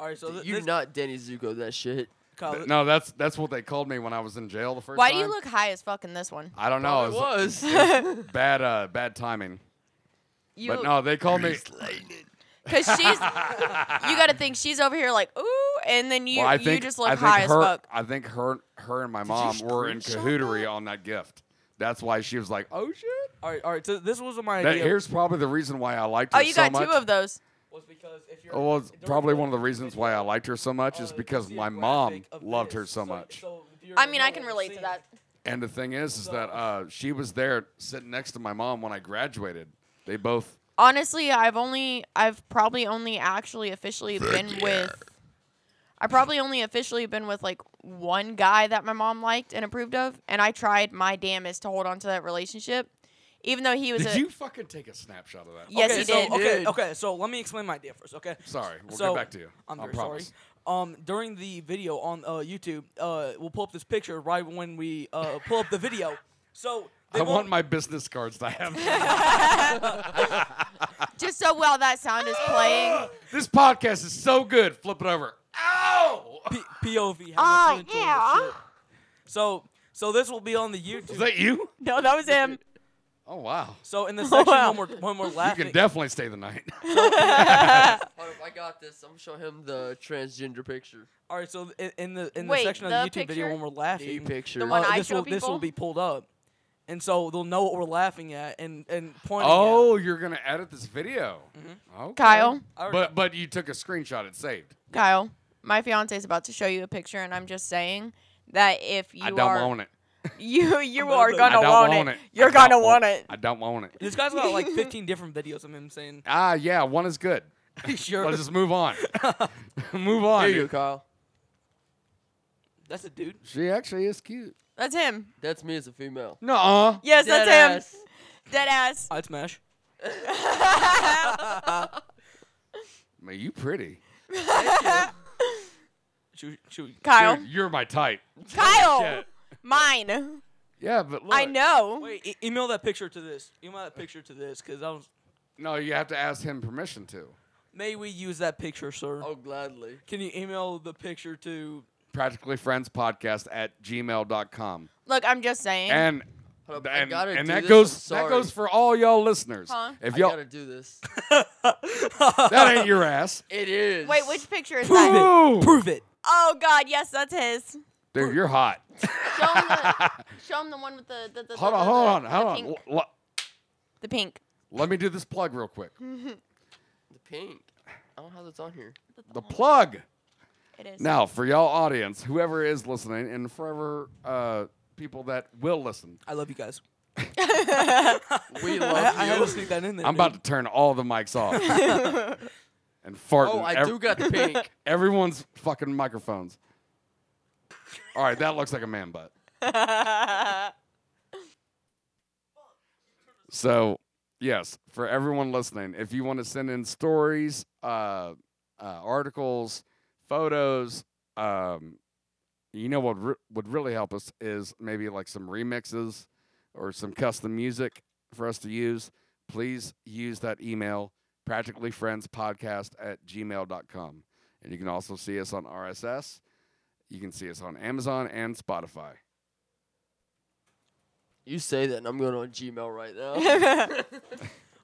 [SPEAKER 2] All right, so
[SPEAKER 6] you not Danny Zuko that shit.
[SPEAKER 1] Th- No, that's that's what they called me when I was in jail the first
[SPEAKER 3] Why
[SPEAKER 1] time.
[SPEAKER 3] do you look high as fuck in this one?
[SPEAKER 1] I don't know.
[SPEAKER 6] Probably
[SPEAKER 1] was,
[SPEAKER 3] was.
[SPEAKER 1] bad uh, bad timing.
[SPEAKER 3] You,
[SPEAKER 1] but no, they called me.
[SPEAKER 3] because she's. you got to think she's over here like ooh, and then you
[SPEAKER 1] well, I
[SPEAKER 3] you
[SPEAKER 1] think,
[SPEAKER 3] just
[SPEAKER 1] I
[SPEAKER 3] look
[SPEAKER 1] think
[SPEAKER 3] high
[SPEAKER 1] her,
[SPEAKER 3] as fuck.
[SPEAKER 1] I think her her and my mom were in cahootery on that gift. That's why she was like, "Oh shit."
[SPEAKER 2] All right, all right. So this was my
[SPEAKER 1] That,
[SPEAKER 2] idea.
[SPEAKER 1] here's probably the reason why I liked her
[SPEAKER 3] Oh, you
[SPEAKER 1] so
[SPEAKER 3] got
[SPEAKER 1] much.
[SPEAKER 3] two of those.
[SPEAKER 2] was because if you're
[SPEAKER 1] Oh, well, it's probably one of the reasons why I liked her so much is because my mom loved her so much.
[SPEAKER 3] I mean, I can relate to that.
[SPEAKER 1] And the thing is, is that uh, she was there sitting next to my mom when I graduated. They both
[SPEAKER 3] Honestly, I've only I've probably only actually officially been with I probably only officially been with like one guy that my mom liked and approved of, and I tried my damnest to hold on to that relationship, even though he was
[SPEAKER 1] Did
[SPEAKER 3] a
[SPEAKER 1] you fucking take a snapshot of that? Oh,
[SPEAKER 3] Yes,
[SPEAKER 2] okay,
[SPEAKER 3] he
[SPEAKER 2] so,
[SPEAKER 3] did.
[SPEAKER 2] Okay,
[SPEAKER 3] Did.
[SPEAKER 2] okay, so let me explain my idea first. Okay.
[SPEAKER 1] Sorry, we'll
[SPEAKER 2] so,
[SPEAKER 1] get back to you.
[SPEAKER 2] I'm
[SPEAKER 1] I
[SPEAKER 2] very sorry.
[SPEAKER 1] promise.
[SPEAKER 2] Um, during the video on uh, YouTube, uh, we'll pull up this picture right when we uh, pull up the video. So they
[SPEAKER 1] I
[SPEAKER 2] won't-
[SPEAKER 1] want my business cards to have.
[SPEAKER 3] just so while that sound is playing.
[SPEAKER 1] this podcast is so good. Flip it over.
[SPEAKER 2] P- POV. Oh,
[SPEAKER 3] Oh, yeah.
[SPEAKER 2] yeah. So, so this will be on the YouTube. Is
[SPEAKER 1] that you?
[SPEAKER 3] No, that was him.
[SPEAKER 1] Oh wow.
[SPEAKER 2] So in the section
[SPEAKER 6] Wow.
[SPEAKER 2] one more, one more
[SPEAKER 1] You
[SPEAKER 2] laughing.
[SPEAKER 1] can definitely stay the night.
[SPEAKER 6] Hold up, I got this. I'm gonna show him the transgender picture.
[SPEAKER 2] All right, so in, in the in
[SPEAKER 6] Wait,
[SPEAKER 2] the section of the
[SPEAKER 6] the
[SPEAKER 2] YouTube video
[SPEAKER 6] picture?
[SPEAKER 2] when we're laughing,
[SPEAKER 6] The picture.
[SPEAKER 2] uh,
[SPEAKER 6] The one I
[SPEAKER 2] this
[SPEAKER 6] show
[SPEAKER 2] will this will
[SPEAKER 6] people?
[SPEAKER 2] be pulled up, and so they'll know what we're laughing at and and pointing.
[SPEAKER 1] oh, you're gonna edit this video,
[SPEAKER 3] Mm-hmm.
[SPEAKER 1] okay.
[SPEAKER 3] Kyle?
[SPEAKER 1] But but you took a screenshot. It's saved.
[SPEAKER 3] Kyle, my fiance is about to show you a picture, and I'm just saying that if you
[SPEAKER 1] I don't
[SPEAKER 3] are
[SPEAKER 1] want it.
[SPEAKER 3] you you
[SPEAKER 2] I
[SPEAKER 3] are
[SPEAKER 2] don't
[SPEAKER 3] gonna
[SPEAKER 1] I don't
[SPEAKER 3] want, it. You're
[SPEAKER 1] I don't
[SPEAKER 3] gonna want it.
[SPEAKER 1] I don't want
[SPEAKER 2] at
[SPEAKER 1] it.
[SPEAKER 2] it. This guy's got like 15 different videos of him saying.
[SPEAKER 1] Ah, yeah, one is good.
[SPEAKER 2] sure.
[SPEAKER 1] Let's just move on. move on.
[SPEAKER 6] Here you
[SPEAKER 1] dude.
[SPEAKER 6] go, Kyle.
[SPEAKER 2] That's a dude.
[SPEAKER 1] She actually is cute.
[SPEAKER 3] That's him.
[SPEAKER 6] That's me as a female.
[SPEAKER 1] Nuh-uh.
[SPEAKER 3] Yes, that's him.
[SPEAKER 6] Deadass.
[SPEAKER 3] Dead ass.
[SPEAKER 2] I'd smash.
[SPEAKER 1] Man, you pretty.
[SPEAKER 2] Should, should,
[SPEAKER 3] Kyle?
[SPEAKER 1] Dude, you're my type.
[SPEAKER 3] Kyle,
[SPEAKER 1] Shit.
[SPEAKER 3] mine.
[SPEAKER 1] Yeah, but look.
[SPEAKER 3] I know.
[SPEAKER 2] Wait, e- email that picture to this. Email that picture to this, cause I was.
[SPEAKER 1] No, you have to ask him permission to.
[SPEAKER 2] May we use that picture, sir?
[SPEAKER 6] Oh, gladly.
[SPEAKER 2] Can you email the picture to?
[SPEAKER 1] Practically Friends Podcast at gmail.com.
[SPEAKER 3] Look, I'm just saying.
[SPEAKER 1] And
[SPEAKER 6] Hold up, I
[SPEAKER 1] and,
[SPEAKER 6] gotta
[SPEAKER 1] and
[SPEAKER 6] do
[SPEAKER 1] that
[SPEAKER 6] this,
[SPEAKER 1] goes
[SPEAKER 6] I'm
[SPEAKER 1] that goes for
[SPEAKER 6] sorry.
[SPEAKER 1] all y'all listeners.
[SPEAKER 3] Huh?
[SPEAKER 1] If
[SPEAKER 6] I
[SPEAKER 1] y'all
[SPEAKER 6] gotta do this.
[SPEAKER 1] that ain't your ass,
[SPEAKER 6] It is.
[SPEAKER 3] Wait, which picture is
[SPEAKER 1] Prove
[SPEAKER 3] that?
[SPEAKER 1] it. Prove
[SPEAKER 2] it.
[SPEAKER 3] Oh God, yes, that's his.
[SPEAKER 1] dude, you're hot.
[SPEAKER 3] Show him the one with the the, the,
[SPEAKER 1] Hold
[SPEAKER 3] the,
[SPEAKER 1] on,
[SPEAKER 3] the-
[SPEAKER 1] hold on,
[SPEAKER 3] the
[SPEAKER 1] hold on.
[SPEAKER 3] pink-
[SPEAKER 1] Lo- lo-
[SPEAKER 3] The pink.
[SPEAKER 1] Let me do this plug real quick.
[SPEAKER 6] the pink. I don't know how that's on here.
[SPEAKER 1] The plug.
[SPEAKER 6] It is.
[SPEAKER 1] Now, for y'all audience, whoever is listening, and forever uh, people that will listen,
[SPEAKER 2] I love you guys.
[SPEAKER 6] we
[SPEAKER 2] love I- I had to you. sneak that in there,
[SPEAKER 1] I'm about to turn all the mics off and fart.
[SPEAKER 6] Oh,
[SPEAKER 1] in
[SPEAKER 6] I
[SPEAKER 1] ev-
[SPEAKER 6] do got the pink.
[SPEAKER 1] Everyone's fucking microphones. All right, that looks like a man butt. So, yes, for everyone listening, if you want to send in stories, uh, uh, articles, photos, um, you know what re- would really help us is maybe like some remixes or some custom music for us to use. Please use that email, practicallyfriendspodcast at gmail.com. And you can also see us on RSS. You can see us on Amazon and Spotify.
[SPEAKER 6] You say that, and I'm going on Gmail right now.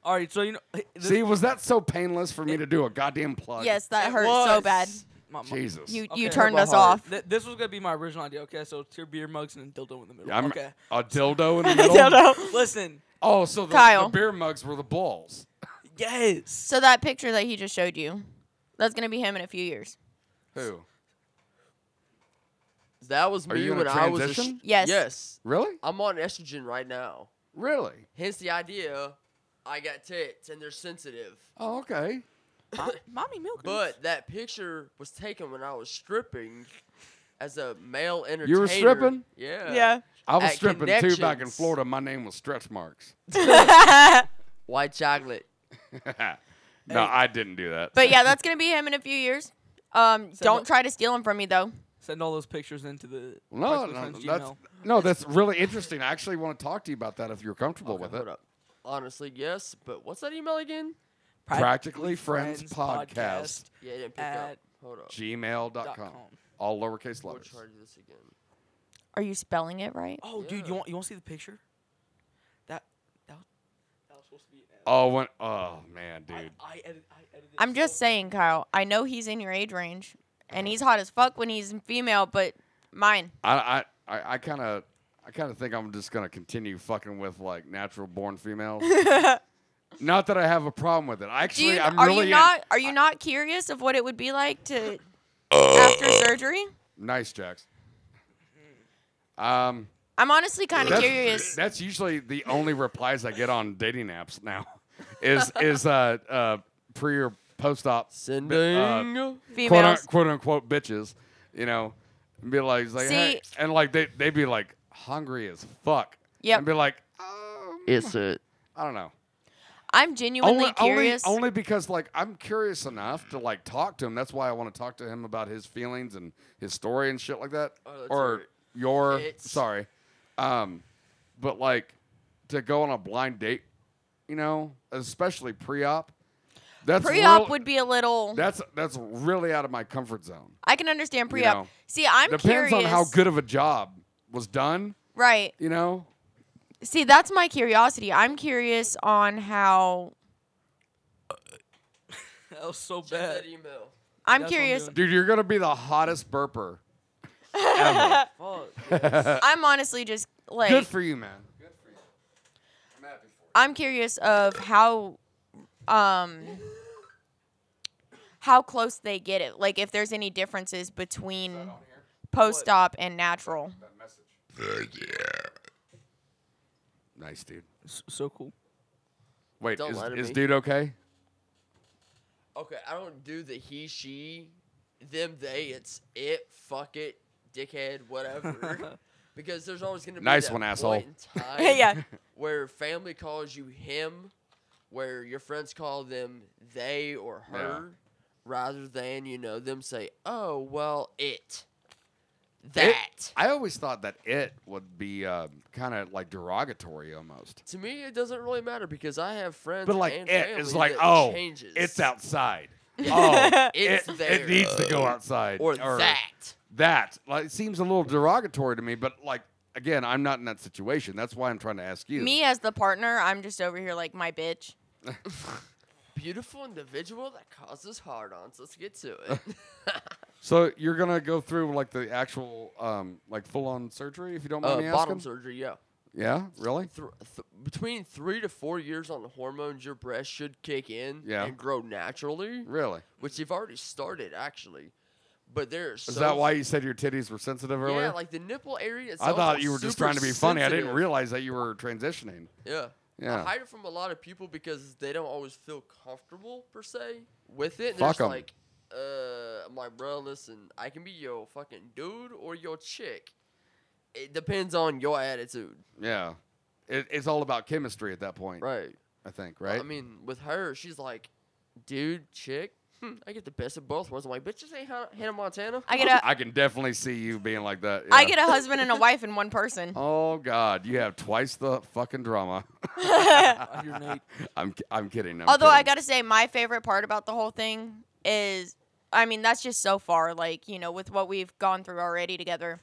[SPEAKER 2] All right, so you know.
[SPEAKER 1] See, was that so painless for me to do a goddamn plug?
[SPEAKER 3] Yes, that hurt so bad.
[SPEAKER 1] Jesus.
[SPEAKER 3] You
[SPEAKER 2] Okay.
[SPEAKER 3] you turned us
[SPEAKER 2] Heart.
[SPEAKER 3] off.
[SPEAKER 2] Th- this was gonna be my original idea. Okay, so two beer mugs and a dildo in the middle.
[SPEAKER 1] Yeah, I'm-
[SPEAKER 2] okay.
[SPEAKER 1] A dildo in the
[SPEAKER 2] A
[SPEAKER 1] middle.
[SPEAKER 2] dildo. Listen.
[SPEAKER 1] Oh, so the,
[SPEAKER 3] Kyle.
[SPEAKER 1] the beer mugs were the balls.
[SPEAKER 2] Yes.
[SPEAKER 3] So that picture that he just showed you, that's gonna be him in a few years.
[SPEAKER 1] Who?
[SPEAKER 6] that was
[SPEAKER 1] Are
[SPEAKER 6] me
[SPEAKER 1] you in a
[SPEAKER 6] when I was. A sh-
[SPEAKER 1] transition?
[SPEAKER 3] Yes.
[SPEAKER 6] Yes.
[SPEAKER 1] Really?
[SPEAKER 6] I'm on estrogen right now.
[SPEAKER 1] Really?
[SPEAKER 6] Hence the idea. I got tits, and they're sensitive.
[SPEAKER 1] Oh, okay.
[SPEAKER 2] mommy milk.
[SPEAKER 6] But that picture was taken when I was stripping as a male entertainer.
[SPEAKER 1] You were stripping?
[SPEAKER 6] Yeah.
[SPEAKER 1] I was
[SPEAKER 6] At
[SPEAKER 1] stripping too back in
[SPEAKER 6] Connections.
[SPEAKER 1] Florida. My name was Stretch Marks.
[SPEAKER 6] White chocolate.
[SPEAKER 1] no, I didn't do that.
[SPEAKER 3] But yeah, that's gonna be him in a few years. Um, don't try to steal him from me though.
[SPEAKER 2] Send all those pictures into the.
[SPEAKER 1] no,
[SPEAKER 2] Practically
[SPEAKER 1] no,
[SPEAKER 2] Friends
[SPEAKER 1] that's
[SPEAKER 2] Gmail.
[SPEAKER 1] no, that's really interesting. I actually want to talk to you about that if you're comfortable with it.
[SPEAKER 6] Honestly, yes. But what's that email again?
[SPEAKER 1] Practically Friends Podcast.
[SPEAKER 6] Yeah, it didn't pick up.
[SPEAKER 2] at-
[SPEAKER 6] Hold up.
[SPEAKER 1] Gmail.com.
[SPEAKER 6] Dot
[SPEAKER 1] com.
[SPEAKER 6] com.
[SPEAKER 1] All lowercase
[SPEAKER 6] We'll
[SPEAKER 1] letters.
[SPEAKER 6] try to do this again.
[SPEAKER 3] Are you spelling it right?
[SPEAKER 2] Oh, dude, you want you want to see the picture? That that was, that was supposed to be.
[SPEAKER 1] Oh, when, oh man, dude.
[SPEAKER 2] I edit. I edited.
[SPEAKER 3] I'm just saying, Kyle. I know he's in your age range, and he's hot as fuck when he's female, but mine.
[SPEAKER 1] I I I kind of I kind of think I'm just gonna continue fucking with like natural born females. not that I have a problem with it.
[SPEAKER 3] Do
[SPEAKER 1] Actually,
[SPEAKER 3] you,
[SPEAKER 1] I'm
[SPEAKER 3] are
[SPEAKER 1] really
[SPEAKER 3] you
[SPEAKER 1] in-
[SPEAKER 3] not are you not curious of what it would be like to after surgery?
[SPEAKER 1] nice, Jax. Um,
[SPEAKER 3] Mm. I'm honestly kind of
[SPEAKER 1] that's-
[SPEAKER 3] curious.
[SPEAKER 1] That's usually the only replies I get on dating apps now. Is is uh uh pre or post op sending uh, quote, un-
[SPEAKER 3] Females.
[SPEAKER 1] quote unquote bitches, you know, and be like, it's like hey, and like they they be like hungry as fuck.
[SPEAKER 3] Yep.
[SPEAKER 1] And be like,
[SPEAKER 6] It's it.
[SPEAKER 1] I don't know.
[SPEAKER 3] I'm genuinely curious.
[SPEAKER 1] Only, only because like I'm curious enough to like talk to him. That's why I want to talk to him about his feelings and his story and shit like that.
[SPEAKER 6] Oh, that's
[SPEAKER 1] or
[SPEAKER 6] right.
[SPEAKER 1] your
[SPEAKER 6] It's-
[SPEAKER 1] sorry, um, but like to go on a blind date, you know, especially pre-op. That's
[SPEAKER 3] pre-op
[SPEAKER 1] real-
[SPEAKER 3] would be a little.
[SPEAKER 1] That's that's really out of my comfort zone.
[SPEAKER 3] I can understand
[SPEAKER 1] you
[SPEAKER 3] pre-op.
[SPEAKER 1] know.
[SPEAKER 3] See, I'm
[SPEAKER 1] Depends
[SPEAKER 3] curious.
[SPEAKER 1] on how good of a job was done.
[SPEAKER 3] Right.
[SPEAKER 1] You know,
[SPEAKER 3] See, that's my curiosity. I'm curious on how.
[SPEAKER 2] That was so
[SPEAKER 6] Check
[SPEAKER 2] bad.
[SPEAKER 6] that email.
[SPEAKER 3] I'm
[SPEAKER 2] That's what I'm
[SPEAKER 3] curious.
[SPEAKER 1] dude, you're gonna be the hottest burper.
[SPEAKER 3] I'm honestly just like.
[SPEAKER 1] Good for you, man.
[SPEAKER 3] I'm curious of how, um, how close they get it. Like, if there's any differences between post-op and natural.
[SPEAKER 1] Nice, dude.
[SPEAKER 2] so cool.
[SPEAKER 1] Wait,
[SPEAKER 6] Don't
[SPEAKER 1] is,
[SPEAKER 6] lie to
[SPEAKER 1] is
[SPEAKER 6] me.
[SPEAKER 1] dude okay?
[SPEAKER 6] Okay, I don't do the he, she, them, they. It's it, fuck it, dickhead, whatever. because there's always gonna be
[SPEAKER 1] Nice
[SPEAKER 6] that
[SPEAKER 1] one, asshole.
[SPEAKER 6] point in time
[SPEAKER 3] Yeah.
[SPEAKER 6] where family calls you him, where your friends call them they or
[SPEAKER 1] Yeah.
[SPEAKER 6] her, rather than you know them say, oh well, it.
[SPEAKER 1] It-
[SPEAKER 6] That
[SPEAKER 1] I always thought that it would be um, kind of like derogatory almost.
[SPEAKER 6] to me it doesn't really matter because I have friends.
[SPEAKER 1] But like
[SPEAKER 6] and
[SPEAKER 1] it is
[SPEAKER 6] family
[SPEAKER 1] like,
[SPEAKER 6] that
[SPEAKER 1] oh,
[SPEAKER 6] changes.
[SPEAKER 1] it's outside.
[SPEAKER 6] Yeah.
[SPEAKER 1] Oh,
[SPEAKER 6] It's
[SPEAKER 1] it,
[SPEAKER 6] there.
[SPEAKER 1] it needs to go outside.
[SPEAKER 6] Or that.
[SPEAKER 1] That like it seems a little derogatory to me, but like again, I'm not in that situation. That's why I'm trying to ask you.
[SPEAKER 3] Me as the partner, I'm just over here like my bitch.
[SPEAKER 6] beautiful individual that causes hard-ons. Let's get to it.
[SPEAKER 1] So you're gonna go through like the actual um, like full on surgery if you don't mind
[SPEAKER 6] Uh,
[SPEAKER 1] me asking.
[SPEAKER 6] bottom surgery, yeah.
[SPEAKER 1] Yeah, really?
[SPEAKER 6] Th- th- between three to four years on the hormones, your breast should kick in
[SPEAKER 1] Yeah.
[SPEAKER 6] and grow naturally.
[SPEAKER 1] Really?
[SPEAKER 6] Which you've already started, actually. But there's.
[SPEAKER 1] Is that why you said your titties were sensitive earlier?
[SPEAKER 6] Yeah, like the nipple area
[SPEAKER 1] I
[SPEAKER 6] itself
[SPEAKER 1] thought
[SPEAKER 6] is
[SPEAKER 1] you were just
[SPEAKER 6] super
[SPEAKER 1] trying to be funny. I didn't
[SPEAKER 6] sensitive.
[SPEAKER 1] realize that you were transitioning.
[SPEAKER 6] Yeah. I
[SPEAKER 1] Yeah.
[SPEAKER 6] hide it from a lot of people because they don't always feel comfortable per se with it. They're
[SPEAKER 1] Fuck
[SPEAKER 6] just
[SPEAKER 1] 'em.
[SPEAKER 6] like, uh, I'm like, bro, listen, I can be your fucking dude or your chick. It depends on your attitude.
[SPEAKER 1] Yeah. It, it's all about chemistry at that point.
[SPEAKER 6] Right.
[SPEAKER 1] I think,
[SPEAKER 6] Well,
[SPEAKER 1] right?
[SPEAKER 6] I mean, with her, she's like, dude, chick. Hmm, I get the best of both worlds. I'm like, bitches ain't Hannah, Hannah Montana.
[SPEAKER 3] I get a-
[SPEAKER 1] I can definitely see you being like that.
[SPEAKER 3] I
[SPEAKER 1] yeah.
[SPEAKER 3] get a husband and a wife in one person.
[SPEAKER 1] Oh God, you have twice the fucking drama. I'm ki- I'm kidding. I'm
[SPEAKER 3] Although I
[SPEAKER 1] kidding.
[SPEAKER 3] gotta say, my favorite part about the whole thing is, I mean, that's just so far. Like you know, with what we've gone through already together,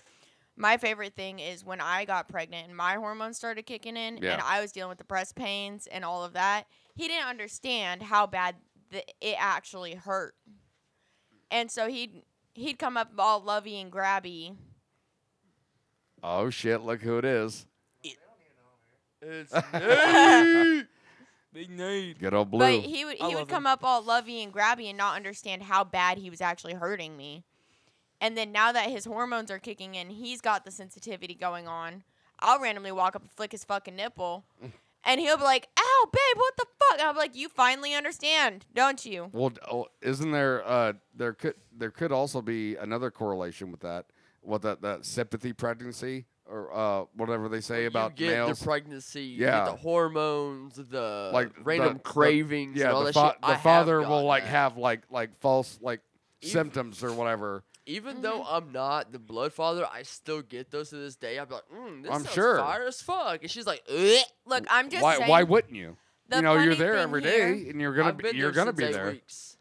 [SPEAKER 3] my favorite thing is when I got pregnant and my hormones started kicking in, and
[SPEAKER 21] Yeah.
[SPEAKER 3] I was dealing with the breast pains and all of that. He didn't understand how bad the, it actually hurt, and so he'd he'd come up all lovey and grabby.
[SPEAKER 1] Oh shit! Look who it is.
[SPEAKER 6] It's
[SPEAKER 1] Nate.
[SPEAKER 2] Big Nate.
[SPEAKER 1] Good old blue.
[SPEAKER 3] But he would
[SPEAKER 2] I
[SPEAKER 3] he would
[SPEAKER 2] love
[SPEAKER 3] come
[SPEAKER 2] him.
[SPEAKER 3] up all lovey and grabby and not understand how bad he was actually hurting me. And then now that his hormones are kicking in, he's got the sensitivity going on. I'll randomly walk up and flick his fucking nipple. And he'll be like, ow, babe, what the fuck? And I'm like, you finally understand, don't you?
[SPEAKER 1] Well, d- oh, isn't there? Uh, there could there could also be another correlation with that. What that that sympathy pregnancy or uh, whatever they say about
[SPEAKER 6] you get
[SPEAKER 1] males.
[SPEAKER 6] the pregnancy, you
[SPEAKER 1] Yeah.
[SPEAKER 6] get the hormones, the
[SPEAKER 1] like the-
[SPEAKER 6] random
[SPEAKER 1] the-
[SPEAKER 6] cravings,
[SPEAKER 1] yeah,
[SPEAKER 6] and all
[SPEAKER 1] the
[SPEAKER 6] that
[SPEAKER 1] fa-
[SPEAKER 6] shit.
[SPEAKER 1] The
[SPEAKER 6] I have
[SPEAKER 1] father will
[SPEAKER 6] gotten
[SPEAKER 1] like
[SPEAKER 6] that.
[SPEAKER 1] have like like false like
[SPEAKER 6] Even-
[SPEAKER 1] symptoms or whatever.
[SPEAKER 6] Even though
[SPEAKER 3] Mm-hmm.
[SPEAKER 6] I'm not the blood father, I still get those to this day. I'm like, mm, this
[SPEAKER 1] I'm
[SPEAKER 6] sounds
[SPEAKER 1] sure.
[SPEAKER 6] fire as fuck. And she's like, Ugh.
[SPEAKER 3] Look, I'm just
[SPEAKER 1] Why
[SPEAKER 3] saying.
[SPEAKER 1] why wouldn't you?
[SPEAKER 3] the
[SPEAKER 1] You know you're
[SPEAKER 3] funny
[SPEAKER 1] there
[SPEAKER 3] thing
[SPEAKER 1] every
[SPEAKER 3] here-
[SPEAKER 1] day, and you're gonna
[SPEAKER 6] I've
[SPEAKER 1] be
[SPEAKER 6] been
[SPEAKER 1] you're
[SPEAKER 6] there
[SPEAKER 1] gonna
[SPEAKER 6] since
[SPEAKER 1] be
[SPEAKER 6] eight
[SPEAKER 1] there.
[SPEAKER 6] Weeks.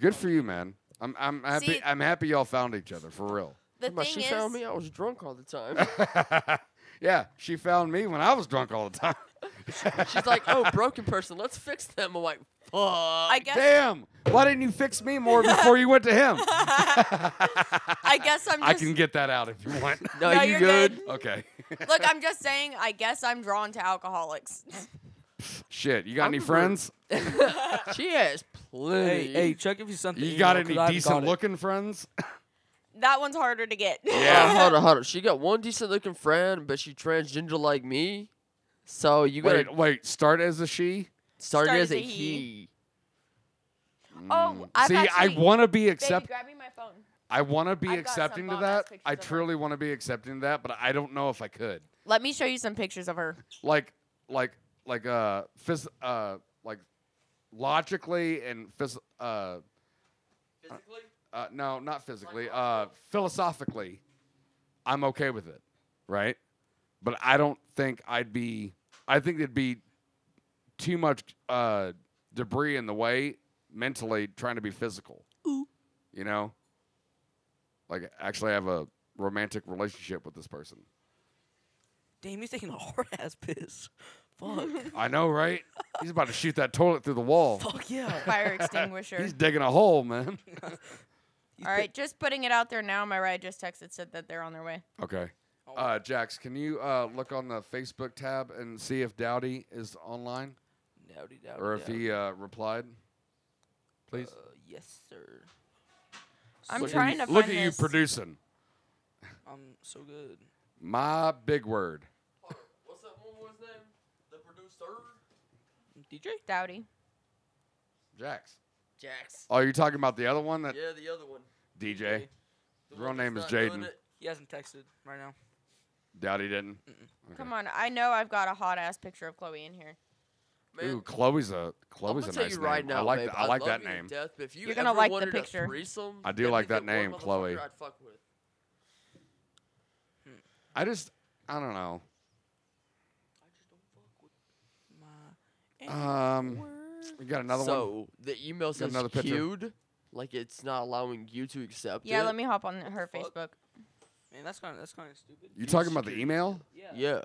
[SPEAKER 1] Good for you, man. I'm I'm happy.
[SPEAKER 3] See-
[SPEAKER 1] I'm happy y'all found each other for real.
[SPEAKER 3] The
[SPEAKER 6] I'm like,
[SPEAKER 3] thing
[SPEAKER 6] she found
[SPEAKER 3] is-
[SPEAKER 6] me. I was drunk all the time.
[SPEAKER 1] yeah, she found me when I was drunk all the time.
[SPEAKER 6] she's like, oh, broken person, let's fix them. I'm like, fuck.
[SPEAKER 2] Uh,
[SPEAKER 6] I
[SPEAKER 3] guess-
[SPEAKER 1] Damn, why didn't you fix me more before you went to him?
[SPEAKER 3] I guess I'm
[SPEAKER 1] I
[SPEAKER 3] just-
[SPEAKER 1] can get that out if you want.
[SPEAKER 3] No, No, you you're good.
[SPEAKER 1] Okay.
[SPEAKER 3] Look, I'm just saying, I guess I'm drawn to alcoholics.
[SPEAKER 1] Shit, you got any
[SPEAKER 3] I'm-
[SPEAKER 1] friends?
[SPEAKER 6] she has
[SPEAKER 2] Hey,
[SPEAKER 6] plenty.
[SPEAKER 2] hey, check if you sent. the
[SPEAKER 1] You got
[SPEAKER 2] email, 'cause
[SPEAKER 1] any
[SPEAKER 2] I haven't
[SPEAKER 1] decent
[SPEAKER 2] got it.
[SPEAKER 1] looking friends?
[SPEAKER 3] that one's harder to get.
[SPEAKER 6] Uh, hold on, hold on. She got one decent looking friend, but she transgender like me. So you gotta
[SPEAKER 1] Wait, wait. Start as a she.
[SPEAKER 6] start as a he.
[SPEAKER 3] Oh, I've
[SPEAKER 1] Mm. See,
[SPEAKER 3] actually-
[SPEAKER 1] I want to be
[SPEAKER 3] Baby,
[SPEAKER 1] accept.
[SPEAKER 3] grab me my phone.
[SPEAKER 1] I want to be
[SPEAKER 3] I've got some
[SPEAKER 1] accepting to
[SPEAKER 3] bomb-ass
[SPEAKER 1] that.
[SPEAKER 3] pictures
[SPEAKER 1] I
[SPEAKER 3] of her.
[SPEAKER 1] truly want to be accepting to that, but I don't know if I could.
[SPEAKER 3] Let me show you some pictures of her.
[SPEAKER 1] Like, like, like, uh, phys- uh, like, logically and phys- uh, physically. Uh, no, not physically. Uh, philosophically, I'm okay with it, right? But I don't think I'd be. I think it'd be too much uh, debris in the way mentally trying to be physical. You know, like actually have a romantic relationship with this person.
[SPEAKER 2] Damn, he's taking a hard ass piss. Fuck.
[SPEAKER 1] I know, right? He's about to shoot that toilet through the wall.
[SPEAKER 2] Fuck yeah.
[SPEAKER 3] Fire extinguisher.
[SPEAKER 1] He's digging a hole, man.
[SPEAKER 3] All right, just putting it out there now. My ride just texted said that they're on their way.
[SPEAKER 1] Okay.
[SPEAKER 6] Oh.
[SPEAKER 1] Uh, Jax, can you uh, look on the Facebook tab and see if Dowdy is online?
[SPEAKER 2] Dowdy,
[SPEAKER 6] Oh,
[SPEAKER 2] Dowdy,
[SPEAKER 1] Or if
[SPEAKER 2] Dowdy.
[SPEAKER 1] he uh, replied? Please.
[SPEAKER 2] Uh, yes, sir.
[SPEAKER 3] I'm
[SPEAKER 1] Look at
[SPEAKER 3] trying
[SPEAKER 1] you-
[SPEAKER 3] to
[SPEAKER 1] Look
[SPEAKER 3] find
[SPEAKER 1] at you
[SPEAKER 3] this.
[SPEAKER 1] producing.
[SPEAKER 2] I'm um, so good.
[SPEAKER 1] My big word.
[SPEAKER 6] What's that one boy's name? The producer?
[SPEAKER 2] DJ
[SPEAKER 3] Dowdy.
[SPEAKER 1] Jax.
[SPEAKER 6] Jax.
[SPEAKER 1] Oh, you're talking about the other one that
[SPEAKER 6] Yeah, the other one.
[SPEAKER 1] DJ. His real name is
[SPEAKER 6] that's not doing
[SPEAKER 1] Jaden.
[SPEAKER 6] it.
[SPEAKER 2] He hasn't texted right now.
[SPEAKER 1] Dowdy didn't. Okay.
[SPEAKER 3] Come on, I know I've got a hot ass picture of Chloe in here.
[SPEAKER 1] Ooh, Chloe's a Chloe's
[SPEAKER 6] I'm
[SPEAKER 1] a
[SPEAKER 6] gonna
[SPEAKER 1] nice
[SPEAKER 6] tell you right
[SPEAKER 1] name.
[SPEAKER 6] now,
[SPEAKER 1] I like
[SPEAKER 6] babe,
[SPEAKER 1] th- I like
[SPEAKER 6] love
[SPEAKER 1] that
[SPEAKER 6] you to
[SPEAKER 1] name.
[SPEAKER 6] Death, but if you
[SPEAKER 3] You're gonna
[SPEAKER 6] ever
[SPEAKER 3] like the
[SPEAKER 6] wanted a
[SPEAKER 3] picture.
[SPEAKER 6] threesome,
[SPEAKER 1] I do
[SPEAKER 6] there'd
[SPEAKER 1] like
[SPEAKER 6] be
[SPEAKER 1] that
[SPEAKER 6] the
[SPEAKER 1] name,
[SPEAKER 6] one motherfucker
[SPEAKER 1] Chloe.
[SPEAKER 6] I'd fuck with.
[SPEAKER 1] I just I don't know. Um, we got another one.
[SPEAKER 6] so the email
[SPEAKER 1] Got
[SPEAKER 6] says
[SPEAKER 1] another picture.
[SPEAKER 6] queued, like it's not allowing you to accept
[SPEAKER 3] Yeah,
[SPEAKER 6] it.
[SPEAKER 3] let me hop on her Facebook.
[SPEAKER 2] Man, that's kind of that's kind of stupid.
[SPEAKER 1] You talking about the email?
[SPEAKER 2] Yeah.
[SPEAKER 6] Yeah.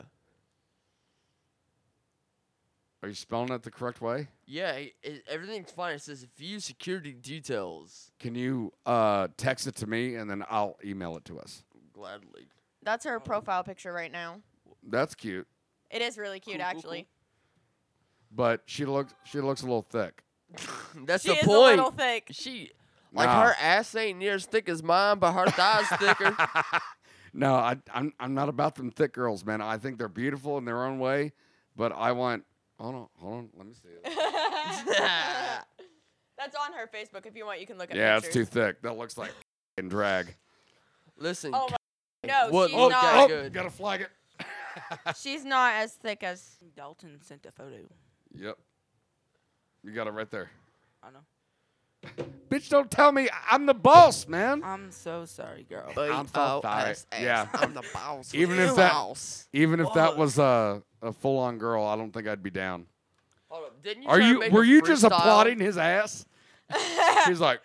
[SPEAKER 1] Are you spelling it the correct way?
[SPEAKER 6] Yeah, i- i- everything's fine. It says view security details.
[SPEAKER 1] Can you uh, text it to me and then I'll email it to us?
[SPEAKER 6] Gladly.
[SPEAKER 3] That's her profile picture right now.
[SPEAKER 1] That's cute.
[SPEAKER 3] It is really cute, actually.
[SPEAKER 1] but she looks she looks a little thick.
[SPEAKER 6] That's
[SPEAKER 3] She
[SPEAKER 6] the
[SPEAKER 3] is a
[SPEAKER 6] point.
[SPEAKER 3] little thick.
[SPEAKER 6] She, like,
[SPEAKER 1] Nah.
[SPEAKER 6] her ass ain't near as thick as mine, but her thighs thicker.
[SPEAKER 1] No, I, I'm I'm not about them thick girls, man. I think they're beautiful in their own way, but I want. Hold on, hold on. Let me see it.
[SPEAKER 3] That's on her Facebook. If you want, you can look at
[SPEAKER 1] Yeah, it's
[SPEAKER 3] pictures.
[SPEAKER 1] too thick. That looks like and drag.
[SPEAKER 6] Listen,
[SPEAKER 3] Oh my. No,
[SPEAKER 6] What-
[SPEAKER 3] she's
[SPEAKER 6] oh,
[SPEAKER 3] not.
[SPEAKER 6] oh, good.
[SPEAKER 1] Gotta flag it.
[SPEAKER 3] She's not as thick as.
[SPEAKER 2] Dalton sent a photo.
[SPEAKER 1] Yep. You got it right there.
[SPEAKER 2] I know.
[SPEAKER 1] Bitch, don't tell me I'm the boss, man.
[SPEAKER 2] I'm so sorry, girl.
[SPEAKER 1] I'm so sorry.
[SPEAKER 6] ass, ass.
[SPEAKER 1] Yeah,
[SPEAKER 6] I'm the boss.
[SPEAKER 1] Even
[SPEAKER 6] We're
[SPEAKER 1] if that,
[SPEAKER 6] boss.
[SPEAKER 1] even if that was a, a full on girl, I don't think I'd be down.
[SPEAKER 6] Hold up. Didn't you
[SPEAKER 1] Are
[SPEAKER 6] try to
[SPEAKER 1] you?
[SPEAKER 6] make
[SPEAKER 1] Were
[SPEAKER 6] a
[SPEAKER 1] you just
[SPEAKER 6] freestyle?
[SPEAKER 1] applauding his ass? She's like,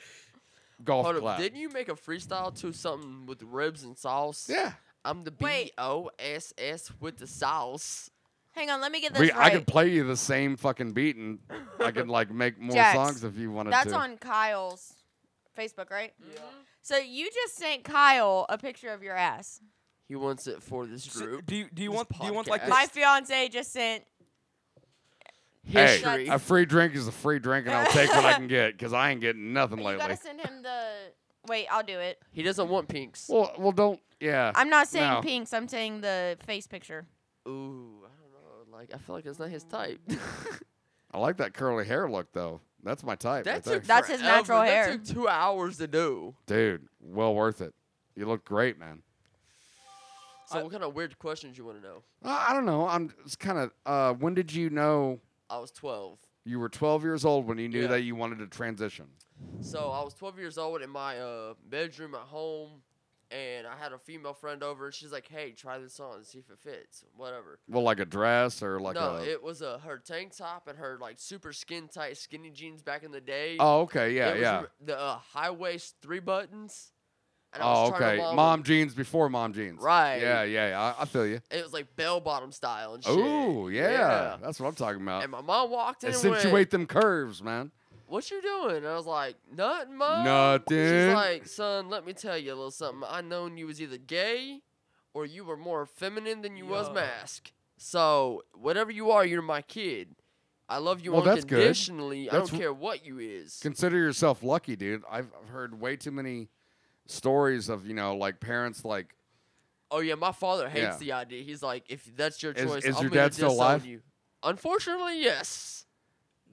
[SPEAKER 1] golf
[SPEAKER 6] Hold
[SPEAKER 1] clap.
[SPEAKER 6] up. Didn't you make a freestyle to something with ribs and sauce?
[SPEAKER 1] Yeah.
[SPEAKER 6] I'm the B O S S with the sauce.
[SPEAKER 3] Hang on, let me get this
[SPEAKER 1] We,
[SPEAKER 3] right.
[SPEAKER 1] I could play you the same fucking beat, and I could like make more
[SPEAKER 3] Jax,
[SPEAKER 1] songs if you wanted
[SPEAKER 3] That's
[SPEAKER 1] to.
[SPEAKER 3] on Kyle's Facebook, right? Yeah. So you just sent Kyle a picture of your ass.
[SPEAKER 6] He wants it for this group.
[SPEAKER 2] do you do you
[SPEAKER 6] this
[SPEAKER 2] want do you want like
[SPEAKER 6] podcast.
[SPEAKER 2] the
[SPEAKER 3] My fiance just sent.
[SPEAKER 1] Hey,
[SPEAKER 3] History.
[SPEAKER 1] a free drink is a free drink, and I'll take what I can get because I ain't getting nothing
[SPEAKER 3] You gotta
[SPEAKER 1] lately.
[SPEAKER 3] send him the. Wait, I'll do it.
[SPEAKER 6] He doesn't want pinks.
[SPEAKER 1] Well, well, don't. Yeah.
[SPEAKER 3] I'm not saying
[SPEAKER 1] no.
[SPEAKER 3] pinks. I'm saying the face picture.
[SPEAKER 6] Ooh, I don't know. Like I feel like that's not his type.
[SPEAKER 1] I like that curly hair look though. That's my type.
[SPEAKER 6] that
[SPEAKER 1] right there.
[SPEAKER 6] took
[SPEAKER 3] That's his
[SPEAKER 6] forever.
[SPEAKER 3] natural
[SPEAKER 6] that
[SPEAKER 3] hair.
[SPEAKER 6] took two hours to do.
[SPEAKER 1] Dude, well worth it. You look great, man.
[SPEAKER 6] So what kind of weird questions you want to know?
[SPEAKER 1] Uh, I don't know. I'm it's kind of. Uh, when did you know
[SPEAKER 6] I was 12.
[SPEAKER 1] you were 12 years old when you knew
[SPEAKER 6] Yeah.
[SPEAKER 1] that you wanted to transition?
[SPEAKER 6] So I was 12 years old in my uh, bedroom at home, and I had a female friend over, and she's like, "Hey, try this on, see if it fits, whatever."
[SPEAKER 1] Well, like a dress or like
[SPEAKER 6] no,
[SPEAKER 1] a.
[SPEAKER 6] it was uh, her tank top and her like super skin tight skinny jeans back in the day.
[SPEAKER 1] Oh, okay, yeah,
[SPEAKER 6] It was
[SPEAKER 1] yeah.
[SPEAKER 6] r- the uh, high waist three buttons. And I
[SPEAKER 1] oh,
[SPEAKER 6] was trying
[SPEAKER 1] okay.
[SPEAKER 6] them on
[SPEAKER 1] Mom
[SPEAKER 6] with-
[SPEAKER 1] jeans before mom jeans.
[SPEAKER 6] Right.
[SPEAKER 1] Yeah, yeah. yeah. I, I feel you.
[SPEAKER 6] It was like bell bottom style and shit.
[SPEAKER 1] Oh, yeah, That's what I'm talking about.
[SPEAKER 6] And my mom walked in and went,
[SPEAKER 1] Accentuate them curves, man.
[SPEAKER 6] "What you doing?" And I was like, "Nothing, mom."
[SPEAKER 1] Nothing.
[SPEAKER 6] She's like, "Son, let me tell you a little something. I known you was either gay, or you were more feminine than you was
[SPEAKER 2] Yeah.
[SPEAKER 6] mask. So whatever you are, you're my kid. I love you
[SPEAKER 1] Well, that's good.
[SPEAKER 6] unconditionally. I
[SPEAKER 1] That's
[SPEAKER 6] don't
[SPEAKER 1] wh-
[SPEAKER 6] care what you is."
[SPEAKER 1] Consider yourself lucky, dude. I've I've heard way too many stories of you know like parents like
[SPEAKER 6] Oh yeah, my father hates
[SPEAKER 1] Yeah.
[SPEAKER 6] the idea. He's like, "If that's your
[SPEAKER 1] Is-
[SPEAKER 6] choice,
[SPEAKER 1] is
[SPEAKER 6] I'm
[SPEAKER 1] your
[SPEAKER 6] gonna
[SPEAKER 1] dad still
[SPEAKER 6] disown
[SPEAKER 1] alive?
[SPEAKER 6] You. Unfortunately, yes.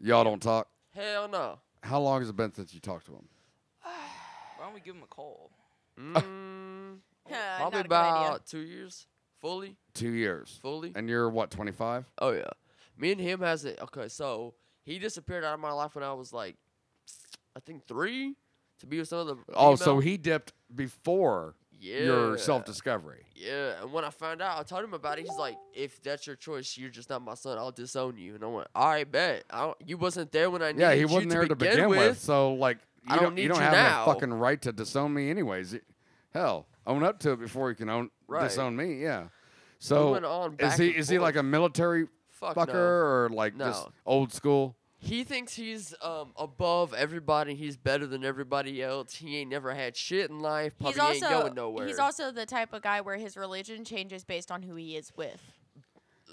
[SPEAKER 1] y'all don't talk.
[SPEAKER 6] Hell no.
[SPEAKER 1] How long has it been since you talked to him?
[SPEAKER 2] Why don't we give him a call?
[SPEAKER 1] Uh.
[SPEAKER 6] Mm,
[SPEAKER 3] Uh, Not a
[SPEAKER 6] probably
[SPEAKER 3] good idea.
[SPEAKER 6] about two years, fully.
[SPEAKER 1] Two years.
[SPEAKER 6] Fully?
[SPEAKER 1] And you're what, 25?
[SPEAKER 6] Oh yeah. Me and him has it. Okay, so he disappeared out of my life when I was like, I think three, to be with some other.
[SPEAKER 1] Oh,
[SPEAKER 6] female.
[SPEAKER 1] so he dipped before your
[SPEAKER 6] Yeah.
[SPEAKER 1] self discovery.
[SPEAKER 6] Yeah, and when I found out, I told him about it. He's like, "If that's your choice, you're just not my son. I'll disown you." And I went, "All right, bet. I don't, you wasn't there when I needed
[SPEAKER 1] Yeah, he
[SPEAKER 6] you
[SPEAKER 1] wasn't there to begin, with, so like you
[SPEAKER 6] I don't
[SPEAKER 1] you
[SPEAKER 6] need
[SPEAKER 1] don't
[SPEAKER 6] you
[SPEAKER 1] have
[SPEAKER 6] now.
[SPEAKER 1] a fucking right to disown me anyways. Y- Hell, own up to it before you can own
[SPEAKER 6] Right.
[SPEAKER 1] disown me, yeah. So
[SPEAKER 6] went on
[SPEAKER 1] is
[SPEAKER 6] back
[SPEAKER 1] he
[SPEAKER 6] and
[SPEAKER 1] is he like a military
[SPEAKER 6] Fuck
[SPEAKER 1] fucker
[SPEAKER 6] no.
[SPEAKER 1] or like just
[SPEAKER 6] No.
[SPEAKER 1] old school?
[SPEAKER 6] He thinks he's um, above everybody. He's better than everybody else. He ain't never had shit in life. Probably
[SPEAKER 3] he's also
[SPEAKER 6] ain't going nowhere.
[SPEAKER 3] he's also the type of guy where his religion changes based on who he is with.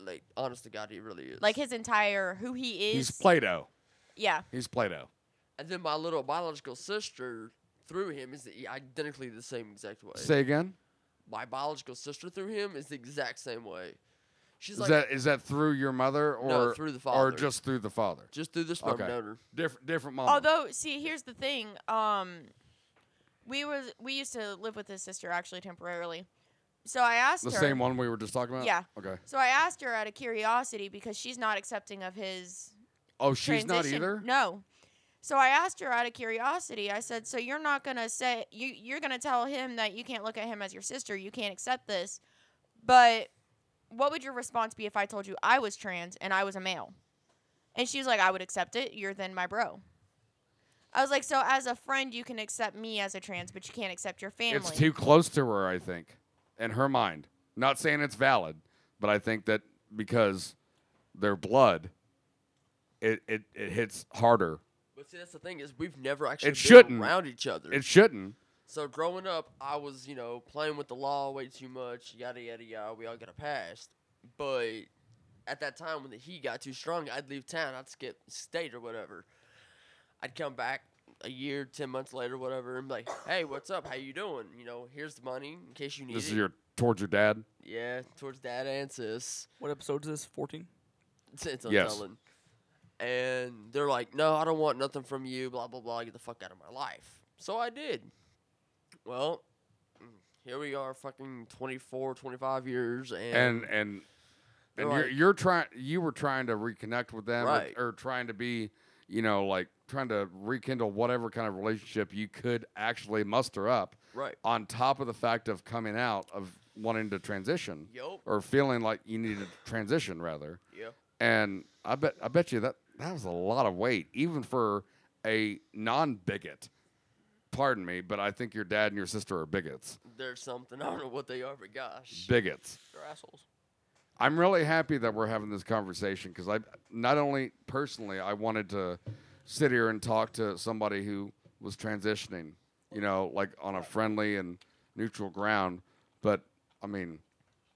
[SPEAKER 6] like, honest to God, he really is.
[SPEAKER 3] Like his entire who he is.
[SPEAKER 1] He's Plato.
[SPEAKER 3] yeah.
[SPEAKER 1] He's Plato.
[SPEAKER 6] and then my little biological sister through him is the, e, identically the same exact way.
[SPEAKER 1] Say again?
[SPEAKER 6] My biological sister through him is the exact same way. She's
[SPEAKER 1] Is
[SPEAKER 6] like
[SPEAKER 1] that is that through your mother or
[SPEAKER 6] No, through the
[SPEAKER 1] or
[SPEAKER 6] father.
[SPEAKER 1] just through the father?
[SPEAKER 6] just through the sperm
[SPEAKER 1] Okay.
[SPEAKER 6] donor.
[SPEAKER 1] Different different
[SPEAKER 6] um,
[SPEAKER 1] mom.
[SPEAKER 3] Although, see, here's the thing. Um, we was we used to live with his sister actually temporarily. So I asked
[SPEAKER 1] The
[SPEAKER 3] her.
[SPEAKER 1] same one we were just talking about?
[SPEAKER 3] Yeah.
[SPEAKER 1] Okay.
[SPEAKER 3] So I asked her out of curiosity because she's not accepting of his.
[SPEAKER 1] Oh, she's not
[SPEAKER 3] transition.
[SPEAKER 1] either?
[SPEAKER 3] No. So I asked her out of curiosity. I said, "So you're not gonna say you you're gonna tell him that you can't look at him as your sister. You can't accept this." But what would your response be if I told you I was trans and I was a male? And she was like, I would accept it. You're then my bro. I was like, so as a friend, you can accept me as a trans, but you can't accept your family.
[SPEAKER 1] It's too close to her, I think, in her mind. Not saying it's valid, but I think that because their blood, it, it, it hits harder.
[SPEAKER 6] But see, that's the thing is we've never actually been
[SPEAKER 1] it shouldn't.
[SPEAKER 6] around each other.
[SPEAKER 1] It shouldn't.
[SPEAKER 6] So growing up, I was you know playing with the law way too much. Yada yada yada. We all got a past, but at that time when the heat got too strong, I'd leave town. I'd skip state or whatever. I'd come back a year, ten months later, whatever, and be like, "Hey, what's up? How you doing? You know, here's the money in case you need
[SPEAKER 1] This
[SPEAKER 6] it."
[SPEAKER 1] is your towards your dad.
[SPEAKER 6] yeah, towards dad and sis.
[SPEAKER 2] What episode is this? Fourteen.
[SPEAKER 6] It's, it's
[SPEAKER 1] Yes.
[SPEAKER 6] untelling. And they're like, "No, I don't want nothing from you." Blah blah blah. Get the fuck out of my life. So I did. Well, here we are, fucking 24, 25 years,
[SPEAKER 1] and
[SPEAKER 6] and
[SPEAKER 1] and
[SPEAKER 6] They're
[SPEAKER 1] and you're,
[SPEAKER 6] like-
[SPEAKER 1] you're trying you were trying to reconnect with them or-
[SPEAKER 6] Right.
[SPEAKER 1] or, trying to be you know like trying to rekindle whatever kind of relationship you could actually muster up
[SPEAKER 6] Right.
[SPEAKER 1] on top of the fact of coming out of wanting to transition
[SPEAKER 6] Yup.
[SPEAKER 1] or feeling like you needed to transition rather
[SPEAKER 6] Yeah.
[SPEAKER 1] and i bet i bet you that that was a lot of weight even for a non-bigot pardon me but i think your dad and your sister are bigots
[SPEAKER 6] there's something. I don't know what they are, but gosh,
[SPEAKER 1] bigots
[SPEAKER 6] they're assholes.
[SPEAKER 1] I'm really happy that we're having this conversation because I not only personally I wanted to sit here and talk to somebody who was transitioning, you know, like on a friendly and neutral ground, but I mean,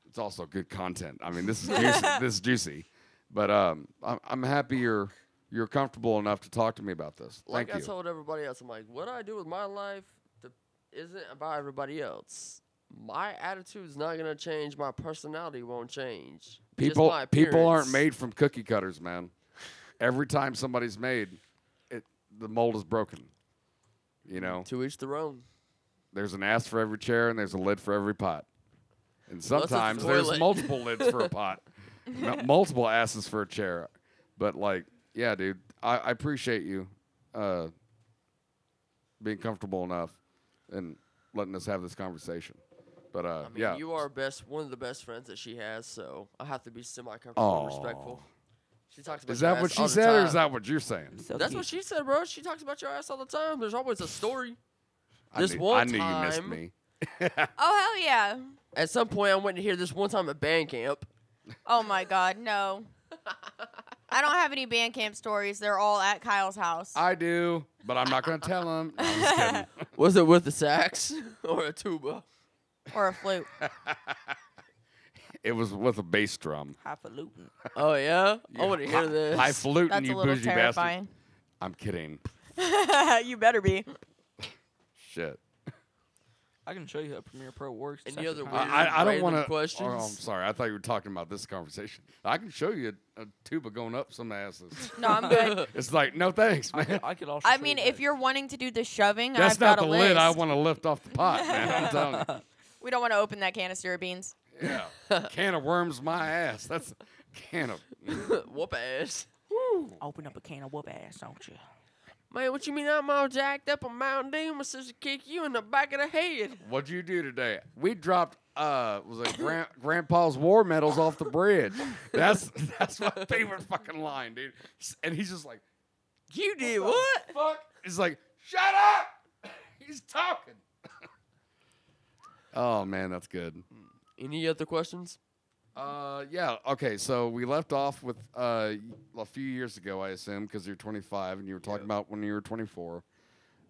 [SPEAKER 1] it's also good content. I mean, this is juicy, this is juicy, but um, I'm, I'm happy you're you're comfortable enough to talk to me about this.
[SPEAKER 6] Like
[SPEAKER 1] Thank
[SPEAKER 6] I
[SPEAKER 1] you.
[SPEAKER 6] told everybody else, I'm like, what I do with my life the, isn't about everybody else. My attitude's not gonna change. My personality won't change. Just
[SPEAKER 1] People
[SPEAKER 6] my
[SPEAKER 1] people aren't
[SPEAKER 6] appearance.
[SPEAKER 1] made from cookie cutters, man. Every time somebody's made, it the mold is broken. You know.
[SPEAKER 6] To each their own.
[SPEAKER 1] There's an ass for every chair and there's a lid for every pot. And
[SPEAKER 6] Unless it's a
[SPEAKER 1] sometimes there's
[SPEAKER 6] toilet.
[SPEAKER 1] multiple lids for a pot. M- multiple asses for a chair. But like, yeah, dude, I, I appreciate you uh, being comfortable enough and letting us have this conversation. But uh,
[SPEAKER 6] I mean,
[SPEAKER 1] yeah.
[SPEAKER 6] you are best one of the best friends that she has, so I have to be semi comfortable, and
[SPEAKER 1] Aw.
[SPEAKER 6] respectful. She talks about
[SPEAKER 1] is
[SPEAKER 6] your
[SPEAKER 1] that what
[SPEAKER 6] ass
[SPEAKER 1] she
[SPEAKER 6] all the
[SPEAKER 1] said or is
[SPEAKER 6] time.
[SPEAKER 1] that what you're saying?
[SPEAKER 6] That's what she said, bro. She talks about your ass all the time. There's always a story.
[SPEAKER 1] I
[SPEAKER 6] this
[SPEAKER 1] knew-
[SPEAKER 6] one
[SPEAKER 1] I knew
[SPEAKER 6] time,
[SPEAKER 1] you missed me.
[SPEAKER 3] Oh hell yeah!
[SPEAKER 6] At some point, I went to hear this one time at band camp.
[SPEAKER 3] Oh my god, no. I don't have any band camp stories. They're all at Kyle's house.
[SPEAKER 1] I do, but I'm not going to tell him.
[SPEAKER 6] Was it with a sax or a tuba?
[SPEAKER 3] Or a flute.
[SPEAKER 1] It was with a bass drum.
[SPEAKER 2] Highfalutin.
[SPEAKER 6] Oh yeah, I want to hear
[SPEAKER 1] hi-
[SPEAKER 6] this.
[SPEAKER 1] highfalutin,
[SPEAKER 3] That's
[SPEAKER 1] you
[SPEAKER 3] a little
[SPEAKER 1] bougie
[SPEAKER 3] terrifying.
[SPEAKER 1] bastard. I'm kidding.
[SPEAKER 3] you better be.
[SPEAKER 1] Shit.
[SPEAKER 2] I can show you how Premiere Pro works. It's
[SPEAKER 6] Any
[SPEAKER 2] actually
[SPEAKER 6] other
[SPEAKER 2] kinda-
[SPEAKER 1] I, I- I don't
[SPEAKER 6] random
[SPEAKER 1] want to.
[SPEAKER 6] questions?
[SPEAKER 1] Oh, I'm sorry. I thought you were talking about this conversation. I can show you a, a tuba going up some asses.
[SPEAKER 3] No, I'm good.
[SPEAKER 1] it's like no thanks, man.
[SPEAKER 2] I could also.
[SPEAKER 3] I mean, if you're wanting to do the shoving,
[SPEAKER 1] That's
[SPEAKER 3] I've
[SPEAKER 1] not
[SPEAKER 3] got
[SPEAKER 1] the
[SPEAKER 3] a
[SPEAKER 1] lid
[SPEAKER 3] list.
[SPEAKER 1] I want to lift off the pot, man. I'm telling you.
[SPEAKER 3] we don't want to open that canister of beans.
[SPEAKER 1] Yeah, can of worms, my ass. That's a can of.
[SPEAKER 6] whoop ass.
[SPEAKER 2] Open up a can of whoop ass, don't you?
[SPEAKER 6] Man, what you mean I'm all jacked up on Mountain Dew? My sister kick you in the back of the head.
[SPEAKER 1] What'd you do today? We dropped uh was it grand, grandpa's war medals off the bridge. That's that's my favorite fucking line, dude. S- And he's just like,
[SPEAKER 6] You did
[SPEAKER 1] the
[SPEAKER 6] what?
[SPEAKER 1] Fuck. He's like, shut up. He's talking. Oh man, that's good.
[SPEAKER 6] Any other questions?
[SPEAKER 1] Uh, yeah. Okay, so we left off with uh, a few years ago, I assume, because you're 25 and you were talking about when you were 24.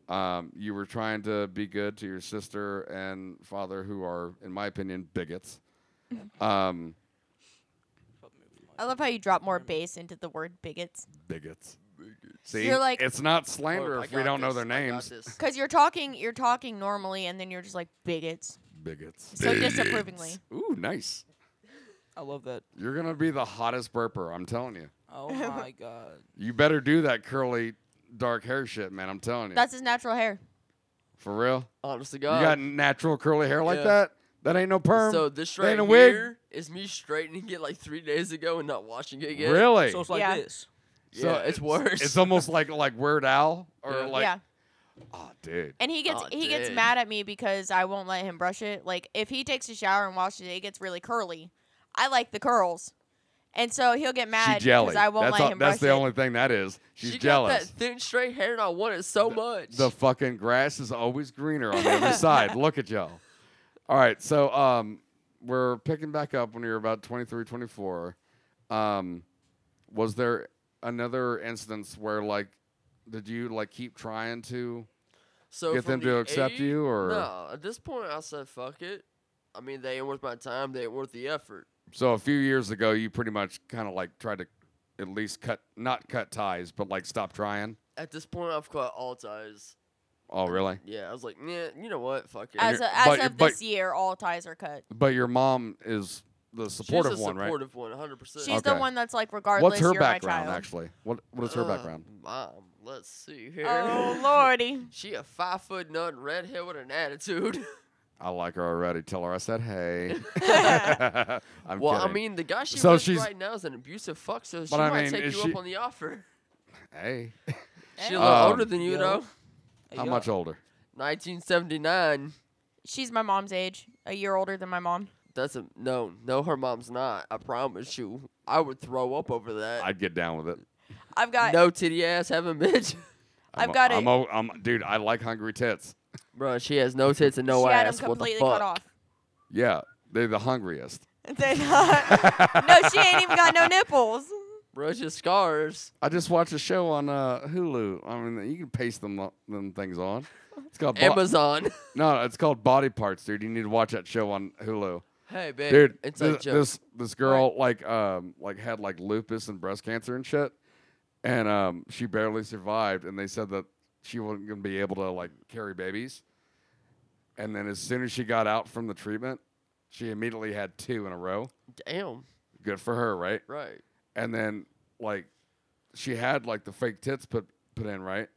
[SPEAKER 1] Um, you were trying to be good to your sister and father, who are, in my opinion, bigots. um,
[SPEAKER 3] I love how you drop more bass into the word bigots.
[SPEAKER 1] bigots. See,
[SPEAKER 3] You're like-
[SPEAKER 1] it's not slander
[SPEAKER 6] "Oh, I
[SPEAKER 1] if we
[SPEAKER 6] got
[SPEAKER 1] don't know
[SPEAKER 6] this,
[SPEAKER 1] their
[SPEAKER 6] I got
[SPEAKER 1] names.
[SPEAKER 6] this.
[SPEAKER 3] Because you're talking, you're talking normally, and then you're just like bigots.
[SPEAKER 1] Bigots.
[SPEAKER 3] So disapprovingly.
[SPEAKER 1] Ooh, nice.
[SPEAKER 2] I love that.
[SPEAKER 1] You're gonna be the hottest burper. I'm telling you.
[SPEAKER 2] Oh my god.
[SPEAKER 1] You better do that curly, dark hair shit, man. I'm telling you.
[SPEAKER 3] That's his natural hair.
[SPEAKER 1] For real.
[SPEAKER 6] Honest to
[SPEAKER 1] You got
[SPEAKER 6] God.
[SPEAKER 1] natural curly hair like
[SPEAKER 6] Yeah.
[SPEAKER 1] that? That ain't no perm.
[SPEAKER 6] so this
[SPEAKER 1] That ain't
[SPEAKER 6] right
[SPEAKER 1] a wig.
[SPEAKER 6] here is me straightening it like three days ago and not washing it again.
[SPEAKER 1] Really?
[SPEAKER 2] So it's like
[SPEAKER 3] Yeah.
[SPEAKER 2] this.
[SPEAKER 6] Yeah, it's worse.
[SPEAKER 1] It's almost like like Weird Al or
[SPEAKER 6] Yeah.
[SPEAKER 1] like
[SPEAKER 3] yeah.
[SPEAKER 1] oh dude.
[SPEAKER 3] And he gets
[SPEAKER 6] Oh,
[SPEAKER 3] he gets
[SPEAKER 6] dude.
[SPEAKER 3] mad at me because I won't let him brush it. Like if he takes a shower and washes it, it gets really curly. I like the curls, and so he'll get mad
[SPEAKER 1] she jelly.
[SPEAKER 3] because I won't
[SPEAKER 1] that's
[SPEAKER 3] let
[SPEAKER 1] all-
[SPEAKER 3] him
[SPEAKER 1] that's
[SPEAKER 3] brush
[SPEAKER 1] the
[SPEAKER 3] it.
[SPEAKER 1] only thing that is. She's
[SPEAKER 6] she got
[SPEAKER 1] jealous.
[SPEAKER 6] that thin straight hair and I want it so much.
[SPEAKER 1] The fucking grass is always greener on the other side. Look at y'all. All right, so um we're picking back up when you're about 23, 24. Um was there another instance where like did you like keep trying to
[SPEAKER 6] so
[SPEAKER 1] get
[SPEAKER 6] from
[SPEAKER 1] them to
[SPEAKER 6] the
[SPEAKER 1] accept
[SPEAKER 6] age-
[SPEAKER 1] you, or-
[SPEAKER 6] no? At this point, I said fuck it. I mean, they ain't worth my time. They ain't worth the effort.
[SPEAKER 1] So a few years ago, you pretty much kind of like tried to at least cut, not cut ties, but like stop trying.
[SPEAKER 6] At this point, I've cut all ties.
[SPEAKER 1] Oh, really?
[SPEAKER 6] Yeah, I was like, yeah, you know what? Fuck it.
[SPEAKER 3] As,
[SPEAKER 1] You're-
[SPEAKER 3] of- as
[SPEAKER 1] but-
[SPEAKER 3] of
[SPEAKER 1] but-
[SPEAKER 3] this year, all ties are cut.
[SPEAKER 1] But your mom is the supportive
[SPEAKER 6] She's a
[SPEAKER 1] one,
[SPEAKER 6] supportive one,
[SPEAKER 1] right?
[SPEAKER 6] 100%.
[SPEAKER 3] She's the one that's like, regardless,
[SPEAKER 1] What's her
[SPEAKER 3] you're my
[SPEAKER 1] background
[SPEAKER 3] child.
[SPEAKER 1] actually? What What is her
[SPEAKER 6] Uh,
[SPEAKER 1] background?
[SPEAKER 6] Mom, let's see here.
[SPEAKER 3] Oh, lordy.
[SPEAKER 6] she a five foot nun, redhead with an attitude.
[SPEAKER 1] I like her already. Tell her I said hey. I'm
[SPEAKER 6] well, I
[SPEAKER 1] kidding.
[SPEAKER 6] mean, the guy she
[SPEAKER 1] so
[SPEAKER 6] with
[SPEAKER 1] she's
[SPEAKER 6] right now is an abusive fuck, so she
[SPEAKER 1] But I
[SPEAKER 6] might
[SPEAKER 1] mean,
[SPEAKER 6] take you
[SPEAKER 1] is
[SPEAKER 6] up
[SPEAKER 1] she-
[SPEAKER 6] on the offer.
[SPEAKER 1] hey.
[SPEAKER 6] She a little
[SPEAKER 1] Um,
[SPEAKER 6] older than you, though.
[SPEAKER 1] How much older?
[SPEAKER 6] 1979.
[SPEAKER 3] She's my mom's age, a year older than my mom.
[SPEAKER 6] That's a no, no. Her mom's not. I promise you. I would throw up over that.
[SPEAKER 1] I'd get down with it.
[SPEAKER 3] I've got
[SPEAKER 6] no titty ass having bitch.
[SPEAKER 1] I'm
[SPEAKER 6] I've
[SPEAKER 1] a-
[SPEAKER 6] got
[SPEAKER 1] I'm
[SPEAKER 6] it.
[SPEAKER 1] a- I'm- dude, I like hungry tits.
[SPEAKER 6] Bro, she has no tits and no
[SPEAKER 3] she had
[SPEAKER 6] ass.
[SPEAKER 3] them
[SPEAKER 6] what the
[SPEAKER 3] completely
[SPEAKER 6] fuck?
[SPEAKER 3] cut off.
[SPEAKER 1] Yeah, they're the hungriest.
[SPEAKER 3] They're not- no, she ain't even got no nipples.
[SPEAKER 6] Bro, it's just scars.
[SPEAKER 1] I just watched a show on uh, Hulu. I mean, you can paste them up- them things on. It's called
[SPEAKER 6] Amazon.
[SPEAKER 1] No, it's called Body Parts, dude. You need to watch that show on Hulu.
[SPEAKER 6] Hey, babe,
[SPEAKER 1] dude,
[SPEAKER 6] it's a
[SPEAKER 1] this,
[SPEAKER 6] joke.
[SPEAKER 1] this this girl like um like had like lupus and breast cancer and shit, and um she barely survived. And they said that she wasn't gonna be able to like carry babies. And then as soon as she got out from the treatment, she immediately had two in a row.
[SPEAKER 6] Damn.
[SPEAKER 1] Good for her, right?
[SPEAKER 6] Right.
[SPEAKER 1] And then like she had like the fake tits put put in, right?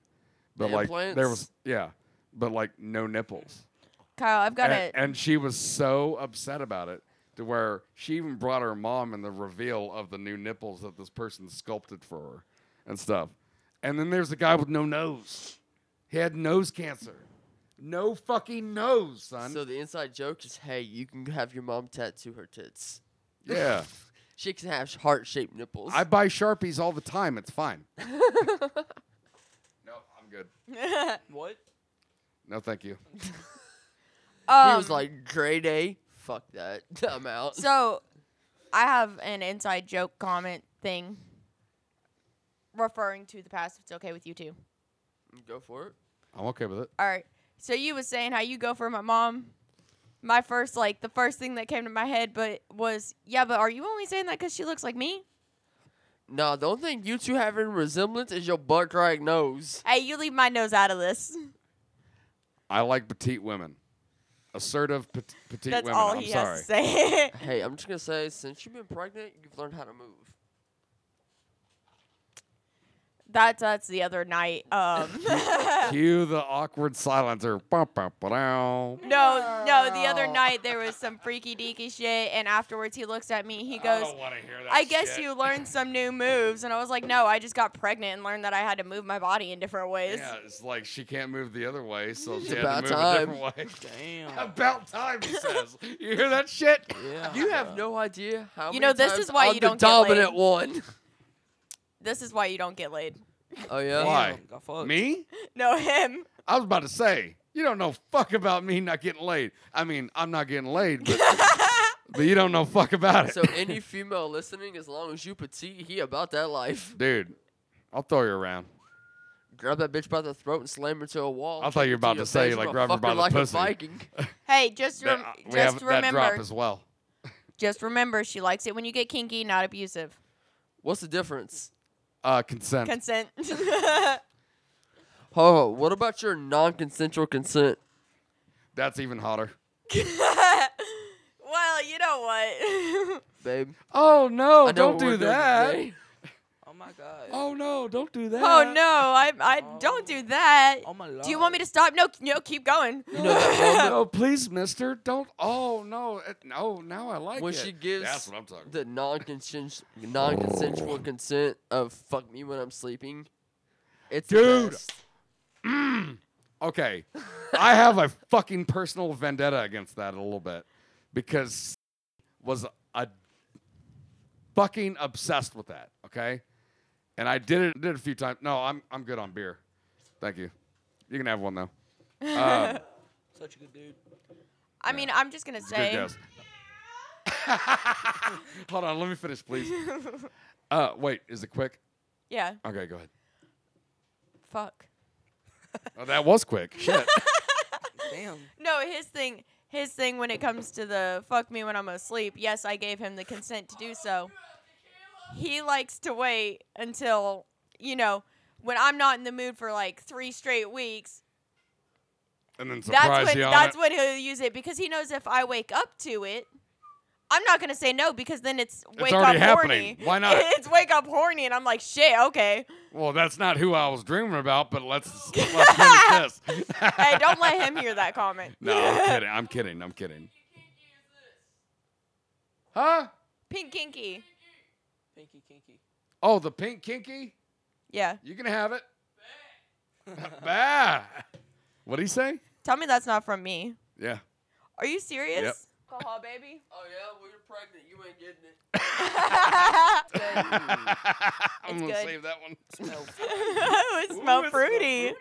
[SPEAKER 1] But
[SPEAKER 6] The
[SPEAKER 1] like there was
[SPEAKER 6] implants?
[SPEAKER 1] yeah, but like no nipples.
[SPEAKER 3] Kyle, I've got
[SPEAKER 1] and,
[SPEAKER 3] a
[SPEAKER 1] and she was so upset about it to where she even brought her mom in the reveal of the new nipples that this person sculpted for her and stuff. And then there's the guy with no nose. He had nose cancer. No fucking nose, son.
[SPEAKER 6] So the inside joke is, hey, you can have your mom tattoo her tits.
[SPEAKER 1] Yeah.
[SPEAKER 6] she can have heart shaped nipples.
[SPEAKER 1] I buy Sharpies all the time. It's fine. no, I'm good.
[SPEAKER 6] what?
[SPEAKER 1] No, thank you.
[SPEAKER 6] he was
[SPEAKER 3] Um,
[SPEAKER 6] like, grade A. Fuck that. I'm out.
[SPEAKER 3] So, I have an inside joke comment thing referring to the past. If it's okay with you two.
[SPEAKER 6] Go for it.
[SPEAKER 1] I'm okay with it.
[SPEAKER 3] All right. So you was saying how you go for my mom. My first, like, the first thing that came to my head, but was, yeah, but are you only saying that because she looks like me?
[SPEAKER 6] No, the only thing you two have in resemblance is your butt crack nose.
[SPEAKER 3] Hey, you leave my nose out of this.
[SPEAKER 1] I like petite women. Assertive pet- petite
[SPEAKER 3] That's
[SPEAKER 1] women.
[SPEAKER 3] all
[SPEAKER 1] I'm
[SPEAKER 3] he
[SPEAKER 1] sorry.
[SPEAKER 3] has to say.
[SPEAKER 6] hey, I'm just gonna say, since you've been pregnant, you've learned how to move.
[SPEAKER 3] That's that's the other night. Um,
[SPEAKER 1] Cue the awkward silencer. Bum, bum, ba-dow.
[SPEAKER 3] no, no, the other night there was some freaky deaky shit, and afterwards he looks at me. He goes, "I, guess you learned some new moves," and I was like, "No, I just got pregnant and learned that I had to move my body in different ways."
[SPEAKER 1] Yeah, it's like she can't move the other way, so she had
[SPEAKER 6] about
[SPEAKER 1] to move
[SPEAKER 6] time.
[SPEAKER 1] a different way.
[SPEAKER 2] Damn.
[SPEAKER 1] about time, he says. You hear that shit?
[SPEAKER 6] Yeah. You have no idea how.
[SPEAKER 3] You
[SPEAKER 6] many
[SPEAKER 3] know, this
[SPEAKER 6] times
[SPEAKER 3] is why
[SPEAKER 6] I'm
[SPEAKER 3] you
[SPEAKER 6] the
[SPEAKER 3] don't get
[SPEAKER 6] dominant
[SPEAKER 3] laid.
[SPEAKER 6] one.
[SPEAKER 3] This is why you don't get laid.
[SPEAKER 6] Oh yeah.
[SPEAKER 1] Why?
[SPEAKER 2] got fucked.
[SPEAKER 1] Me?
[SPEAKER 3] No, him.
[SPEAKER 1] I was about to say, you don't know fuck about me not getting laid. I mean, I'm not getting laid, but, but you don't know fuck about it.
[SPEAKER 6] So any female listening, as long as you petite, he about that life.
[SPEAKER 1] Dude, I'll throw you around.
[SPEAKER 6] Grab that bitch by the throat and slam her to a wall.
[SPEAKER 1] I thought you were about
[SPEAKER 6] your
[SPEAKER 1] to say,
[SPEAKER 6] face,
[SPEAKER 1] like,
[SPEAKER 6] I'ma
[SPEAKER 1] grab her
[SPEAKER 6] fuck
[SPEAKER 1] by the
[SPEAKER 6] like
[SPEAKER 1] pussy.
[SPEAKER 6] A Viking.
[SPEAKER 3] Hey, just rem-
[SPEAKER 1] That- uh, we have
[SPEAKER 3] just
[SPEAKER 1] that drop
[SPEAKER 3] remember,
[SPEAKER 1] as well.
[SPEAKER 3] just remember, she likes it when you get kinky, not abusive.
[SPEAKER 6] What's the difference?
[SPEAKER 1] Uh, consent.
[SPEAKER 3] Consent.
[SPEAKER 6] Oh, what about your non-consensual consent?
[SPEAKER 1] That's even hotter.
[SPEAKER 3] well, you know what?
[SPEAKER 6] babe.
[SPEAKER 1] Oh no!
[SPEAKER 6] I know
[SPEAKER 1] don't
[SPEAKER 6] what
[SPEAKER 1] do
[SPEAKER 6] we're doing
[SPEAKER 1] that.
[SPEAKER 6] today.
[SPEAKER 2] Oh my god.
[SPEAKER 1] Oh no! Don't do that.
[SPEAKER 3] Oh no, I I don't do that.
[SPEAKER 2] Oh my
[SPEAKER 3] Do you want me to stop? No, no, keep going.
[SPEAKER 1] Oh, no, please, Mister. Don't. Oh no. It- no. Now I like
[SPEAKER 6] when
[SPEAKER 1] it.
[SPEAKER 6] she gives
[SPEAKER 1] That's what I'm Oh. talking.
[SPEAKER 6] the non-consensual non-consensual consent of fuck me when I'm sleeping, it's the
[SPEAKER 1] Dude.
[SPEAKER 6] best.
[SPEAKER 1] Okay, I have a fucking personal vendetta against that a little bit because was a fucking obsessed with that. Okay, and I did it did it a few times. No, I'm I'm good on beer. Thank you. You can have one though. Um,
[SPEAKER 2] Such a good dude.
[SPEAKER 3] I mean, I'm just gonna
[SPEAKER 1] It's a Good
[SPEAKER 3] say.
[SPEAKER 1] guess. Hold on, let me finish, please. Uh, wait, is it quick?
[SPEAKER 3] yeah.
[SPEAKER 1] Okay, go ahead.
[SPEAKER 3] Fuck.
[SPEAKER 1] Oh, that was quick. Shit.
[SPEAKER 2] Damn.
[SPEAKER 3] No, his thing. his thing when it comes to the fuck me when I'm asleep. Yes, I gave him the consent to do so. He likes to wait until, you know, when I'm not in the mood for like three straight weeks.
[SPEAKER 1] And then
[SPEAKER 3] That's
[SPEAKER 1] surprise
[SPEAKER 3] when
[SPEAKER 1] you on
[SPEAKER 3] that's
[SPEAKER 1] it.
[SPEAKER 3] when he'll use it because he knows if I wake up to it, I'm not gonna say no because then it's wake up
[SPEAKER 1] already
[SPEAKER 3] horny.
[SPEAKER 1] happening. Why not?
[SPEAKER 3] it's wake up horny, and I'm like, shit, okay.
[SPEAKER 1] Well, that's not who I was dreaming about, but let's let's finish this.
[SPEAKER 3] hey, don't let him hear that comment.
[SPEAKER 1] No, I'm kidding. I'm kidding. I'm kidding. Huh?
[SPEAKER 3] Pink kinky.
[SPEAKER 6] Pinky kinky.
[SPEAKER 1] Oh, the pink kinky?
[SPEAKER 3] Yeah.
[SPEAKER 1] You can have it. bah. What'd he say?
[SPEAKER 3] Tell me that's not from me.
[SPEAKER 1] Yeah.
[SPEAKER 3] Are you serious?
[SPEAKER 1] Yep.
[SPEAKER 3] Alcohol baby.
[SPEAKER 6] Oh yeah, well you're pregnant. You ain't getting it.
[SPEAKER 1] I'm gonna save that one.
[SPEAKER 3] it smelled fruity.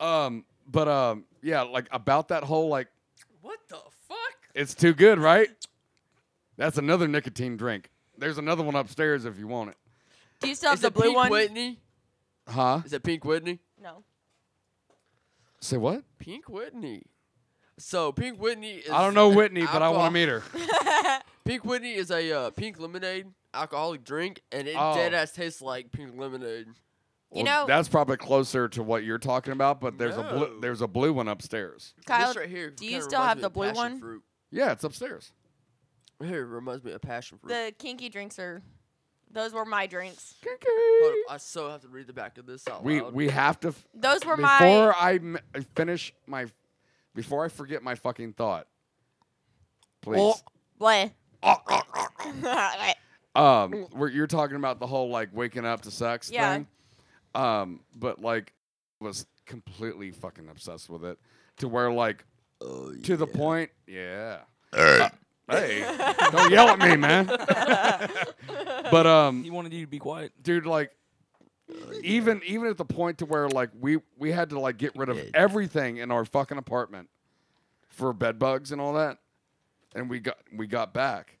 [SPEAKER 1] Um, but um, yeah, like about that whole like
[SPEAKER 6] What the fuck?
[SPEAKER 1] it's too good, right? That's another nicotine drink. There's another one upstairs if you want it.
[SPEAKER 3] Do you still have
[SPEAKER 6] Is
[SPEAKER 3] the
[SPEAKER 6] it
[SPEAKER 3] blue
[SPEAKER 6] Pink
[SPEAKER 3] one?
[SPEAKER 6] Whitney?
[SPEAKER 1] Huh?
[SPEAKER 6] Is it Pink Whitney?
[SPEAKER 3] No.
[SPEAKER 1] Say what?
[SPEAKER 6] Pink Whitney. So Pink Whitney is
[SPEAKER 1] I don't know
[SPEAKER 6] an
[SPEAKER 1] Whitney, but I want to
[SPEAKER 6] alcohol-
[SPEAKER 1] meet her.
[SPEAKER 6] Pink Whitney is a uh, pink lemonade alcoholic drink, and it
[SPEAKER 1] Oh.
[SPEAKER 6] dead ass tastes like pink lemonade.
[SPEAKER 3] You know-
[SPEAKER 1] that's probably closer to what you're talking about, but there's a blue
[SPEAKER 6] No.
[SPEAKER 1] there's a blue one upstairs.
[SPEAKER 3] Kyle,
[SPEAKER 6] right here
[SPEAKER 3] do you
[SPEAKER 6] kinda
[SPEAKER 3] still
[SPEAKER 6] reminds
[SPEAKER 3] have
[SPEAKER 6] me
[SPEAKER 3] the
[SPEAKER 6] of
[SPEAKER 3] blue
[SPEAKER 6] passion
[SPEAKER 3] one?
[SPEAKER 6] Fruit.
[SPEAKER 1] Yeah, it's upstairs.
[SPEAKER 6] Here it reminds me of passion fruit.
[SPEAKER 3] The kinky drinks are. Those were my drinks.
[SPEAKER 6] Hold up, I so have to read the back of this out
[SPEAKER 1] We
[SPEAKER 6] loud.
[SPEAKER 1] we have to. f-
[SPEAKER 3] Those were
[SPEAKER 1] before
[SPEAKER 3] my-
[SPEAKER 1] I m- I finish my, before I forget my fucking thought. Please.
[SPEAKER 3] Bleh.
[SPEAKER 1] uh, Um, where you're talking about the whole like waking up to sex
[SPEAKER 3] Yeah.
[SPEAKER 1] thing. Um, but like was completely fucking obsessed with it to where like to the point, yeah. Uh, hey, don't yell at me, man. but um
[SPEAKER 2] he wanted you to be quiet.
[SPEAKER 1] dude like even even at the point to where like we we had to like get rid of everything in our fucking apartment for bed bugs and all that and we got we got back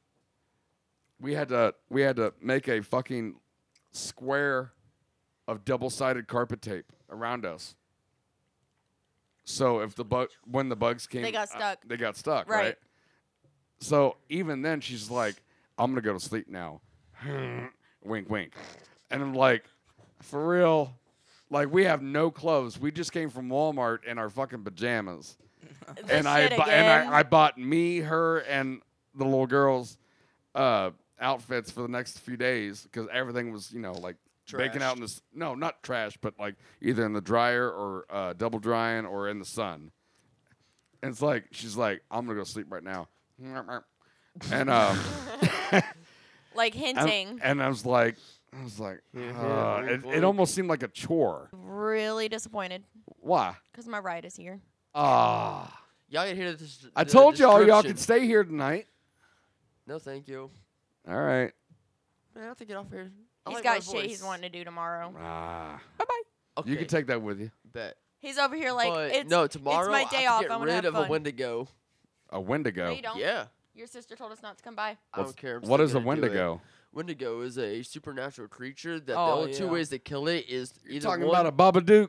[SPEAKER 1] we had to we had to make a fucking square of double-sided carpet tape around us so if the bug when the bugs came
[SPEAKER 3] They got
[SPEAKER 1] uh,
[SPEAKER 3] stuck.
[SPEAKER 1] they got stuck
[SPEAKER 3] Right.
[SPEAKER 1] right so even then, she's like, "I'm gonna go to sleep now." wink, wink. And I'm like, "For real? Like we have no clothes. We just came from Walmart in our fucking pajamas." and I
[SPEAKER 12] shit
[SPEAKER 1] bu- and
[SPEAKER 12] again.
[SPEAKER 1] I, I bought me, her, and the little girl's uh, outfits for the next few days because everything was, you know, like baking out in the s- no, not trash, but like either in the dryer or uh, double drying or in the sun. And it's like she's like, I'm gonna go sleep right now. And um
[SPEAKER 3] Like
[SPEAKER 1] and-
[SPEAKER 3] hinting.
[SPEAKER 1] And, I was like I was like
[SPEAKER 6] Mm-hmm.
[SPEAKER 1] uh, it, it almost seemed like a chore.
[SPEAKER 3] really disappointed
[SPEAKER 1] Why?
[SPEAKER 3] because my ride is here.
[SPEAKER 1] Ah
[SPEAKER 6] Y'all can hear this.
[SPEAKER 1] I
[SPEAKER 6] the
[SPEAKER 1] told y'all y'all could
[SPEAKER 6] description.
[SPEAKER 1] stay here tonight.
[SPEAKER 6] No, thank you.
[SPEAKER 1] All right.
[SPEAKER 6] Man, I have to get off here. I
[SPEAKER 3] He's
[SPEAKER 6] like my
[SPEAKER 3] got shit he's
[SPEAKER 6] voice.
[SPEAKER 3] wanting to do tomorrow.
[SPEAKER 1] Ah.
[SPEAKER 3] Bye bye.
[SPEAKER 1] You can take that with you.
[SPEAKER 6] Bet.
[SPEAKER 3] He's over here like
[SPEAKER 6] But
[SPEAKER 3] it's
[SPEAKER 6] no, tomorrow
[SPEAKER 3] It's my
[SPEAKER 6] I
[SPEAKER 3] day
[SPEAKER 6] have
[SPEAKER 3] off.
[SPEAKER 6] to
[SPEAKER 3] I
[SPEAKER 6] get
[SPEAKER 3] want to
[SPEAKER 6] rid
[SPEAKER 3] have
[SPEAKER 6] of
[SPEAKER 3] fun.
[SPEAKER 6] a Wendigo.
[SPEAKER 1] A Wendigo.
[SPEAKER 3] No, you don't.
[SPEAKER 6] Yeah.
[SPEAKER 3] Your sister told us not to come by.
[SPEAKER 6] I don't care. I'm
[SPEAKER 1] what
[SPEAKER 6] still
[SPEAKER 1] is a
[SPEAKER 6] gonna do it.
[SPEAKER 1] Wendigo?
[SPEAKER 6] Wendigo is a supernatural creature that
[SPEAKER 2] Oh,
[SPEAKER 6] the only two
[SPEAKER 2] yeah.
[SPEAKER 6] ways to kill it is
[SPEAKER 1] You're
[SPEAKER 6] either
[SPEAKER 1] talking
[SPEAKER 6] one,
[SPEAKER 1] about a Babadook.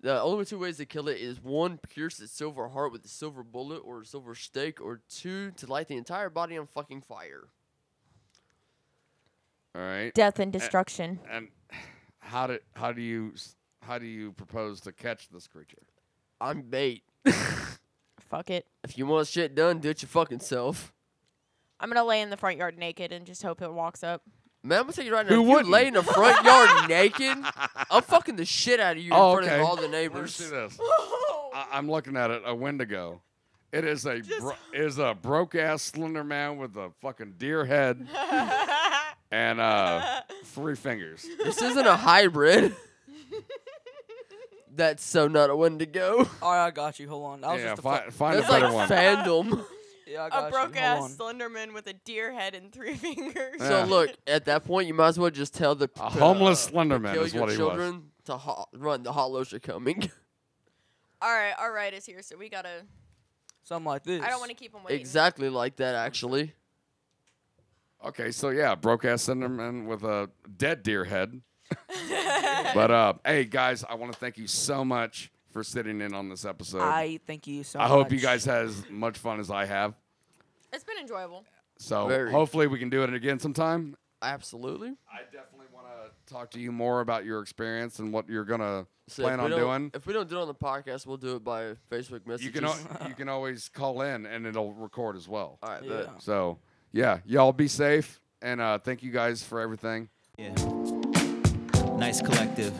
[SPEAKER 6] the only two ways to kill it is one pierce its silver heart with a silver bullet or a silver stake, or two to light the entire body on fucking fire.
[SPEAKER 1] All right.
[SPEAKER 3] Death and
[SPEAKER 1] A-
[SPEAKER 3] destruction.
[SPEAKER 1] And, how do how do you s- how do you propose to catch this creature?
[SPEAKER 6] I'm bait.
[SPEAKER 3] Fuck it.
[SPEAKER 6] If you want shit done, do it your fucking self.
[SPEAKER 3] I'm gonna lay in the front yard naked and just hope it walks up.
[SPEAKER 6] Man, I'm gonna tell you right now.
[SPEAKER 1] Who
[SPEAKER 6] if
[SPEAKER 1] wouldn't?
[SPEAKER 6] you lay in the front yard naked, I'm fucking the shit out of you
[SPEAKER 1] Oh,
[SPEAKER 6] in front
[SPEAKER 1] okay.
[SPEAKER 6] of all the
[SPEAKER 1] Let's
[SPEAKER 6] neighbors.
[SPEAKER 1] do this. I, I'm looking at it. A Wendigo. It is a bro- is a broke ass slender man with a fucking deer head and uh three fingers.
[SPEAKER 6] This isn't a hybrid. That's so not a Wendigo.
[SPEAKER 2] All right, I got you. Hold on. That was
[SPEAKER 1] Yeah,
[SPEAKER 2] just a
[SPEAKER 1] fi-
[SPEAKER 2] fu-
[SPEAKER 1] find
[SPEAKER 6] That's
[SPEAKER 1] a better one.
[SPEAKER 6] like fandom.
[SPEAKER 2] Yeah, I got
[SPEAKER 3] A
[SPEAKER 2] you. Hold
[SPEAKER 3] broke ass
[SPEAKER 2] on.
[SPEAKER 3] Slenderman with a deer head and three fingers.
[SPEAKER 6] So look, at that point, you might as well just tell the
[SPEAKER 1] A homeless
[SPEAKER 6] uh,
[SPEAKER 1] slender man
[SPEAKER 6] kill
[SPEAKER 1] is
[SPEAKER 6] your
[SPEAKER 1] what he was.
[SPEAKER 6] children to ho- run. The hollows are coming.
[SPEAKER 3] All right, our ride is here, so we gotta.
[SPEAKER 2] Something like this.
[SPEAKER 3] I don't want to keep him waiting.
[SPEAKER 6] exactly like that, actually.
[SPEAKER 1] Okay, so yeah, broke ass slender man with a dead deer head. but uh, hey guys, I want to thank you so much for sitting in on this episode.
[SPEAKER 2] I thank you so
[SPEAKER 1] I hope you
[SPEAKER 2] much.
[SPEAKER 1] guys had as much fun as I have.
[SPEAKER 3] It's been enjoyable.
[SPEAKER 1] So
[SPEAKER 6] Very.
[SPEAKER 1] hopefully we can do it again sometime.
[SPEAKER 6] Absolutely.
[SPEAKER 1] I definitely want to talk to you more about your experience and what you're gonna plan on
[SPEAKER 6] we don't-
[SPEAKER 1] doing.
[SPEAKER 6] If we don't do it on the podcast, we'll do it by Facebook messages. Uh,
[SPEAKER 1] You can al- you can always call in and it'll record as well. All
[SPEAKER 6] right, bet.
[SPEAKER 1] So yeah, y'all be safe and uh, thank you guys for everything.
[SPEAKER 21] Yeah. Nice collective.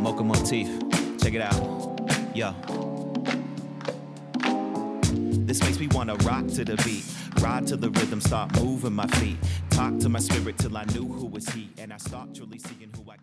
[SPEAKER 21] Mocha Motif. Check it out. Yo. This makes me wanna rock to the beat. Ride to the rhythm, start moving my feet. Talk to my spirit till I knew who was he. And I start truly seeing who I